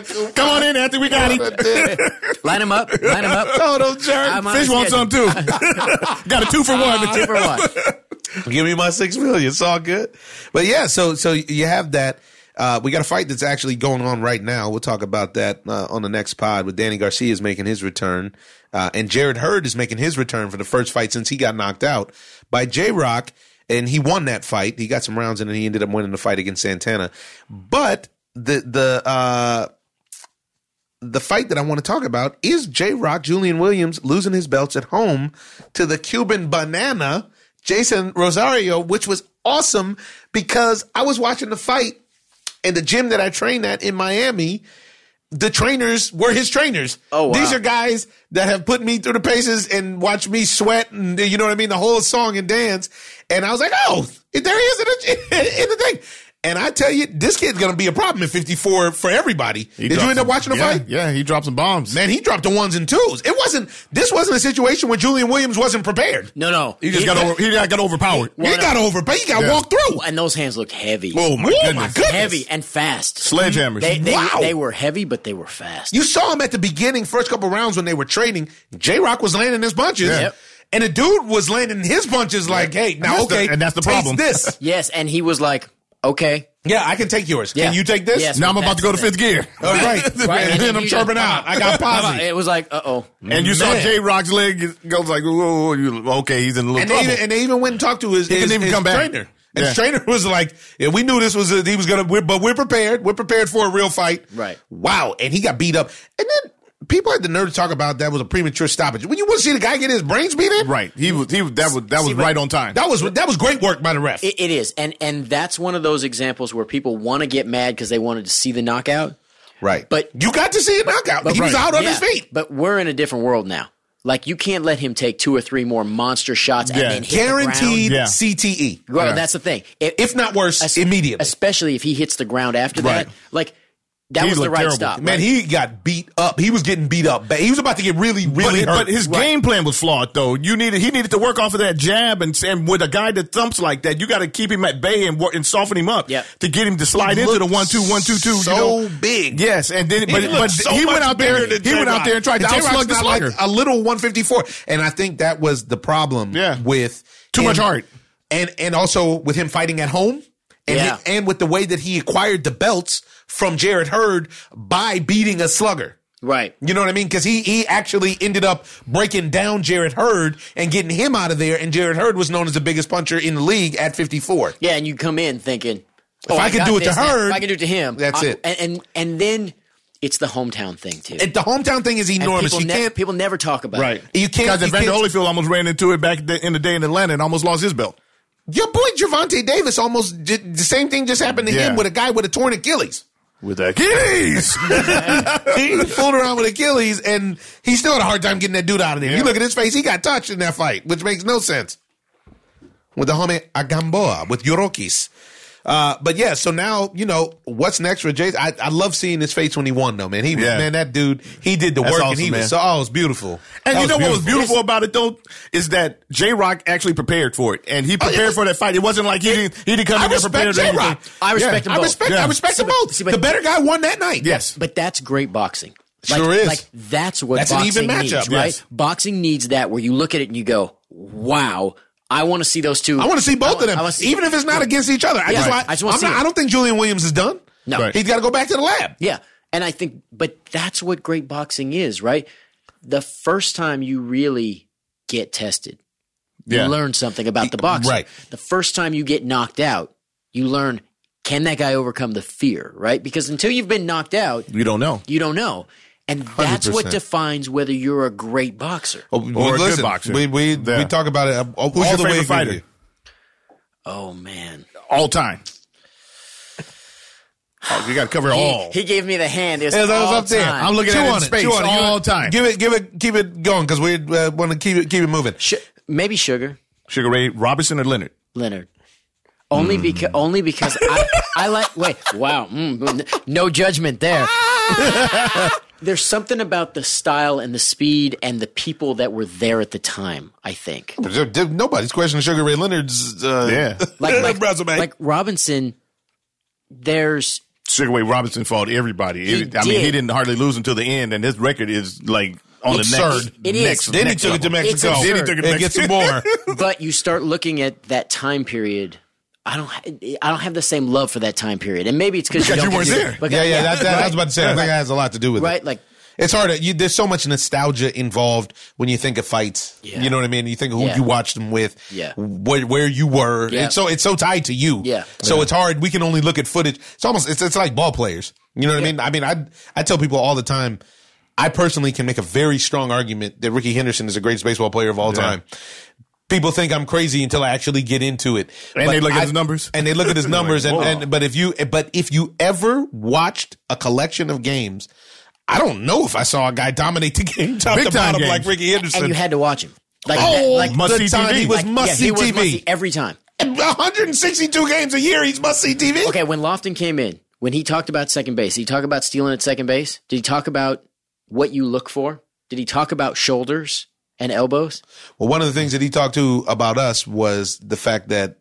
coupon, dude. Come on in, Anthony. We got him. Line them up, line them up. Total jerk. I'm on Fish the wants some schedule. too. got a two for one. Two for one. Give me my six million. It's all good. But yeah, so so you have that. Uh, we got a fight that's actually going on right now. We'll talk about that uh, on the next pod. With Danny Garcia is making his return, uh, and Jared Hurd is making his return for the first fight since he got knocked out by J Rock, and he won that fight. He got some rounds in, and he ended up winning the fight against Santana. But the the uh, the fight that I want to talk about is J Rock, Julian Williams losing his belts at home to the Cuban banana, Jason Rosario, which was awesome because I was watching the fight in the gym that I trained at in Miami. The trainers were his trainers. Oh, wow. These are guys that have put me through the paces and watched me sweat and, you know what I mean? The whole song and dance. And I was like, oh, there he is in the, in the thing. And I tell you, this kid's gonna be a problem at 54 for everybody. Did you end up watching the yeah, fight? Yeah, he dropped some bombs. Man, he dropped the ones and twos. It wasn't. This wasn't a situation where Julian Williams wasn't prepared. No, no. he just got over, he got got overpowered. He got over, but he got Yeah. walked through. And those hands looked heavy. Oh my goodness! Heavy and fast. Sledgehammers. They, they, Wow. they were heavy, but they were fast. You saw him at the beginning, first couple rounds when they were trading. J Rock was landing his punches, Yeah. Yep. and the dude was landing his punches like, "Hey, now that's okay, the- and that's the taste problem. This, yes, and he was like, okay. yeah, I can take yours. Yeah. Can you take this? Yes. now I'm about to go to fifth gear. All right, Right, and then I'm you just- chirping out. I got posse. It was like, uh oh. And you saw Man. J Rock's leg goes like, whoa, whoa, whoa, you, okay, he's in a little and they, trouble. even, and they even went and talked to his, his, couldn't even his come back. trainer. And his Yeah. trainer was like, yeah, "We knew this was a, he was gonna, we're, but we're prepared. We're prepared for a real fight." Right. Wow. And he got beat up. And then people had the nerve to talk about that was a premature stoppage. When you want to see the guy get his brains beat in, right, he was he was that was that was right on time. That was that was great work by the ref. It, it is. And, and that's one of those examples where people want to get mad because they wanted to see the knockout. right. But- you got to see a knockout. he was right. out on his Yeah, feet. But we're in a different world now. Like you can't let him take two or three more monster shots Yeah. and then hit Guaranteed The ground. Yeah. CTE, Well, that's the thing. If, if not worse, immediately. especially if he hits the ground after Right. that, like that He was the looked right terrible. stop. Man, right? he got beat up. He was getting beat up. But he was about to get really, but, really hurt. but his game plan was flawed, though. You needed he needed to work off of that jab, and, and with a guy that thumps like that, you got to keep him at bay and wor- and soften him up Yep. to get him to slide into the one two one two two. so you know? big. Yes, and then but, but he went out there. He went out there and tried to outslug the slugger. a little 154, and I think that was the problem. Yeah. with Too much heart. and and also with him fighting at home, and Yeah. hi- and with the way that he acquired the belts from Jared Hurd by beating a slugger. right. You know what I mean? Because he he actually ended up breaking down Jared Hurd and getting him out of there. And Jared Hurd was known as the biggest puncher in the league at 54. Yeah, and you come in thinking, if I could do it to her, if I can do it to him, that's I- it. And, and and then it's the hometown thing too. And the hometown thing is And enormous. people, You ne- can't. people never talk about Right. it. You can't- Because you Evander can't- Holyfield almost ran into it back the, in the day in Atlanta and almost lost his belt. Your boy Javante Davis almost did, the same thing just happened to Yeah. him with a guy with a torn Achilles. With Achilles. he fooled around with Achilles, and he still had a hard time getting that dude out of there. You look at his face; he got touched in that fight, which makes no sense. With the homie Agamboa, with Yorokis. Uh, but yeah, so now you know what's next for Jason. I, I love seeing his face when he won, though, man. He was Yeah. man, that dude, he did the That's work, and awesome, he man. was so oh, it was beautiful. And That you know what was beautiful. beautiful about it though is that J Rock actually prepared for it, and he prepared for that fight. It wasn't like he didn't he didn't come Oh, I in there respect prepared. or J anything. Rock. I respect I them both. respect, Yeah. I respect See, them but- both. see, but- the better guy won that night. Yes, But that's great boxing. Like, Sure is. Like that's what That's an boxing even matchup, needs, right? yes. Boxing needs that where you look at it and you go, "Wow, I want to see those two. I want to see both wa- of them, I wanna see- even if it's not against each other. I Yeah. just, Right. I, I just wanna am see not, it. I don't think Julian Williams is done. No. Right. he's got to go back to the lab. Yeah. And I think, but that's what great boxing is, right? The first time you really get tested, Yeah. you learn something about the boxing. right. The first time you get knocked out, you learn can that guy overcome the fear, right? Because until you've been knocked out, you don't know. you don't know. And that's what defines whether you're a great boxer. Oh, Or a good boxer. We we, Yeah. we talk about it uh, all Who's all your the way favorite through fighter here. Oh, man. all time? Oh, you got to cover all. He, he gave me the hand. It was As I was all up there, time. I'm looking Chew at it in on space chew on You all want- time. Give it, give it, keep it going because we uh, want to keep it, keep it moving. Sh- maybe Sugar. Sugar Ray Robinson or Leonard? Leonard. Only Hmm. because only because I, I like wait wow mm, mm, no judgment there. Ah! There's something about the style and the speed and the people that were there at the time. I think There- there- Nobody's questioning Sugar Ray Leonard's. Uh, Yeah, like like, Resume. like Robinson. There's Sugar Ray Robinson fought everybody. He It- I mean, he did. didn't hardly lose until the end, and his record is like on Absurd. the next. It is. next- Then he next took it to level. It's Mexico. absurd. Then he took it to and get Mexico. some more. but you start looking at that time period. I don't ha- I don't have the same love for that time period, and maybe it's because you, Because don't you weren't get to- there. because- yeah, yeah. That, that, I was about to say. I think that has a lot to do with it. right like It's hard. to- You, there's so much nostalgia involved when you think of fights. Yeah. You know what I mean. You think of who Yeah. you watched them with. Yeah. Where, where you were. Yeah. It's so it's so tied to you. Yeah. So it's hard. We can only look at footage. It's almost it's it's like ball players. You know what I mean. I mean I I tell people all the time. I personally can make a very strong argument that Ricky Henderson is the greatest baseball player of all time. People think I'm crazy until I actually get into it. And But they look at his numbers. And they look at his numbers. and, whoa. and but if you but if you ever watched a collection of games, I don't know if I saw a guy dominate the game top Big to time bottom games. like Ricky Henderson. and you had to watch him like oh, that, like must must-see the time TV. he was like, must yeah, see he was TV. must-see every time. 162 games a year. He's must see TV. Okay, when Lofton came in, when he talked about second base, did he talk about stealing at second base? Did he talk about what you look for? Did he talk about shoulders and elbows? Well, one of the things that he talked to about us was the fact that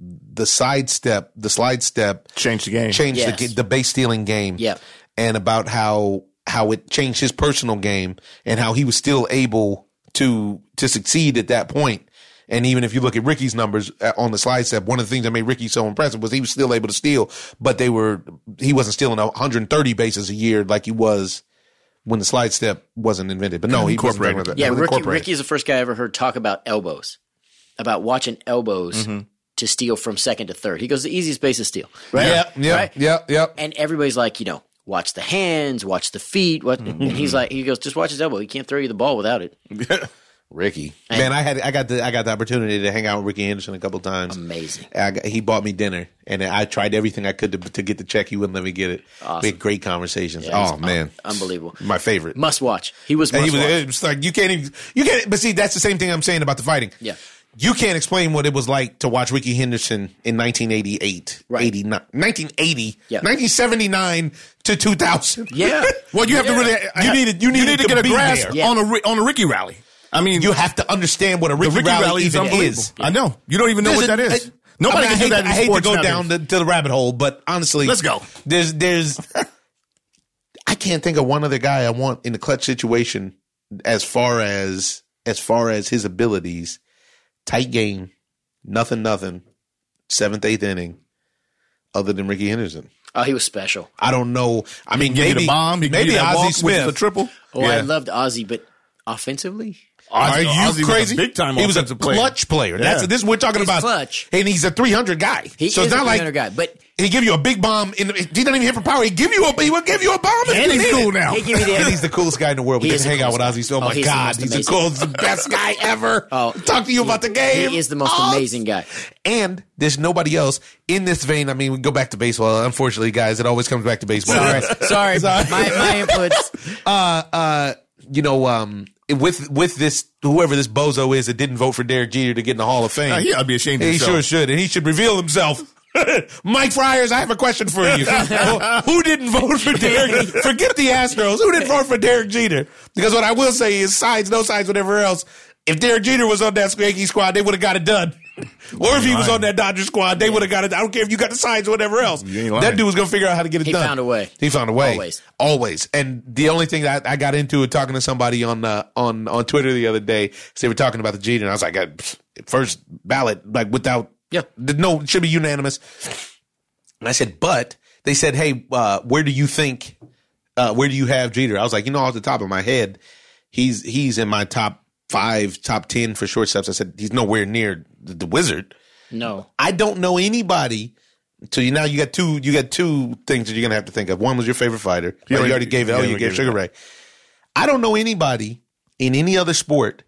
the sidestep, the slide step, Change the game. changed Yes. the, ga- the base stealing game. Yep. and about how how it changed his personal game and how he was still able to to succeed at that point. And even if you look at Ricky's numbers uh, on the slide step, one of the things that made Ricky so impressive was he was still able to steal, but they were he wasn't stealing 130 bases a year like he was when the slide step wasn't invented. But no, he wasn't talking about that. Yeah, No, Ricky, incorporated. Ricky's the first guy I ever heard talk about elbows, about watching elbows Mm-hmm. to steal from second to third. He goes, the easiest base is steal. Right? Yep, yep, Right? yep, yep. And everybody's like, you know, watch the hands, watch the feet. What? Mm-hmm. And he's like, he goes, just watch his elbow. He can't throw you the ball without it. Ricky, man, I had I got the I got the opportunity to hang out with Ricky Anderson a couple times. Amazing. I got, he bought me dinner, and I tried everything I could to, to get the check. He wouldn't let me get it. We had great conversations. Yeah, oh he's man, un- unbelievable. My favorite. Must watch. He was and must he was, watch. it was like you can't even you can't. But see, that's the same thing I'm saying about the fighting. Yeah. You can't explain what it was like to watch Ricky Henderson in 1988, Right. 89, 1980, Yeah. 1979 to 2000. Yeah. Well, you have to really. You needed- you needed to to get a be grasp there. Yeah. on a Ri- on a Ricky rally. I mean, You have to understand what a Ricky, Ricky rally, rally is even unbelievable. is. I know. You don't even know what that There's a- is. I- Nobody I mean, can do I hate, that. In I hate sports to go down nowadays. to, to the rabbit hole, but honestly, Let's go. There's there's I can't think of one other guy I want in the clutch situation as far as as far as his abilities. Tight game, nothing, nothing, seventh, eighth inning. Other than Ricky Henderson, Oh, he was special. I don't know. I mean, Give you maybe the bomb. He maybe give you that walk, Ozzie which is a Smith. triple. Oh, I loved Ozzy, but offensively, Are Ozzie- Ozzie was you a crazy? big-time He was a offensive player. clutch player. That's Yeah. this we're talking He's about. clutch. and he's a three hundred guy. he so is it's not a like like, guy. But He give you a big bomb. In the, he doesn't even hit for power. He give you a he will give you a bomb. if And you he's need cool it. now. Hey, give me the- and he's the coolest guy in the world. We He get is to the hang out with coolest Ozzy. So, oh guy. my Oh, he's the god, most he's the amazing. coolest, the best guy ever. Oh, talk to you about the game. he is the most Oh. amazing guy. And there's nobody else in this vein. I mean, we go back to baseball. Unfortunately, guys, it always comes back to baseball. All right. Sorry, my my inputs. Uh, you know, um, with with this whoever this bozo is that didn't vote for Derek Jeter to get in the Hall of Fame. Nah, he ought to Uh, be ashamed of He himself. sure should, and he should reveal himself. Mike Friars, I have a question for you. Well, who didn't vote for Derek? Forget the Astros. Who didn't vote for Derek Jeter? Because what I will say is sides, no sides, whatever else. If Derek Jeter was on that Yankee squad, they would have got it done. Or if he was on that Dodger squad, they would have got it. I don't care if you got the sides or whatever else. You ain't lying. That dude was going to figure out how to get it He done. found a way. He found a way. Always. Always. And the only thing that I got into it talking to somebody on uh, on on Twitter the other day, so they were talking about the Jeter, and I was like, uh, pfft, first ballot, like without, Yeah. th- no, it should be unanimous. And I said, but they said, hey, uh, where do you think, uh, where do you have Jeter? I was like, you know, off the top of my head, he's he's in my top five, top ten for shortstops. I said he's nowhere near the, the wizard. No, I don't know anybody. So you now you got two you got two things that you're gonna have to think of. One was your favorite fighter. Oh, you already- already gave it. you Oh, you already gave gave Sugar it. Ray. I don't know anybody in any other sport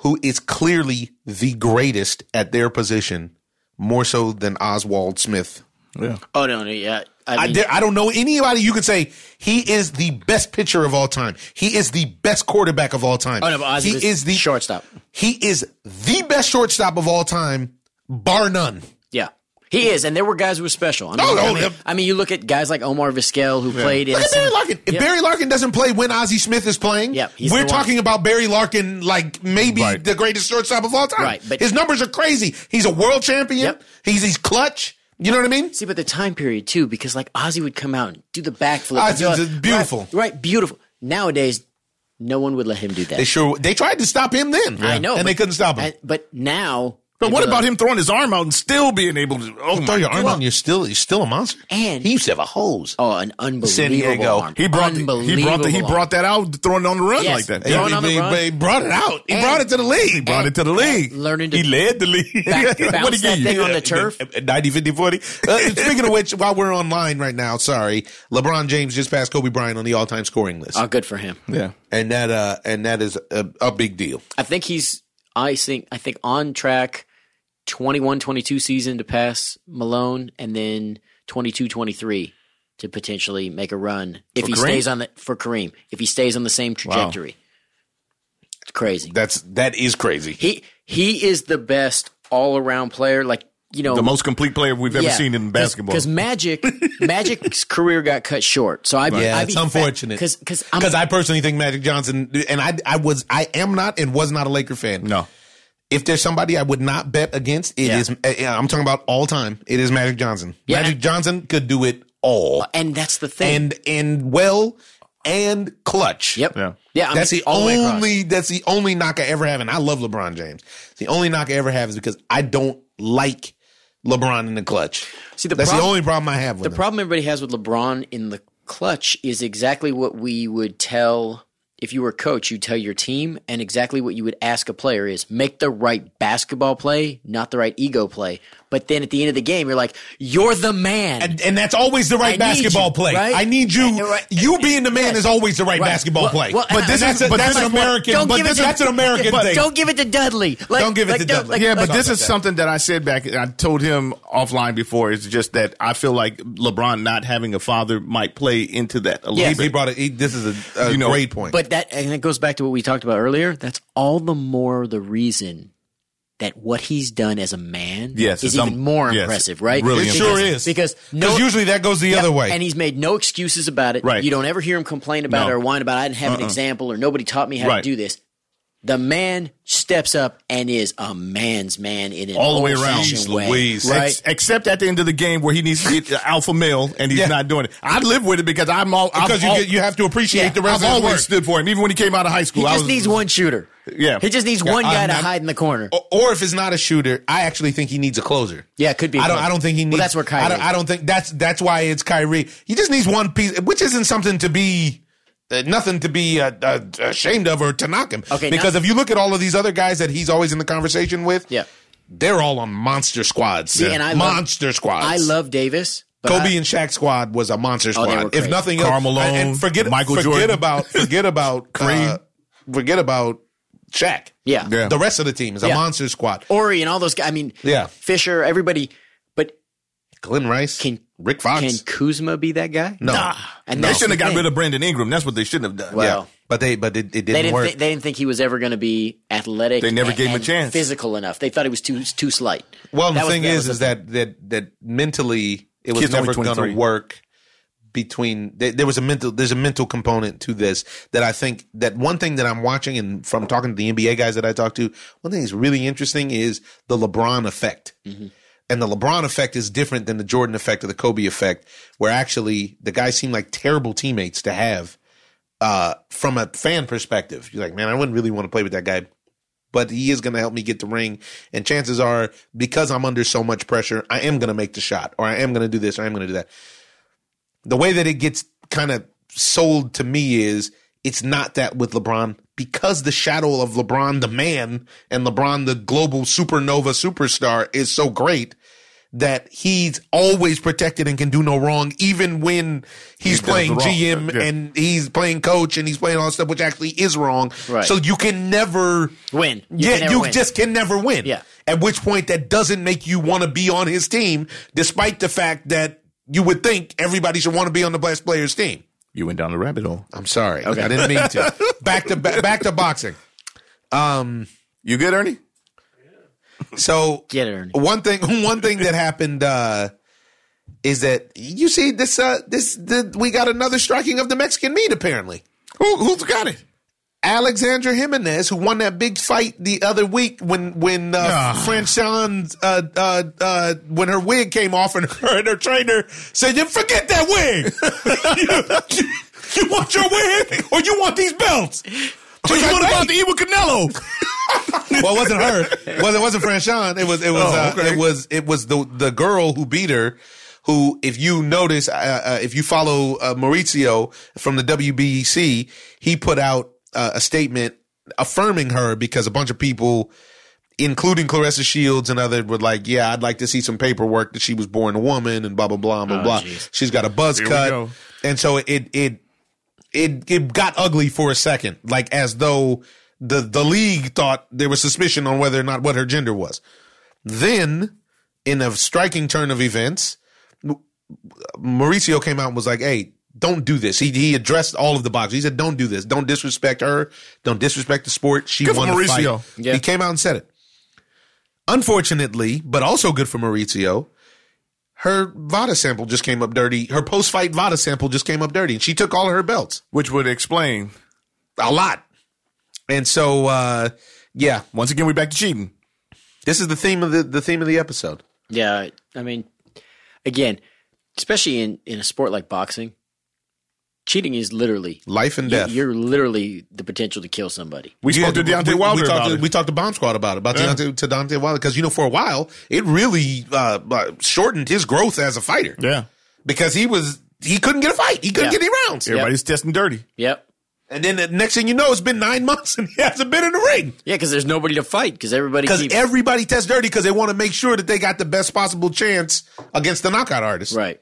who is clearly the greatest at their position, more so than Oswald Smith. oh no, no, yeah. I, I, mean, dare- I don't know anybody you could say he is the best pitcher of all time. He is the best quarterback of all time. oh no, but Ozzy he was is the shortstop. He is the best shortstop of all time, bar none. Yeah. He is, and there were guys who were special. I mean, Oh, I, no, mean yep. I mean, you look at guys like Omar Vizquel who played in. Look at Barry Larkin. If Yeah. Barry Larkin doesn't play when Ozzie Smith is playing, Yep, he's we're the one. talking about Barry Larkin like maybe Right. the greatest shortstop of all time. Right, but- His numbers are crazy. He's a world champion. Yep. He's he's clutch. You know what I mean? See, but the time period too, because like Ozzy would come out and do the backflip. Ozzy and do all- was beautiful. right, right? Beautiful. Nowadays, no one would let him do that. They sure they tried to stop him then. I know, and they but- couldn't stop him. and- but now, But they'd what be about like, him throwing his arm out and still being able to? Oh Throw my your arm God. out, and you're still you're still a monster. And- he used to have a hose. Oh, an unbelievable San Diego. arm. He brought the, he brought the, he Unbelievable brought that out throwing it on the run Yes. like that. Yeah. Throwing on the he, run. he brought it out. He And- brought it to the league. He Brought it to the league. learning to he led the league. back- bounce What'd that give thing on the turf. 90, 50, 40. Uh, speaking of which, while we're online right now, sorry, LeBron James just passed Kobe Bryant on the all-time scoring list. Oh, good for him. Yeah. and that uh and that is a, a big deal. I think he's I think I think on track 21-22 season to pass Malone and then 22-23 to potentially make a run if he Kareem? stays on the for Kareem if he stays on the same trajectory. It's crazy. That's that is crazy. He he is the best all around player. Like you know, the most complete player we've ever seen in basketball. Because Magic, Magic's career got cut short. So I, Yeah, I it's unfortunate. Because because I'm Because I personally think Magic Johnson, and I, I was, I am not, and was not a Laker fan. no, If there's somebody I would not bet against, it Yeah. is- uh, yeah, I'm talking about all time. It is Magic Johnson. Yeah. Magic Johnson could do it all, and that's the thing. and and well, and clutch. yep. Yeah. Yeah. I that's mean, the all way across. only. that's the only knock I ever have, and I love LeBron James. It's the only knock I ever have is because I don't like LeBron in the clutch. See, the that's problem- the only problem I have with The him. problem everybody has with LeBron in the clutch is exactly what we would tell if you were a coach, you'd tell your team, and exactly what you would ask a player is make the right basketball play, not the right ego play. But then at the end of the game, you're like, you're the man. and, and that's always the right I need basketball you, play. right? I need you. And- right. You being the man Yes. is always the right, Right. basketball Well- play. well, but and this I- is a, but that's that's an what- American. don't But give it this, to- that's an American but thing. Don't give it to Dudley. Like, Don't give it like, to don't- Dudley. like- Yeah, Yeah, but like- this about is that. something that I said back. I told him offline before. It's just that I feel like LeBron not having a father might play into that a Yes. little he bit. brought it. He, this is a, a You know, great point. But that and it goes back to what we talked about earlier. That's all the more the reason that what he's done as a man Yes, is it's even um, more yes, impressive, right? really It sure is. because no, because usually that goes the yeah, other way. and he's made no excuses about it. Right. You don't ever hear him complain about No. it or whine about. It. I didn't have an example, or nobody taught me how Right. to do this. The man steps up and is a man's man in an All the way around. old-fashioned Jeez way, Louise. right? Ex- except at the end of the game where he needs to get the alpha male and he's Yeah. not doing it. I live with it because I'm all I've because you al- get, you have to appreciate Yeah, the rest I've of his always work. stood for him, even when he came out of high school. he I just was- needs one shooter. Yeah. Oh. he just needs one I'm guy to not- hide in the corner. Or, or if it's not a shooter, I actually think he needs a closer. Yeah, it could be a I don't. closer. I don't think he Well, needs. that's where Kyrie- I don't, I don't think that's that's why it's Kyrie. He just needs one piece, which isn't something to be. Uh, nothing to be uh, uh, ashamed of or to knock him. Okay, because now- if you look at all of these other guys that he's always in the conversation with, Yeah. they're all on monster squads. See, and I love- monster squads. I love Davis. But Kobe I- and Shaq squad was a monster Oh, they were squad. crazy. if nothing Karl else, Malone, and and forget Michael forget Jordan. about forget about Kareem. uh, forget about Shaq. Yeah. Yeah. The rest of the team is a Yeah. Oh. monster squad. Ori and all those guys. I mean, Yeah. Fisher, everybody. But Glenn Rice, Can- Rick Fox. can Kuzma be that guy? no, And They that's the shouldn't have got thing. rid of Brandon Ingram. That's what they shouldn't have done. Well, but they but it, it didn't, they didn't. work. thi- they didn't think he was ever going to be athletic. They never and- gave him a and chance. Physical enough. They thought he was too too slight. well, the That was- thing that is, was the is that that that mentally it was Kid's only never going 23. to work. Between there there was a mental, there's a mental component to this that I think that one thing that I'm watching and from talking to the NBA guys that I talk to, one thing that's really interesting is the LeBron effect. and the LeBron effect is different than the Jordan effect or the Kobe effect, where actually the guys seem like terrible teammates to have uh, from a fan perspective. You're like, man, I wouldn't really want to play with that guy, but he is going to help me get the ring. And chances are, because I'm under so much pressure, I am going to make the shot, or I am going to do this, or I am going to do that. The way that it gets kind of sold to me is it's not that with LeBron because the shadow of LeBron, the man, and LeBron, the global supernova superstar, is so great that he's always protected and can do no wrong, even when he's does playing the wrong. GM Yeah. and he's playing coach and he's playing all that stuff, which actually is wrong. Right. So you can never Win. You yeah, can never you win. just can never win. Yeah. At which point, that doesn't make you want to be on his team, despite the fact that you would think everybody should want to be on the best player's team. You went down the rabbit hole. I'm sorry, I didn't mean to. back to ba- back to boxing. You good, Ernie? So Get it, Ernie. One thing, one thing that happened uh, is that you see this. Uh, this the, we got another striking of the Mexican meat. Apparently, Who, who's got it? Alexandra Jimenez, who won that big fight the other week when when uh, Ah. French Sean uh, uh, uh, when her wig came off and her and her trainer said, "You forget that wig. you, you want your wig or you want these belts?" She's like, what "Wait." about the evil Canelo? well, it wasn't her. It wasn't, it wasn't Franchon. It was it was Oh, okay. uh, it was it was the the girl who beat her. Who, if you notice, uh, uh, if you follow uh, Maurizio from the WBC, he put out uh, a statement affirming her because a bunch of people, including Clarissa Shields and others, were like, "Yeah, I'd like to see some paperwork that she was born a woman and blah blah blah Oh, blah blah." jeez. She's got a buzz cut, go. and so it it it it got ugly for a second, like as though the the league thought there was suspicion on whether or not what her gender was. Then, in a striking turn of events, M- Mauricio came out and was like, "Hey, don't do this." He he addressed all of the boxers. He said, "Don't do this. Don't disrespect her. Don't disrespect the sport. She Good for won the fight." Mauricio. Yeah. He came out and said it. Unfortunately, but also good for Maurizio, her Vada sample just came up dirty. Her post fight Vada sample just came up dirty, and she took all of her belts. Which would explain. A lot. And so, uh, yeah, Once again, we're back to cheating. this is the theme of the, the theme of the episode. Yeah, I mean, again, especially in in a sport like boxing, cheating is literally Life and you- death. you're literally the potential to kill somebody. We spoke to Deontay we, Wilder We talked, about to, it. we talked to Bomb Squad about it, about Deontay, to Deontay Wilder, because you know for a while it really uh, uh, shortened his growth as a fighter yeah. because he was he couldn't get a fight, he couldn't Yeah. get any rounds, Everybody's testing dirty. Yep. and then the next thing you know, it's been nine months and he hasn't been in the ring Yeah, because there's nobody to fight because everybody because keeps everybody tests dirty because they want to make sure that they got the best possible chance against the knockout artist. right.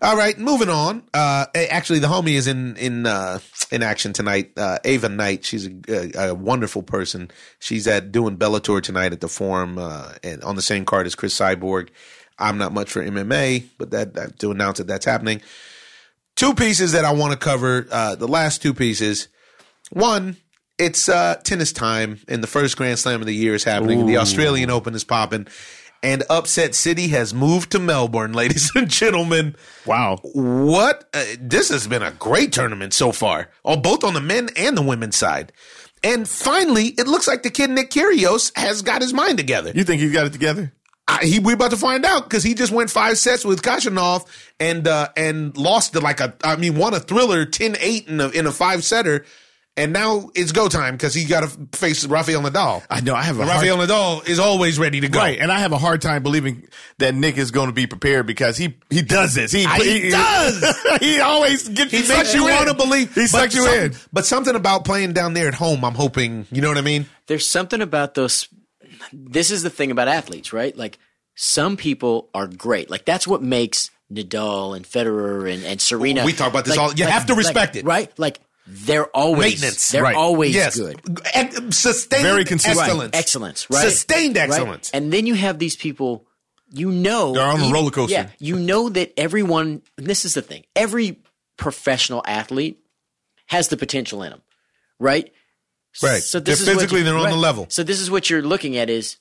All right, moving on. Uh, a- actually, the homie is in in uh, in action tonight. Uh, Ava Knight, she's a, a, a wonderful person. She's at doing Bellator tonight at the Forum, uh, and on the same card as Chris Cyborg. I'm not much for MMA, but that, that to announce that that's happening. Two pieces that I want to cover. Uh, the last two pieces. One, it's uh, tennis time, and the first Grand Slam of the year is happening. The Australian Open is popping, and Upset City has moved to Melbourne, ladies and gentlemen Wow. what uh, this has been a great tournament so far, on both on the men and the women's side. And finally, it looks like the kid Nick Kyrgios has got his mind together. You think he's got it together? I, he, we're about to find out because he just went five sets with Kachanov and uh, and lost to like a I mean won a thriller 10-8 in a, in a five setter, and now it's go time because he got to face Rafael Nadal. I know. I have a hard- Rafael Nadal is always ready to go. Right, and I have a hard time believing that Nick is going to be prepared because he he does this. He, he does. he always gets He makes you want to believe. He but sucks you some- in. But something about playing down there at home, I'm hoping, you know what I mean? There's something about those. This is the thing about athletes, right? Like some people are great. Like that's what makes Nadal and Federer and, and Serena. We talk about this like- all- you like- have to like- respect it. right? Like they're always Maintenance. They're right. always Yes. good. Ec- Sustained Very consistent. Right. excellence. Excellence, right? Sustained Right? excellence. And then you have these people, you know, They're on a you- roller coaster. Yeah, you know that everyone. and This is the thing. Every professional athlete has the potential in them, right? Right. They're what physically, they're on the level. So this is what you're looking at is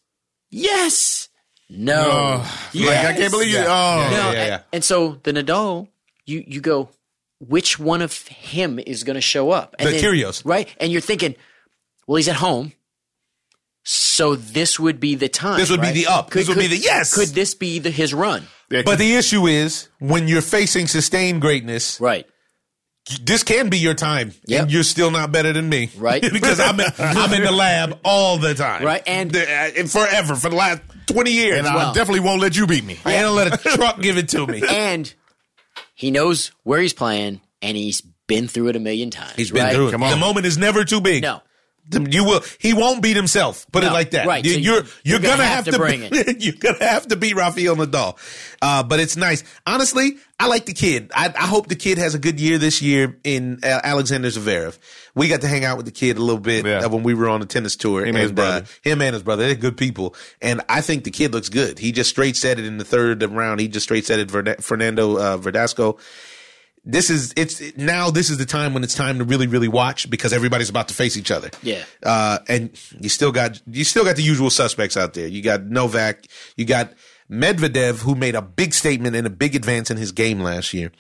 yes, no, Like, yes. I can't believe you. Yeah. Oh, No, yeah, and- yeah. And so the Nadal, you you go, which one of him is going to show up? And The Kyrgios. right? And you're thinking, well, he's at home, so this would be the time. This would be right? the up. This would be the yes. Could this be the his run? But the issue is when you're facing sustained greatness, Right. this can be your time, Yep. and you're still not better than me, Right. because I'm in, I'm in the lab all the time, Right, and- The- uh, and forever for the last twenty years. and I well. definitely won't let you beat me. I ain't gonna let a truck give it to me. And he knows where he's playing, and he's been through it a million times. He's been right? through it. The moment is never too big. No. The- You will. He won't beat himself. Put it No, like that. right, You, so are you- you're you're gonna, have, to bring be- you're gonna have to beat Rafael Nadal. Uh, but it's nice. Honestly, I like the kid. I, I hope the kid has a good year this year in uh, Alexander Zverev. We got to hang out with the kid a little bit Yeah. uh, when we were on the tennis tour. and his uh, brother. him and his brother, they're good people. And I think the kid looks good. He just straight set it in the third round. He just straight set it Verd- Fernando uh, Verdasco this is it's now this is the time when it's time to really really watch because everybody's about to face each other Yeah. uh and you still got you still got the usual suspects out there you got novak you got medvedev who made a big statement and a big advance in his game last year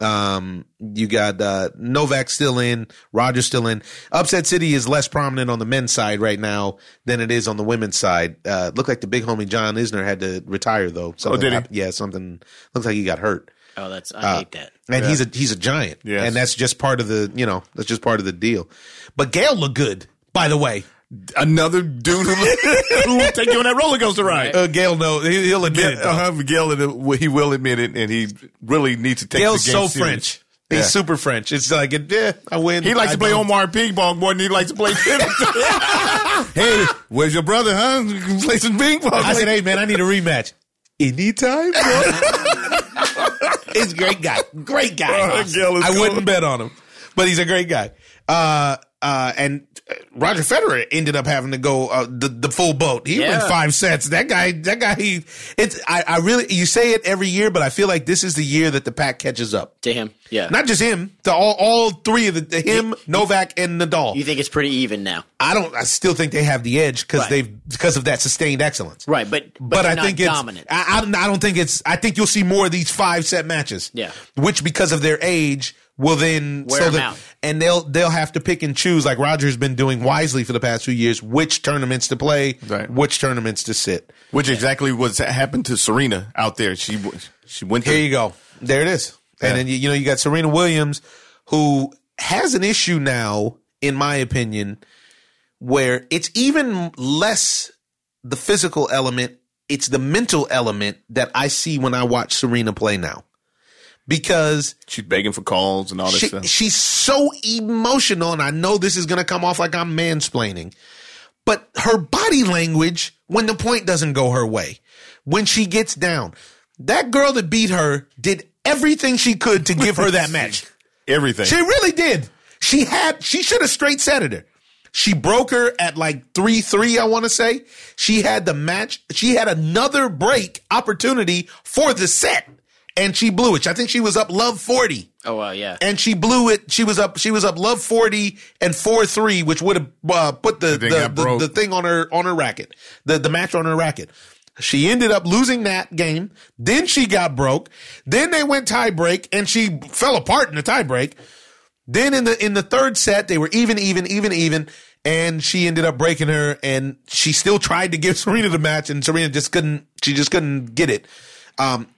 um you got uh novak still in roger still in upset city is less prominent on the men's side right now than it is on the women's side uh looked like the big homie john isner had to retire though Something Oh, did he? hap- yeah something looks like he got hurt Oh, that's Uh, I hate that. and he's a he's a giant. Yes. And that's just part of the you know that's just part of the deal. But Gail looked good, by the way. Another dude who, who will take you on that roller coaster ride. Uh, Gail, no, he- he'll admit it. Yeah, uh-huh, Gail, uh, he will admit it, and he really needs to take Gail's the game so serious. French. Yeah. He's super French. It's like yeah, I win. He likes I to play don't. Omar and ping pong more than he likes to play tennis. hey, where's your brother, huh? You can Play some ping pong. I said, hey man, I need a rematch. Anytime. bro." He's a great guy. Great guy. Oh, Gail is I cool. wouldn't bet on him, but he's a great guy. Uh, Uh, and Roger Federer ended up having to go uh, the the full boat. He went Yeah. five sets. That guy, that guy, he. It's I, I really you say it every year, but I feel like this is the year that the pack catches up. to him. Yeah. Not just him, to all all three of the, the him, Novak, and Nadal. you think it's pretty even now. I don't. I still think they have the edge because Right. they've because of that sustained excellence. Right, but but, But, they're I not think it's dominant. I, I don't- I don't think it's. I think you'll see more of these five set matches. Yeah. Which because of their age will then Wear 'em that- out. and they'll they'll have to pick and choose like Roger's been doing wisely for the past few years which tournaments to play, Right. which tournaments to sit. Which exactly what's happened to Serena out there. She w- she went Here you through go. There it is. Yeah. And then you, you know you got Serena Williams who has an issue now in my opinion where it's even less the physical element, it's the mental element that I see when I watch Serena play now. Because she's begging for calls and all that she, stuff. she's so emotional, and I know this is going to come off like I'm mansplaining, but her body language when the point doesn't go her way, when she gets down, that girl that beat her did everything she could to give her that match. Everything. She really did. She had. She should have straight setted her. She broke her at like three three. I want to say she had the match. She had another break opportunity for the set, and she blew it. I think she was up love forty oh well, yeah. and she blew it. She was up. She was up love forty and four three, which would have uh, put the thing the, got the, broke. the thing on her on her racket, the the match on her racket. She ended up losing that game. Then she got broke. Then they went tie break, and she fell apart in the tie break. Then in the in the third set, they were even, even, even, even, and she ended up breaking her. And she still tried to give Serena the match, and Serena just couldn't. She just couldn't get it. Um,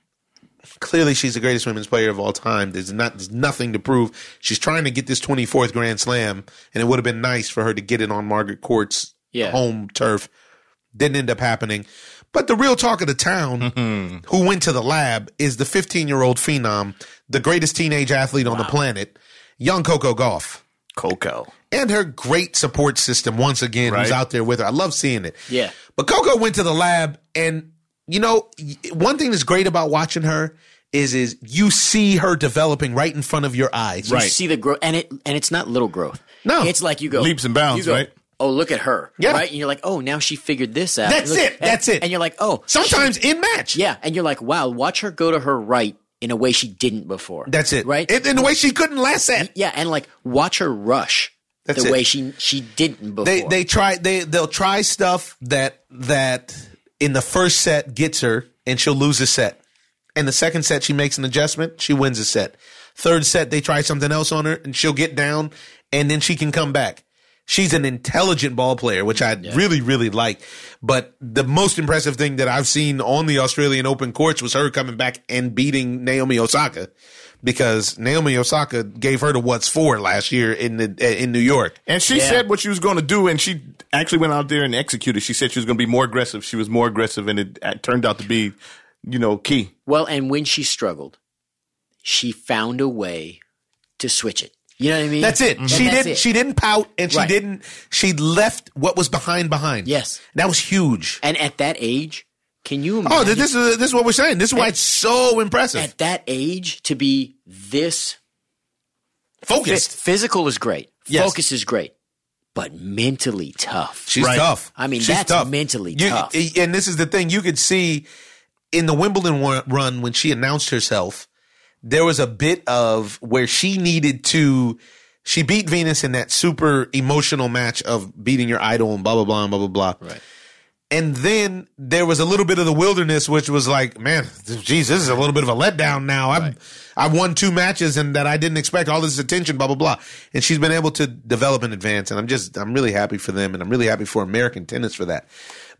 clearly, she's the greatest women's player of all time. There's not there's nothing to prove. She's trying to get this 24th Grand Slam, and it would have been nice for her to get it on Margaret Court's Yeah. home turf. Didn't end up happening. But the real talk of the town, who went to the lab, is the 15 year old phenom, the greatest teenage athlete on the planet, young Coco Golf, Coco. and her great support system once again, who's Right. out there with her. I love seeing it. Yeah. But Coco went to the lab, and you know, y- one thing that's great about watching her is is you see her developing right in front of your eyes. You see the growth, and it and it's not little growth. No. it's like you go Leaps and bounds, you go, right? Oh, look at her, Yeah. right? And you're like, oh, now she figured this out. That's Look- it, and- that's it. And you're like, oh, Sometimes in match. yeah. And you're like, wow, watch her go to her right in a way she didn't before. That's it. right? In, in the way she couldn't last at. yeah, and like watch her rush That's the it. way she she didn't before. They they try they they'll try stuff that that in the first set gets her and she'll lose a set. And the second set she makes an adjustment, she wins a set. Third set they try something else on her and she'll get down and then she can come back. She's an intelligent ball player, which I really really like. But the most impressive thing that I've seen on the Australian Open courts was her coming back and beating Naomi Osaka because Naomi Osaka gave her the what's for last year in the in New York. And she said what she was going to do, and she actually went out there and executed. She said she was going to be more aggressive. She was more aggressive, and it uh, turned out to be, you know, key. well, and when she struggled, she found a way to switch it. You know what I mean? That's it. Mm-hmm. And She that's didn't. it. She didn't pout, and she Right. didn't. She left what was behind behind. Yes. that was huge. And at that age, can you imagine? Oh, th- this is this is what we're saying. This is why it's so impressive. at that age to be this phy- Focused. physical is great. Yes. Focus is great. But mentally tough. She's Right. tough. I mean, She's that's mentally You- tough. And this is the thing you could see in the Wimbledon wa- run when she announced herself. There was a bit of where she needed to. She beat Venus in that super emotional match of beating your idol and blah blah blah and blah blah blah. Right. And then there was a little bit of the wilderness, which was like, man, geez, this is a little bit of a letdown. Now I'm, I've won two matches and that I didn't expect all this attention, blah blah blah. And she's been able to develop in advance, and I'm just, I'm really happy for them, and I'm really happy for American tennis for that.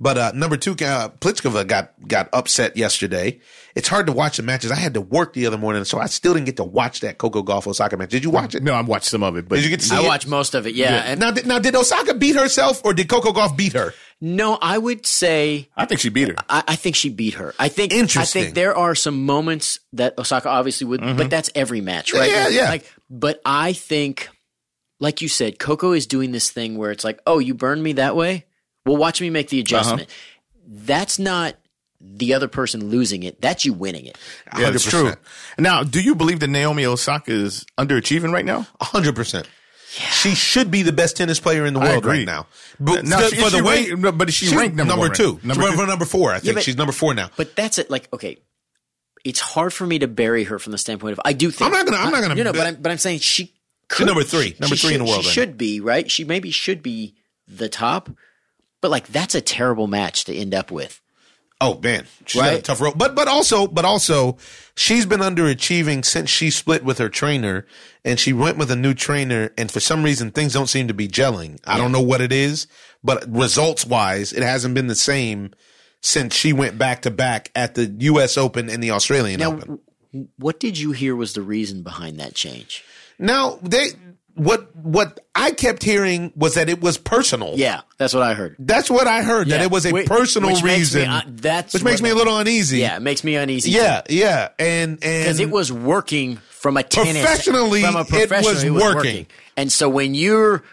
But uh, number two, uh, Pliskova got got upset yesterday. It's hard to watch the matches. I had to work the other morning, so I still didn't get to watch that Coco Golf Osaka match. Did you watch it? No, I watched some of it, but Did you get to see I it? watch most of it, yeah. And Now, did, now did Osaka beat herself or did Coco Golf beat her? no, I would say I think she beat her. I, I think she beat her. I think I Interesting. Mm-hmm. think there are some moments that Osaka obviously would, but that's every match, right? Yeah, yeah. Like, but I think, like you said, Coco is doing this thing where it's like, oh, you burned me that way. Well, watch me make the Uh-huh. adjustment. That's not the other person losing it. That's you winning it. Yeah, that's true. Now, do you believe that Naomi Osaka is underachieving right now? 100%. She should be the best tennis player in the I world agree. right now. But Now, the- Uh, she- she ranked- no, but is she she's ranked number one right two? now? Number Number two? two. Number four. I think but- she's number four now. But that's it. Like, okay, it's hard for me to bury her from the standpoint of I do think I'm not gonna- I'm not gonna- No, no, but I'm but I'm saying she could number three. Number she three in the should- world She right should be right. She maybe should be the top. But like, that's a terrible match to end up with. Oh man, she's got a Right? tough road. But but also but also, she's been underachieving since she split with her trainer, and she went with a new trainer, and for some reason things don't seem to be gelling. I don't know what it is, but results wise, it hasn't been the same since she went back to back at the U.S. Open and the Australian Now, Open. w- what did you hear was the reason behind that change? Now they what what I kept hearing was that it was personal. Yeah, that's what I heard. That's what I heard. Yeah, That it was a which- personal which makes me, reason. uh, that's which makes what- me a little uneasy. Yeah, it makes me uneasy. Yeah, yeah, and because and it was working from a tennis Professionally, from a it professional, was working. And so when you're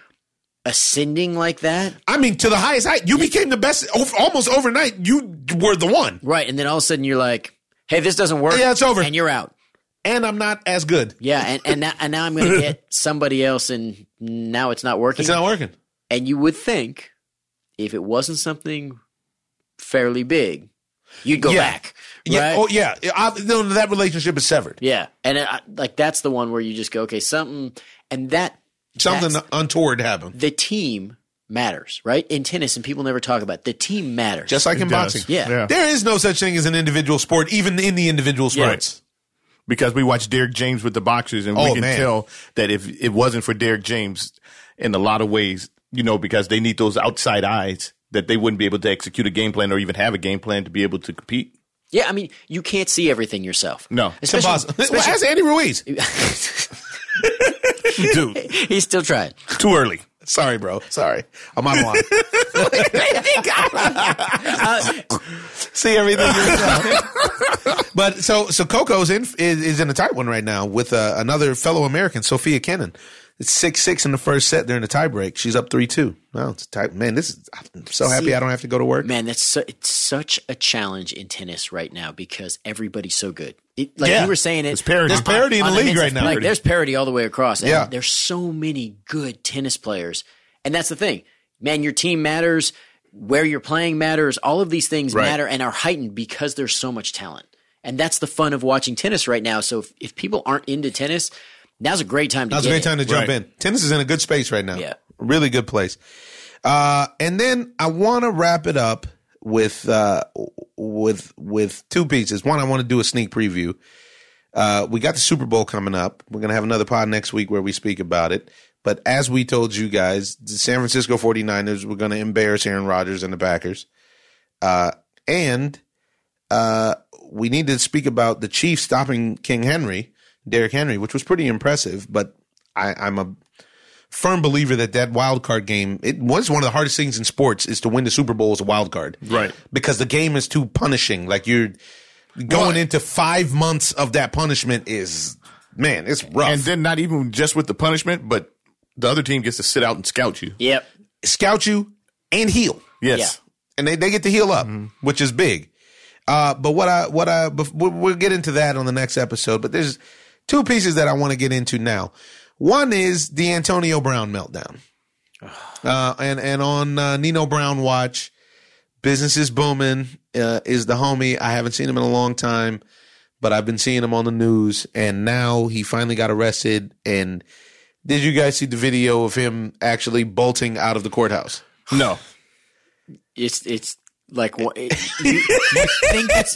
ascending like that, I mean, to the highest height, you became the best over, almost overnight. You were the one, right, and then all of a sudden you're like, "Hey, this doesn't work." Yeah, it's over. and you're out. and I'm not as good. Yeah, and and now, and now I'm going to get somebody else, and now it's not working. It's not working. and you would think if it wasn't something fairly big, you'd go Yeah. back. Yeah. right? Oh, yeah. I, no, that relationship is severed. Yeah, and it, I- like that's the one where you just go, okay, something, and that Something that's- untoward happened. the team matters, right? In tennis, and people never talk about it, the team matters. Just like in does. boxing. Yeah. Yeah. There is no such thing as an individual sport, even in the individual Yeah. sports. because we watch Derek James with the boxers, and Oh, we can man. tell that if it wasn't for Derek James, in a lot of ways, you know, because they need those outside eyes that they wouldn't be able to execute a game plan or even have a game plan to be able to compete. yeah, I mean, you can't see everything yourself. No. It's impossible. Well, ask Andy Ruiz. Dude, He's still trying. too early. Sorry, bro. Sorry. I'm on one. See everything yourself. but so so Coco's in is, is in a tight one right now with uh, another fellow American, Sophia Kennan. It's six six in the first set during the tiebreak. She's up three two. Wow, it's a tight man. This is I'm so happy See- I don't have to go to work. Man, that's su- it's such a challenge in tennis right now because everybody's so good. It, like Yeah. you were saying, it, There's parity. There's parity in on the league men's- right now. Like, there's parity all the way across. And Yeah. There's so many good tennis players. And that's the thing. Man, your team matters. Where you're playing matters. All of these things matter and are heightened because there's so much talent. And that's the fun of watching tennis right now. So if, if people aren't into tennis, now's a great time to Now's a get great in. time to jump in. Tennis is in a good space right now. Yeah. Really good place. Uh, and then I want to wrap it up with uh, with with two pieces. One, I want to do a sneak preview. Uh, we got the Super Bowl coming up. We're going to have another pod next week where we speak about it. But as we told you guys, the San Francisco 49ers were going to embarrass Aaron Rodgers and the Packers. Uh, and uh, we need to speak about the Chiefs stopping King Henry, Derrick Henry, which was pretty impressive. But I, I'm a firm believer that that wild card game it was one of the hardest things in sports is to win the Super Bowl as a wild card, Right. Because the game is too punishing. Like you're going into five months of that punishment is man, it's rough. And then not even just with the punishment, but the other team gets to sit out and scout you. Yep. Scout you and heal. Yes. and they, they get to heal up, which is big. Uh, but what I what I bef- we'll we'll get into that on the next episode. But there's two pieces that I want to get into now. One is the Antonio Brown meltdown, uh, and and on uh, Nino Brown watch, business is booming. Uh, is the homie? I haven't seen him in a long time, but I've been seeing him on the news, and now he finally got arrested. And did you guys see the video of him actually bolting out of the courthouse? No. It's it's like what it, you, you think it's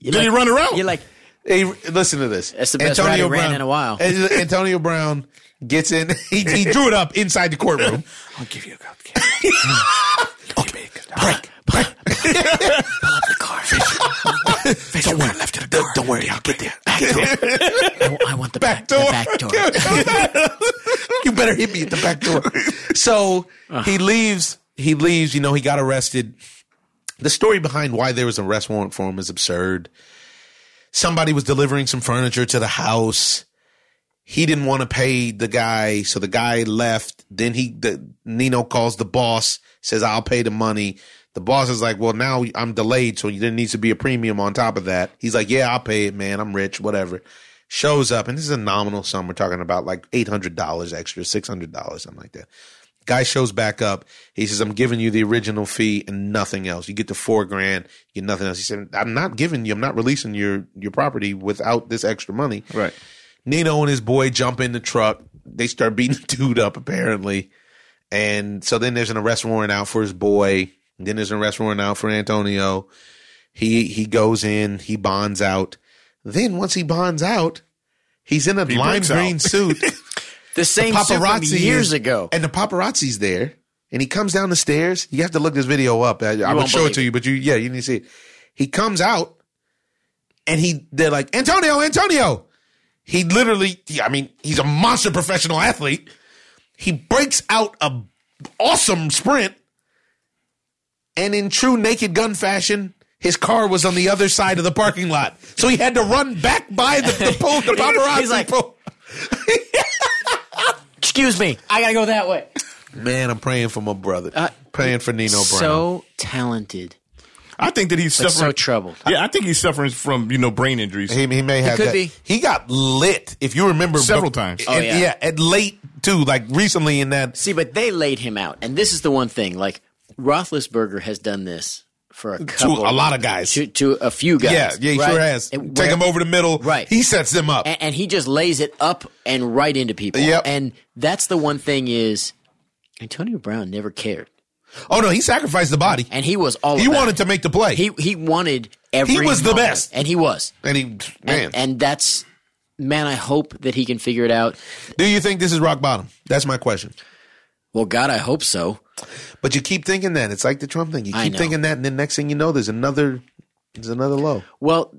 Did he run around? You're like Hey, listen to this. That's the best route he ran in a while. Antonio Brown gets in. He, he drew it up inside the courtroom. I'll give you a cup. the car. Don't worry, left it. Don't, don't worry, I'll get there. I, wa- I want the back, door. The back door. you better hit me at the back door. So Uh. he leaves. He leaves. You know, he got arrested. The story behind why there was an arrest warrant for him is absurd. Somebody was delivering some furniture to the house. He didn't want to pay the guy, so the guy left. Then he, the, Nino calls the boss, says, "I'll pay the money." The boss is like, "Well, now I'm delayed, so there needs to be a premium on top of that." He's like, "Yeah, I'll pay it, man. I'm rich, whatever." shows up, and this is a nominal sum. We're talking about like eight hundred dollars extra, six hundred dollars, something like that. Guy shows back up. He says, "I'm giving you the original fee and nothing else. You get the four grand, you get nothing else." He said, "I'm not giving you. I'm not releasing your your property without this extra money." Right. Nino and his boy jump in the truck. They start beating the dude up, apparently. And so then there's an arrest warrant out for his boy. Then there's an arrest warrant out for Antonio. He he goes in, he bonds out. Then once he bonds out, he's in a He lime breaks out. green suit. The same suit from paparazzi years is- ago. and the paparazzi's there. And he comes down the stairs. You have to look this video up. I, I would won't show it believe to you, but you yeah, you need to see it. He comes out and he they're like, Antonio, Antonio. He literally I mean, he's a monster professional athlete. He breaks out a awesome sprint. And in true naked gun fashion, his car was on the other side of the parking lot. So he had to run back by the, the, po- the paparazzi. He's like- po- Excuse me, I gotta go that way. Man, I'm praying for my brother. praying for Nino Brown. Uh, So talented, I think that he's but so suffering. troubled. yeah, I think he's suffering from you know brain injuries. He, he may have could that. be. He got lit, if you remember, Several but- times. and- Oh, yeah. yeah, at late too, like recently in that. See, but they laid him out, and this is the one thing. Like Roethlisberger has done this for a To couple, a lot of guys. to, to a few guys. yeah, yeah, he oh, right? sure has. And Take where- him over the middle. Right. He sets them up. and, and he just lays it up and right into people. Yep. And that's the one thing is Antonio Brown never cared, oh no, he sacrificed the body. and he was all He about wanted it. to make the play. He he wanted every. was the moment, best. and he was. and he man. And, and that's man. I hope that he can figure it out. do you think this is rock bottom? That's my question. Well, God, I hope so. But you keep thinking that. It's like the Trump thing. You I keep know. thinking that, and then next thing you know, there's another there's another low. Well,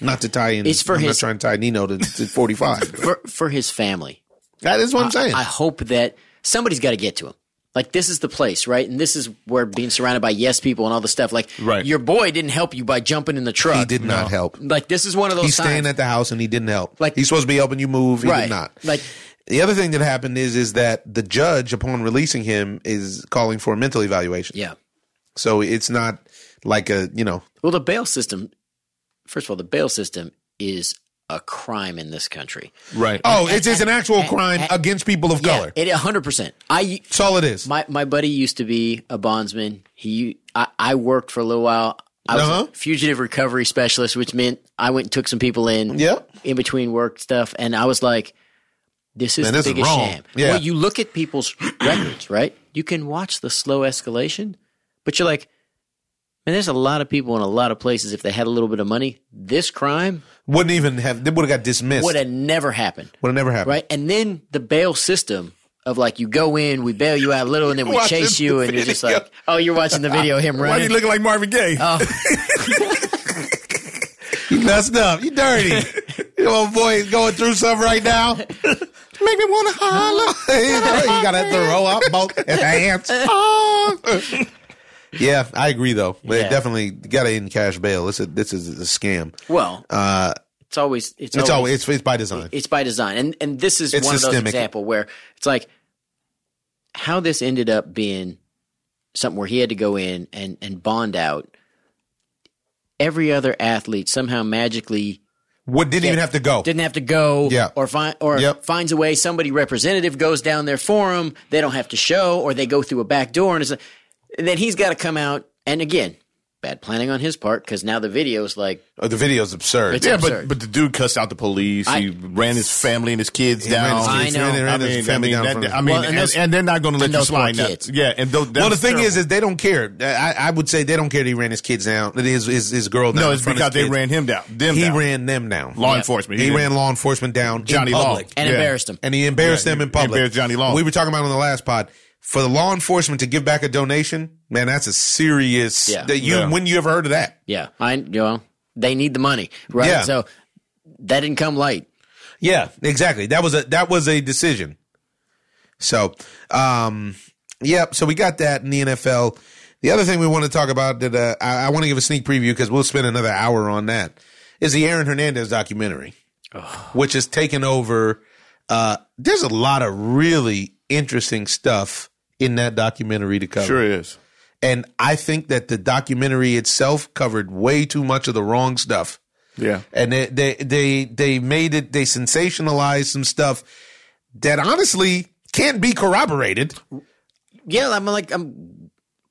Not to tie in It's for I'm his- not trying to tie Nino to, to forty five. for for his family, that is what I'm saying. I hope that somebody's got to get to him. Like this is the place, right? And this is where being surrounded by yes people and all the stuff. Like Right. your boy didn't help you by jumping in the truck. he did not help. Like this is one of those. He's signs. staying at the house and he didn't help. Like- he's supposed to be helping you move. He right. did not. Like the other thing that happened is is that the judge, upon releasing him, is calling for a mental evaluation. yeah. So it's not like a you know Well, the bail system. First of all, the bail system is a crime in this country. right. oh it's, it's an actual crime against people of color. Yeah, it hundred percent. I That's all it is. my my buddy used to be a bondsman. He I, I worked for a little while. I was Uh-huh. a fugitive recovery specialist, which meant I went and took some people in. Yep. in between work stuff, and I was like, "This is Man, the this is biggest wrong. sham." Yeah. Well, you look at people's records, right? You can watch the slow escalation, but you're like, "Man, there's a lot of people in a lot of places. If they had a little bit of money, this crime Wouldn't even have. They would have got dismissed. would Would have never happened." have never happened. right? And then the bail system of like you go in, we bail you out a little, and then we Watching chase you, the and you're just video. like, oh, you're watching the video of him Why are you running. Oh, looking like Marvin Gaye? You messed up. You dirty. Your old boy is going through something right now. Make me want to holler. you gotta throw up both hands. Oh. yeah, I agree though. But Yeah. definitely gotta end cash bail. This is this is a scam. Well, Uh, it's always it's, it's always, always it's, it's by design. it's by design, and and this is It's one of systemic. those example where it's like how this ended up being something where he had to go in and and bond out. Every other athlete somehow magically What didn't even have to go. didn't have to go Yeah. or find or Yep. finds a way somebody representative goes down there for him they don't have to show or they go through a back door and, it's a, and then he's got to come out and again bad planning on his part because now the video's like Oh, the video's absurd. It's yeah, absurd. but but the dude cussed out the police. he I- ran his family and his kids ran down. his kids- I know. I ran- ran his mean, I family mean, down that- from- I mean, Well, and and, those- and they're not going to let and you those poor slide now. kids. Yeah, and th- Well, the thing is, is they don't care. I, I would say they don't care that he ran his kids down. That his his, his girl down. no, in it's front of because they his kids. ran him down. Them He down. ran them down. law enforcement. He didn't- ran law enforcement down. Johnny in Law public. and Yeah. embarrassed him and he embarrassed Yeah, them in he public. embarrassed Johnny Law. We were talking about it on the last pod for the law enforcement to give back a donation. Man, that's a serious. Yeah. That you Yeah. when you ever heard of that? yeah i you know they need the money right Yeah. so that didn't come light Yeah, exactly. That was a that was a decision. So, um, yep. So we got that in the NFL. The other thing we want to talk about that uh, I, I want to give a sneak preview because we'll spend another hour on that is the Aaron Hernandez documentary, which has taken over. Uh, there's a lot of really interesting stuff in that documentary to cover. Sure is. And I think that the documentary itself covered way too much of the wrong stuff. Yeah. and they they they, they made it. They sensationalized some stuff that honestly can't be corroborated. Yeah, I'm like I'm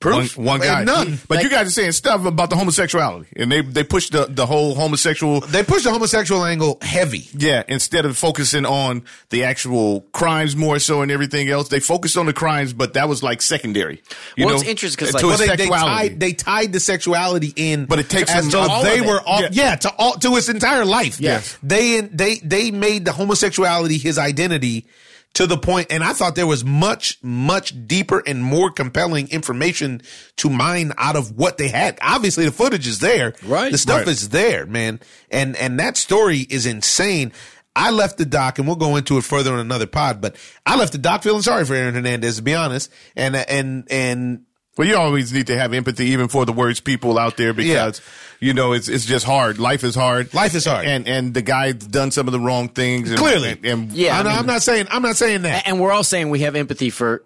One, proof. one guy. none. But Like- you guys are saying stuff about the homosexuality, and they they push the the whole homosexual. They pushed the homosexual angle heavy. Yeah, instead of focusing on the actual crimes more so and everything else, they focused on the crimes, but that was like secondary. You Well, know, it's interesting 'cause, to like- his They, Well, they sexuality. tied they tied the sexuality in, But it takes as them though all they of it. were all yeah. Yeah. to all to his entire life. Yes. they they they made the homosexuality his identity to the point, and I thought there was much much deeper and more compelling information to mine out of what they had. Obviously, the footage is there, Right. The stuff Right. is there, man, and and that story is insane. I left the doc, and we'll go into it further on another pod. But I left the doc feeling sorry for Aaron Hernandez, to be honest, and and and Well, you always need to have empathy, even for the worst people out there, because you know it's it's just hard. Life is hard. Life is hard. and and the guy's done some of the wrong things. And, Clearly. and, and- Yeah, I know, I mean- I'm not saying I'm not saying that. and we're all saying we have empathy for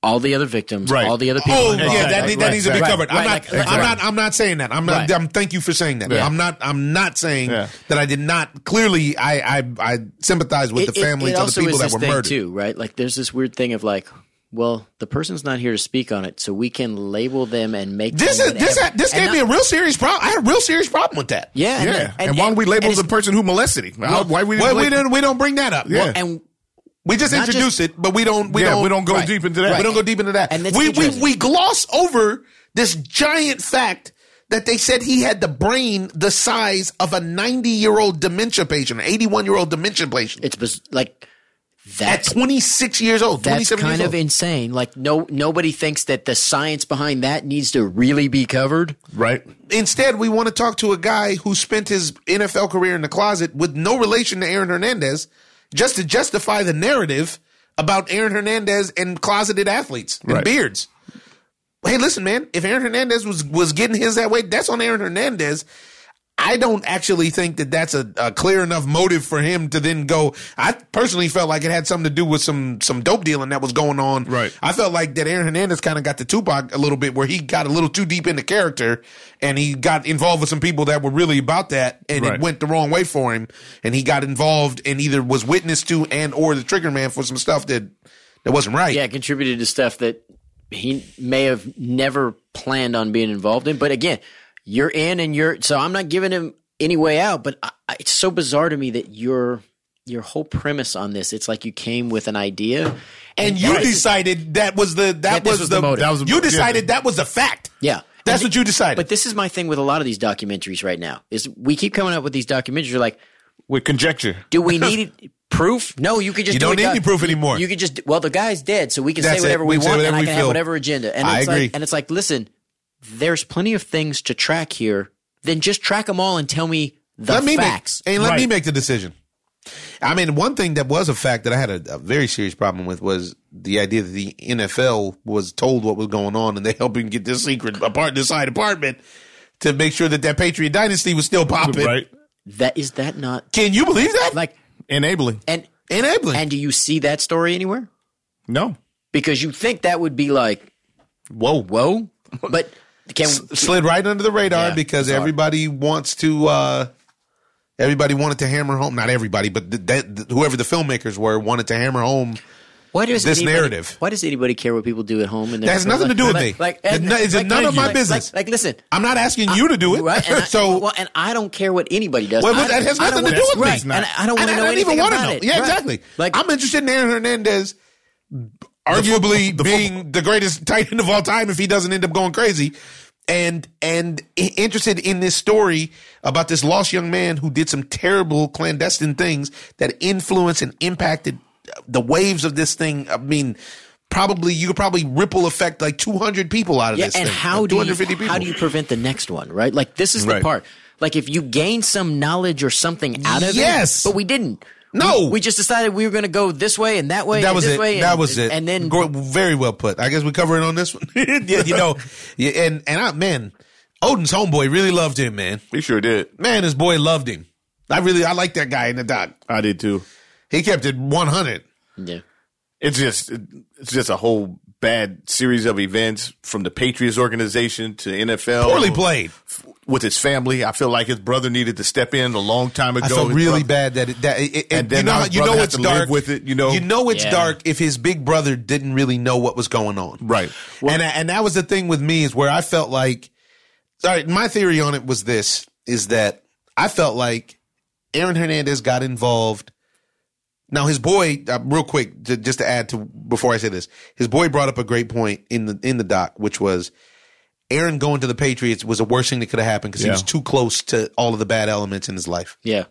all the other victims, Right. all the other people. Oh involved. yeah, that, Like, that right, needs to be right, covered. I'm right, not, like- I'm like- not, I'm not saying that. I'm not. Right. I'm, thank you for saying that. Yeah. I'm not. I'm not saying Yeah. that I did not. Clearly, I, I, I sympathize with It- the it- families it of also the people is that this were thing murdered. too, right? Like, there's this weird thing of like, well, the person's not here to speak on it, so we can label them and make This them is this. whatever. Had, this And gave me a not- real serious problem. I had a real serious problem with that. yeah, yeah. And, why don't we label and the it's- person who molested him? How- why we Well, didn't? we label- didn't. We don't bring that up. Yeah. and We just Not introduce just- it, but we don't. We Yeah, don't. we don't go deep into that. We Right. don't go deep into that. And that's we, we interesting. we gloss over this giant fact that they said he had the brain the size of a 90 year old dementia patient, an 81 year old dementia patient it's bes- like at that's 26 years old. that's 27 kind years of old. insane. Like, no, nobody thinks that the science behind that needs to really be covered. right. Instead, we want to talk to a guy who spent his NFL career in the closet with no relation to Aaron Hernandez, just to justify the narrative about Aaron Hernandez and closeted athletes and Right. beards. Hey, listen, man. If Aaron Hernandez was was getting his that way, that's on Aaron Hernandez. I don't actually think that that's a, a clear enough motive for him to then go. I personally felt like it had something to do with some some dope dealing that was going on. Right. I felt like that Aaron Hernandez kind of got the Tupac a little bit, where he got a little too deep into character, and he got involved with some people that were really about that, and it Right. went the wrong way for him, and he got involved and either was witness to and or the trigger man for some stuff that that wasn't right. yeah, contributed to stuff that he may have never planned on being involved in. But again, you're in and you're so I'm not giving him any way out. But I, I- it's so bizarre to me that your your whole premise on this, it's like you came with an idea and you Right. decided that was the that, That this was, was the, the motive. that That was was- you decided that was the fact. Yeah. that's And what you decided. But this is my thing with a lot of these documentaries right now is we keep coming up with these documentaries. You're like, With conjecture. do we need proof? No, you could just You do don't a need doc- any proof anymore. You could just well, the guy's dead, so we can That's it. say whatever We we, can say want, whatever and I we can have feel. whatever agenda. And I it's agree. Like, and it's like, listen, there's plenty of things to track here. Then just track them all and tell me the let me facts. make, and let me Right. make the decision. I mean, one thing that was a fact that I had a, a very serious problem with was the idea that the NFL was told what was going on, and they helped him get this secret apart, this side apartment, to make sure that that Patriot dynasty was still popping. Right. that is that not Can you believe that? like Enabling. and Enabling. and do you see that story anywhere? No. Because you think that would be like whoa, whoa, but can slid right under the radar Yeah, because everybody wants to uh everybody wanted to hammer home not everybody but th- that th- whoever the filmmakers were wanted to hammer home Why does this anybody- narrative. Why does anybody care what people do at home? And That has nothing to do with me. Like, It- no- it's none of my like- business. Like, like, listen, i'm not asking you to do it right? And I- so well, and I don't care what anybody does. well, I but that don't- has I nothing don't to do wanna- with right, me And I, I don't want to know don't anything even wanna about know it. yeah Right. exactly Like, i'm interested in aaron hernandez arguably being the greatest tight end of all time if he doesn't end up going crazy and and i- interested in this story about this lost young man who did some terrible clandestine things that influenced and impacted the waves of this thing i mean probably you could probably ripple effect like 200 people out of yeah, this and thing, how or do 250 you people how do you prevent the next one? Right? Like, this is Right. the part. Like, if you gain some knowledge or something out of it, Yes. but we didn't. No. we, we just decided we were going to go this way and that way. That and was this it. Way that and- was it. And then Gro- very well put. I guess we're covering on this one. yeah, you know, yeah, and and I man, Odin's homeboy really loved him. Man, We sure did. man, his boy loved him. I really, I like that guy in the doc. I did too. He kept it one hundred. yeah. It's just it's just a whole bad series of events from the Patriots organization to NFL. Poorly played. with his family. I feel like his brother needed to step in a long time ago. I felt His really brother- bad that it, that it, it- And you then know our how- you brother know had it's to live dark with it, you know? you know it's Yeah. dark if his big brother didn't really know what was going on Right. and I- and that was the thing with me is where I felt like all right my theory on it was this is that I felt like Aaron Hernandez got involved now his boy uh, real quick to, just to add to before I say this his boy brought up a great point in the in the doc which was Aaron going to the Patriots was the worst thing that could have happened because he Yeah. was too close to all of the bad elements in his life. Yeah.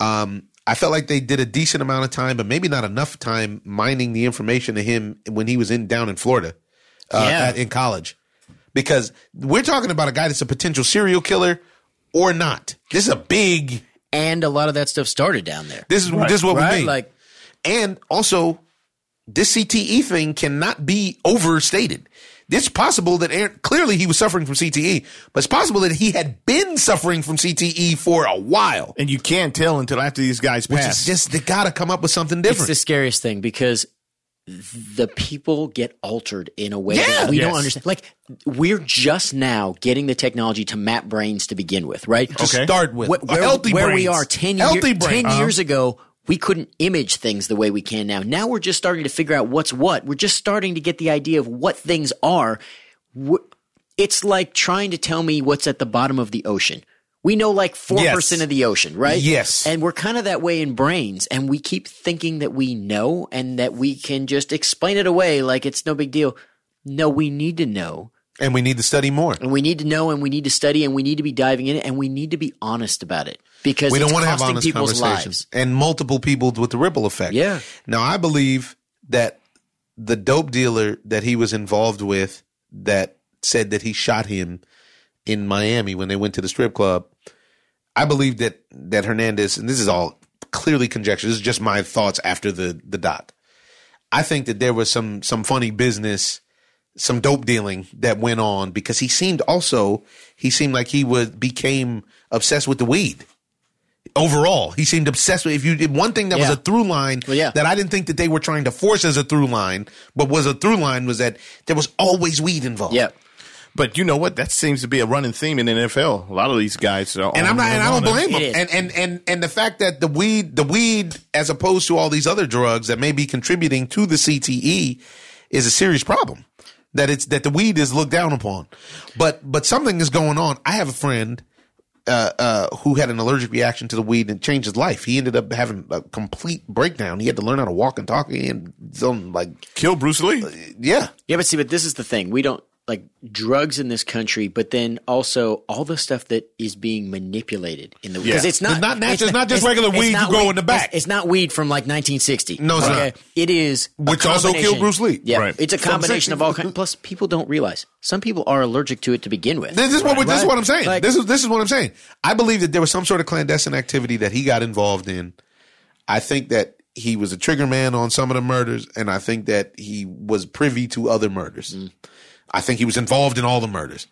I felt like they did a decent amount of time, but maybe not enough time mining the information to him when he was in down in Florida, uh, Yeah. at- in college, because we're talking about a guy that's a potential serial killer or not. This is a big. And a lot of that stuff started down there. This is this is what we Right? mean. Like, and also, this CTE thing cannot be overstated. It's possible that Aaron, clearly he was suffering from CTE, but it's possible that he had been suffering from CTE for a while, And you can't tell until after these guys which pass. is just they got to come up with something different. it's the scariest thing because the people get altered in a way Yeah. that we don't Yes. understand. Like, we're just now getting the technology to map brains to begin with, right? Okay. start with. Wh- where, healthy where we brains. are 10, year- healthy brains. 10 years ago we couldn't image things the way we can now now we're just starting to figure out what's what we're just starting to get the idea of what things are Wh- it's like trying to tell me what's at the bottom of the ocean we know like 4% Yes. of the ocean right Yes. and we're kind of that way in brains and we keep thinking that we know and that we can just explain it away like it's no big deal no we need to know and we need to study more. and we need to know and we need to study and we need to be diving in it and we need to be honest about it because We it's don't want to have costing honest people's conversations lives. and multiple people with the ripple effect. Yeah. Now I believe that the dope dealer that he was involved with that said that he shot him in Miami when they went to the strip club. I believe that that Hernandez and this is all clearly conjecture. This is just my thoughts after the the doc. I think that there was some some funny business, some dope dealing that went on because he seemed also he seemed like he was became obsessed with the weed. Overall, he seemed obsessed with. If you did one thing that Yeah. was a through line Well, yeah. that I didn't think that they were trying to force as a through line, but was a through line was that there was always weed involved. Yeah. but you know what? That seems to be a running theme in the NFL. A lot of these guys are. and I'm not, and I don't blame him. It is. And and and and the fact that the weed, the weed, as opposed to all these other drugs that may be contributing to the CTE, is a serious problem. That it's that the weed is looked down upon, but but something is going on. I have a friend uh, uh, who had an allergic reaction to the weed and it changed his life. He ended up having a complete breakdown. He had to learn how to walk and talk and some like Kill Bruce Lee. yeah. Yeah, but see, but this is the thing. We don't like drugs in this country, but then also all the stuff that is being manipulated in the because Yeah. it's not It's not natural. It's not just regular weed not you grow weed- in the back. It's, it's not weed from like 1960. No, it's not. It is a Which also combination- killed Bruce Lee. Yeah, Right. it's a From combination 60. of all kinds. Plus, people don't realize some people are allergic to it to begin with. This is what this is what I'm saying. Like- this is this is what I'm saying. I believe that there was some sort of clandestine activity that he got involved in. I think that he was a trigger man on some of the murders, and I think that he was privy to other murders. I think he was involved in all the murders.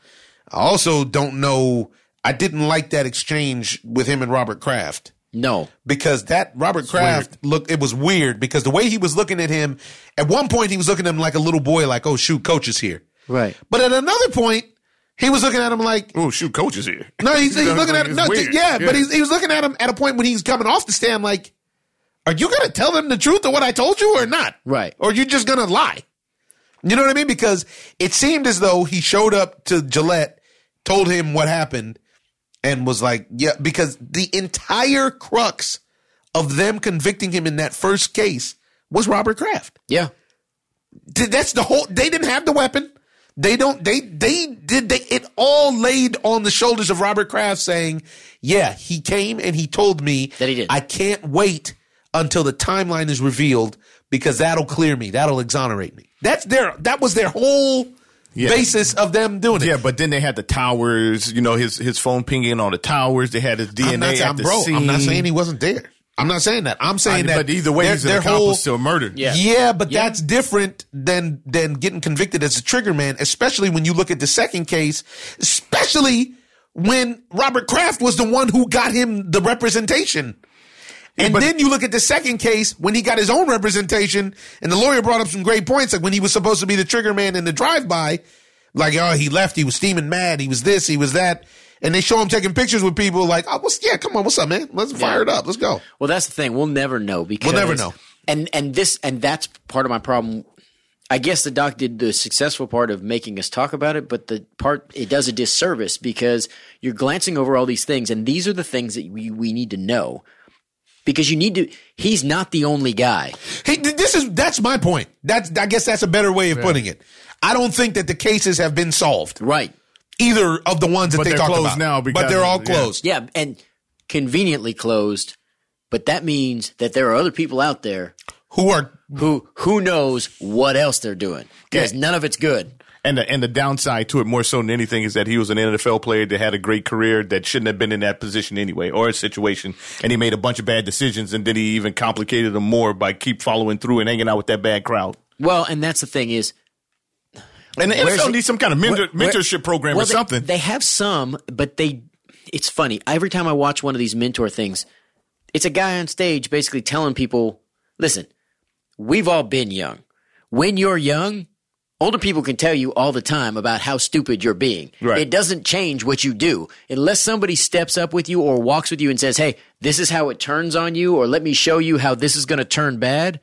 I also don't know. I didn't like that exchange with him and Robert Kraft No, because that Robert Kraft looked it was weird because the way he was looking at him at one point he was looking at him like a little boy like oh shoot coach is here Right. but at another point he was looking at him like Oh shoot, coach is here. no, he's, he's That looking at is him. No, weird. yeah, Yeah. but he's, he was looking at him at a point when he's coming off the stand. Like, are you gonna tell them the truth of what I told you or not? Right. Or you just gonna lie? You know what I mean? Because it seemed as though he showed up to Gillette, told him what happened, and was like, yeah. Because the entire crux of them convicting him in that first case was Robert Kraft. yeah, Th- that's the whole they didn't have the weapon they don't they they did they it all laid on the shoulders of robert kraft saying yeah he came and he told me That he did. i can't wait until the timeline is revealed because that'll clear me that'll exonerate me that's their that was their whole basis of them doing it Yeah, but then they had the towers. You know, his his phone pinging on the towers. They had his DNA I'm not, at saying, the bro, scene. I'm not saying he wasn't there i'm not saying that i'm I saying mean, that but either way, their- he's an their whole- accomplice to a murder. Yeah. Yeah, but Yeah. that's different than than getting convicted as a trigger man, especially when you look at the second case, especially when Robert Kraft was the one who got him the representation. And but- then you look at the second case when he got his own representation, and the lawyer brought up some great points, like when he was supposed to be the trigger man in the drive by, like, oh, he left, he was steaming mad, he was this, he was that. And they show him taking pictures with people, like, oh, what's, yeah, come on, what's up, man? Let's fire Yeah. it up, let's go. Well, that's the thing. We'll never know because never know. And and this and that's part of my problem. I guess the doc did the successful part of making us talk about it, but the part it does a disservice because you're glancing over all these things, and these are the things that we, we need to know because you need to. He's not the only guy. Hey, th- this is that's my point. That's I guess that's a better way of putting it. I don't think that the cases have been solved Right. either of the ones that But they they're talked closed about now because but they're all of- yeah. closed. Yeah, and conveniently closed, but that means that there are other people out there Who are who who knows what else they're doing because Yeah. none of it's good. And the, and the downside to it more so than anything is that he was an NFL player that had a great career that shouldn't have been in that position anyway or a situation and he made a bunch of bad decisions and then he even complicated them more by keep following through and hanging out with that bad crowd. Well, and that's the thing is And the Where's NFL it- needs some kind of mentor, Where- mentorship program well, or they- something. They, have some, but they. It's funny. Every time I watch one of these mentor things, it's a guy on stage basically telling people, "Listen, we've all been young. When you're young." Older people can tell you all the time about how stupid you're being. Right. It doesn't change what you do unless somebody steps up with you or walks with you and says, "Hey, this is how it turns on you," or "Let me show you how this is going to turn bad."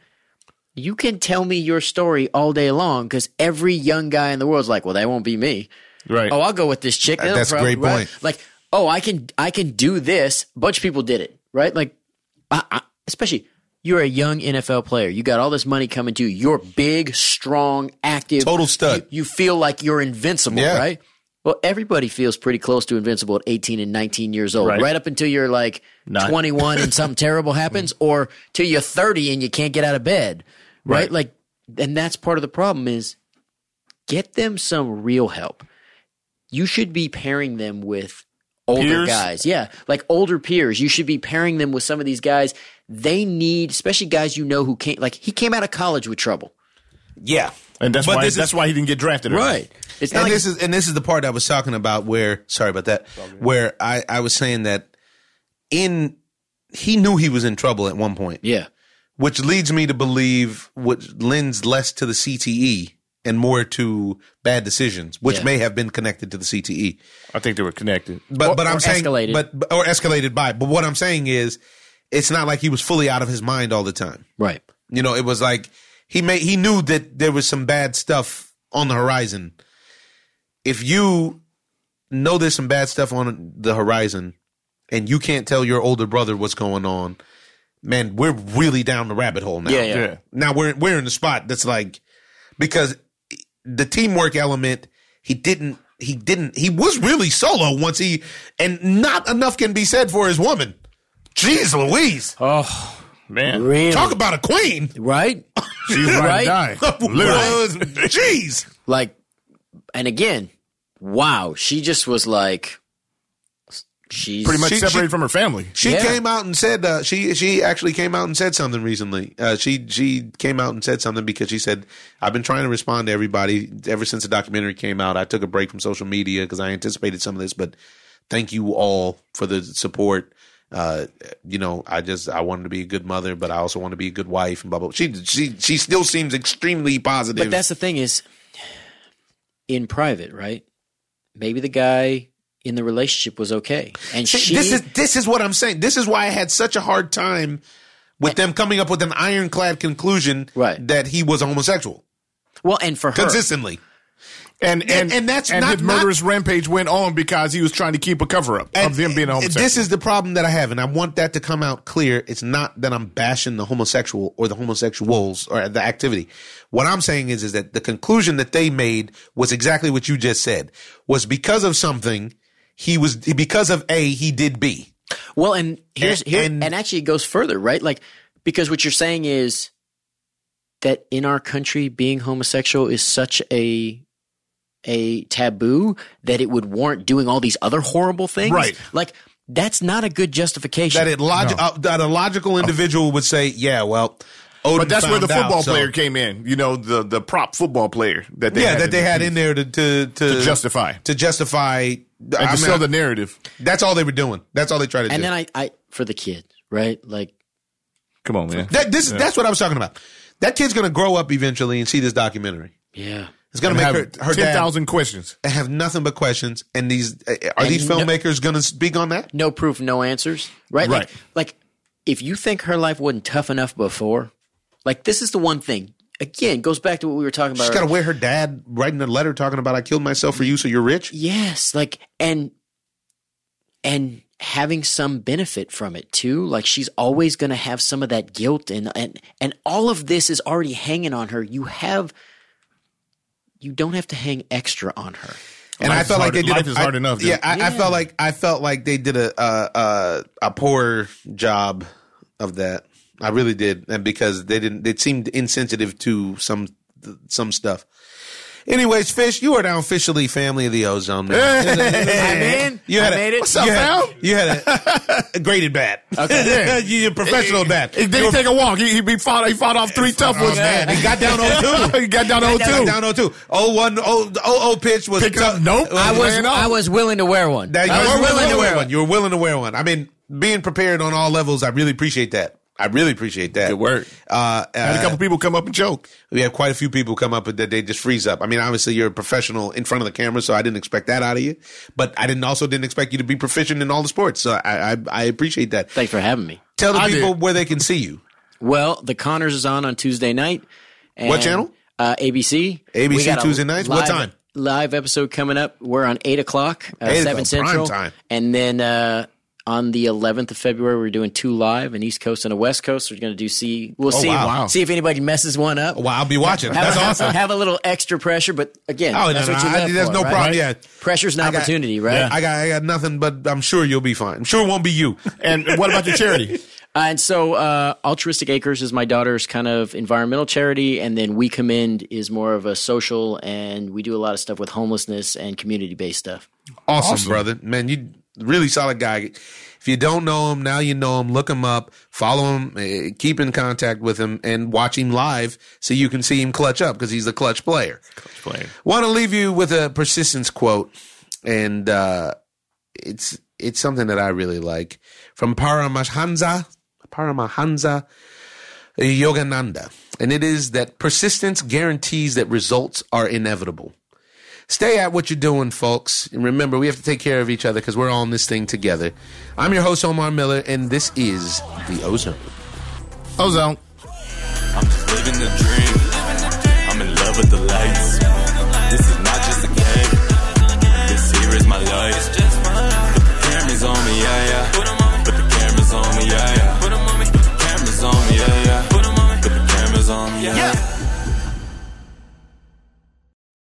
You can tell me your story all day long because every young guy in the world's like, "Well, that won't be me." right. Oh, I'll go with this chick. that's a great right? point. Like, oh, I can I can do this. A bunch of people did it, right? Like, I, I, especially you're a young NFL player. You got all this money coming to you. You're big, strong, active, Total stud. You, you feel like you're invincible, Yeah. right? Well, everybody feels pretty close to invincible at 18 and 19 years old, right, Right. up until you're like 21 and something terrible happens, or till you're 30 and you can't get out of bed, right? Like, and that's part of the problem is get them some real help you should be pairing them with older Peers? guys. Yeah, like older peers. You should be pairing them with some of these guys. They need, especially guys you know who can't. Like he came out of college with trouble. yeah. and that's But why this is- that's why he didn't get drafted. early. It's not And like, this is and this is the part I was talking about where sorry about that where I I was saying that in he knew he was in trouble at one point. yeah, which leads me to believe which lends less to the CTE and more to bad decisions, which Yeah. may have been connected to the E. CTE. I think they were connected. But Or- but I'm or saying escalated. but but- or escalated by. But what I'm saying is, it's not like he was fully out of his mind all the time. right. You know, it was like he made he knew that there was some bad stuff on the horizon. If you know there's some bad stuff on the horizon and you can't tell your older brother what's going on, man, we're really down the rabbit hole now. Yeah, yeah. Yeah. Now we're we're in the spot that's like because the teamwork element he didn't he didn't he was really solo once he and not enough can be said for his woman. Jeez Louise. Oh, Man. really? Talk about a queen. right? She's Right? right. Die. Literally. Was- Jeez. Like, and again, wow. She just was like, she's Pretty much She- separated she- from her family. She Yeah. came out and said uh, she she actually came out and said something recently. Uh, she she came out and said something because she said I've been trying to respond to everybody ever since the documentary came out. I took a break from social media because I anticipated some of this, but thank you all for the support. Uh, you know, I just I wanted to be a good mother, but I also want to be a good wife and blah blah. She she she still seems extremely positive. But that's the thing is, in private, right? Maybe the guy in the relationship was okay, and See, she. this is this is what I'm saying. This is why I had such a hard time with them coming up with an ironclad conclusion Right. that he was homosexual well, and for her, consistently. And And- and and that's and not- his murderous rampage went on because he was trying to keep a cover up of them being a homosexual. This is the problem that I have, and I want that to come out clear. It's not that I'm bashing the homosexual or the homosexuals or the activity. What I'm saying is, is that the conclusion that they made was exactly what you just said. Was because of something he was because of A he did B. Well, and here's And- here, and- and, actually it goes further, right? Like because what you're saying is that in our country, being homosexual is such a a taboo that it would warrant doing all these other horrible things, Right. Like that's not a good justification. That it log- uh, that a logical individual would say, yeah, well, Odin But that's where the found out, football so- player came in. You know, the the prop football player that they yeah, had that in they the had team. in there to to to, to justify and to justify. I to mean, sell the narrative. that's all they were doing. That's all they tried to and do. then I, I for the kid, right? Like Come on, man. That this that's what I was talking about. That kid's gonna grow up eventually and see this documentary. Yeah. It's gonna Have make her her ten dad thousand questions. have nothing but questions. And these uh, are And these no- filmmakers gonna speak on that? No proof, no answers. Right? Right. Like, like if you think her life wasn't tough enough before, like this is the one thing. Again, goes back to what we were talking about. She's Uh, gotta wear her dad writing a letter talking about I killed myself for you, so you're rich. Yes, like and and having some benefit from it too. Like she's always going to have some of that guilt and and and all of this is already hanging on her. You have you don't have to hang extra on her. and Life I is felt like hard- they did. life a, is hard I- enough, dude. Yeah, I, I felt like I felt like they did a uh, uh, a poor job of that. I really did, and because they didn't, they seemed insensitive to some some stuff. Anyways, Fish, you are now officially family of the ozone. Man. I'm in. You had I a- made it. What's up, You had- pal? You had a, a graded bat. Okay, you're a professional bat. Oh, He didn't take a walk. He, he, be fought, he fought off three tough ones. man. He got down 0-2. he got down Down, 0-2. down Oh, 02. 01, 00 oh, pitch was Oh, Pick up. tough. Nope. I was Laying off. I was willing to wear one. That you I were was willing, to wear one. one. You were willing to wear one. I mean, being prepared on all levels, I really appreciate that. I really appreciate that. Good work. Uh, Had a uh, couple people come up and joke. we had quite a few people come up that they just freeze up. I mean, obviously you're a professional in front of the camera, so I didn't expect that out of you. But I didn't also didn't expect you to be proficient in all the sports. So I I, I appreciate that. Thanks for having me. Tell the I people did. where they can see you. Well, the Connors is on on Tuesday night. And, What channel? Uh, ABC. ABC We got a Tuesday nights? What live- time? Live episode coming up. We're on eight o'clock, uh, 8 seven o'clock, prime central, time. and then uh, on the eleventh of February, we're doing two live, an East Coast and a West Coast. We're going to do see. We'll see Oh, wow. see if anybody messes one up. Well, I'll be watching. That's have, have- awesome. Have a little extra pressure, but again, Oh, no, that's no, what you I- live there's for, no right? problem, yeah. Pressure's an got- opportunity, right? I got I got nothing, but I'm sure you'll be fine. I'm sure it won't be you. And what about your charity? Uh, and so, uh, Altruistic Acres is my daughter's kind of environmental charity, and then We Commend is more of a social, and we do a lot of stuff with homelessness and community based stuff. Awesome, brother. Man, you really solid guy. If you don't know him, now you know him. Look him up, follow him, eh, keep in contact with him, and watch him live so you can see him clutch up because he's a clutch player. Clutch player. Want to leave you with a persistence quote, and uh, it's it's something that I really like from Paramahansa Paramahansa Yogananda, and it is that persistence guarantees that results are inevitable stay at what you're doing, folks. And remember, we have to take care of each other because we're all in this thing together. I'm your host, Omar Miller, and this is The Ozone. Ozone. I'm just living the dream.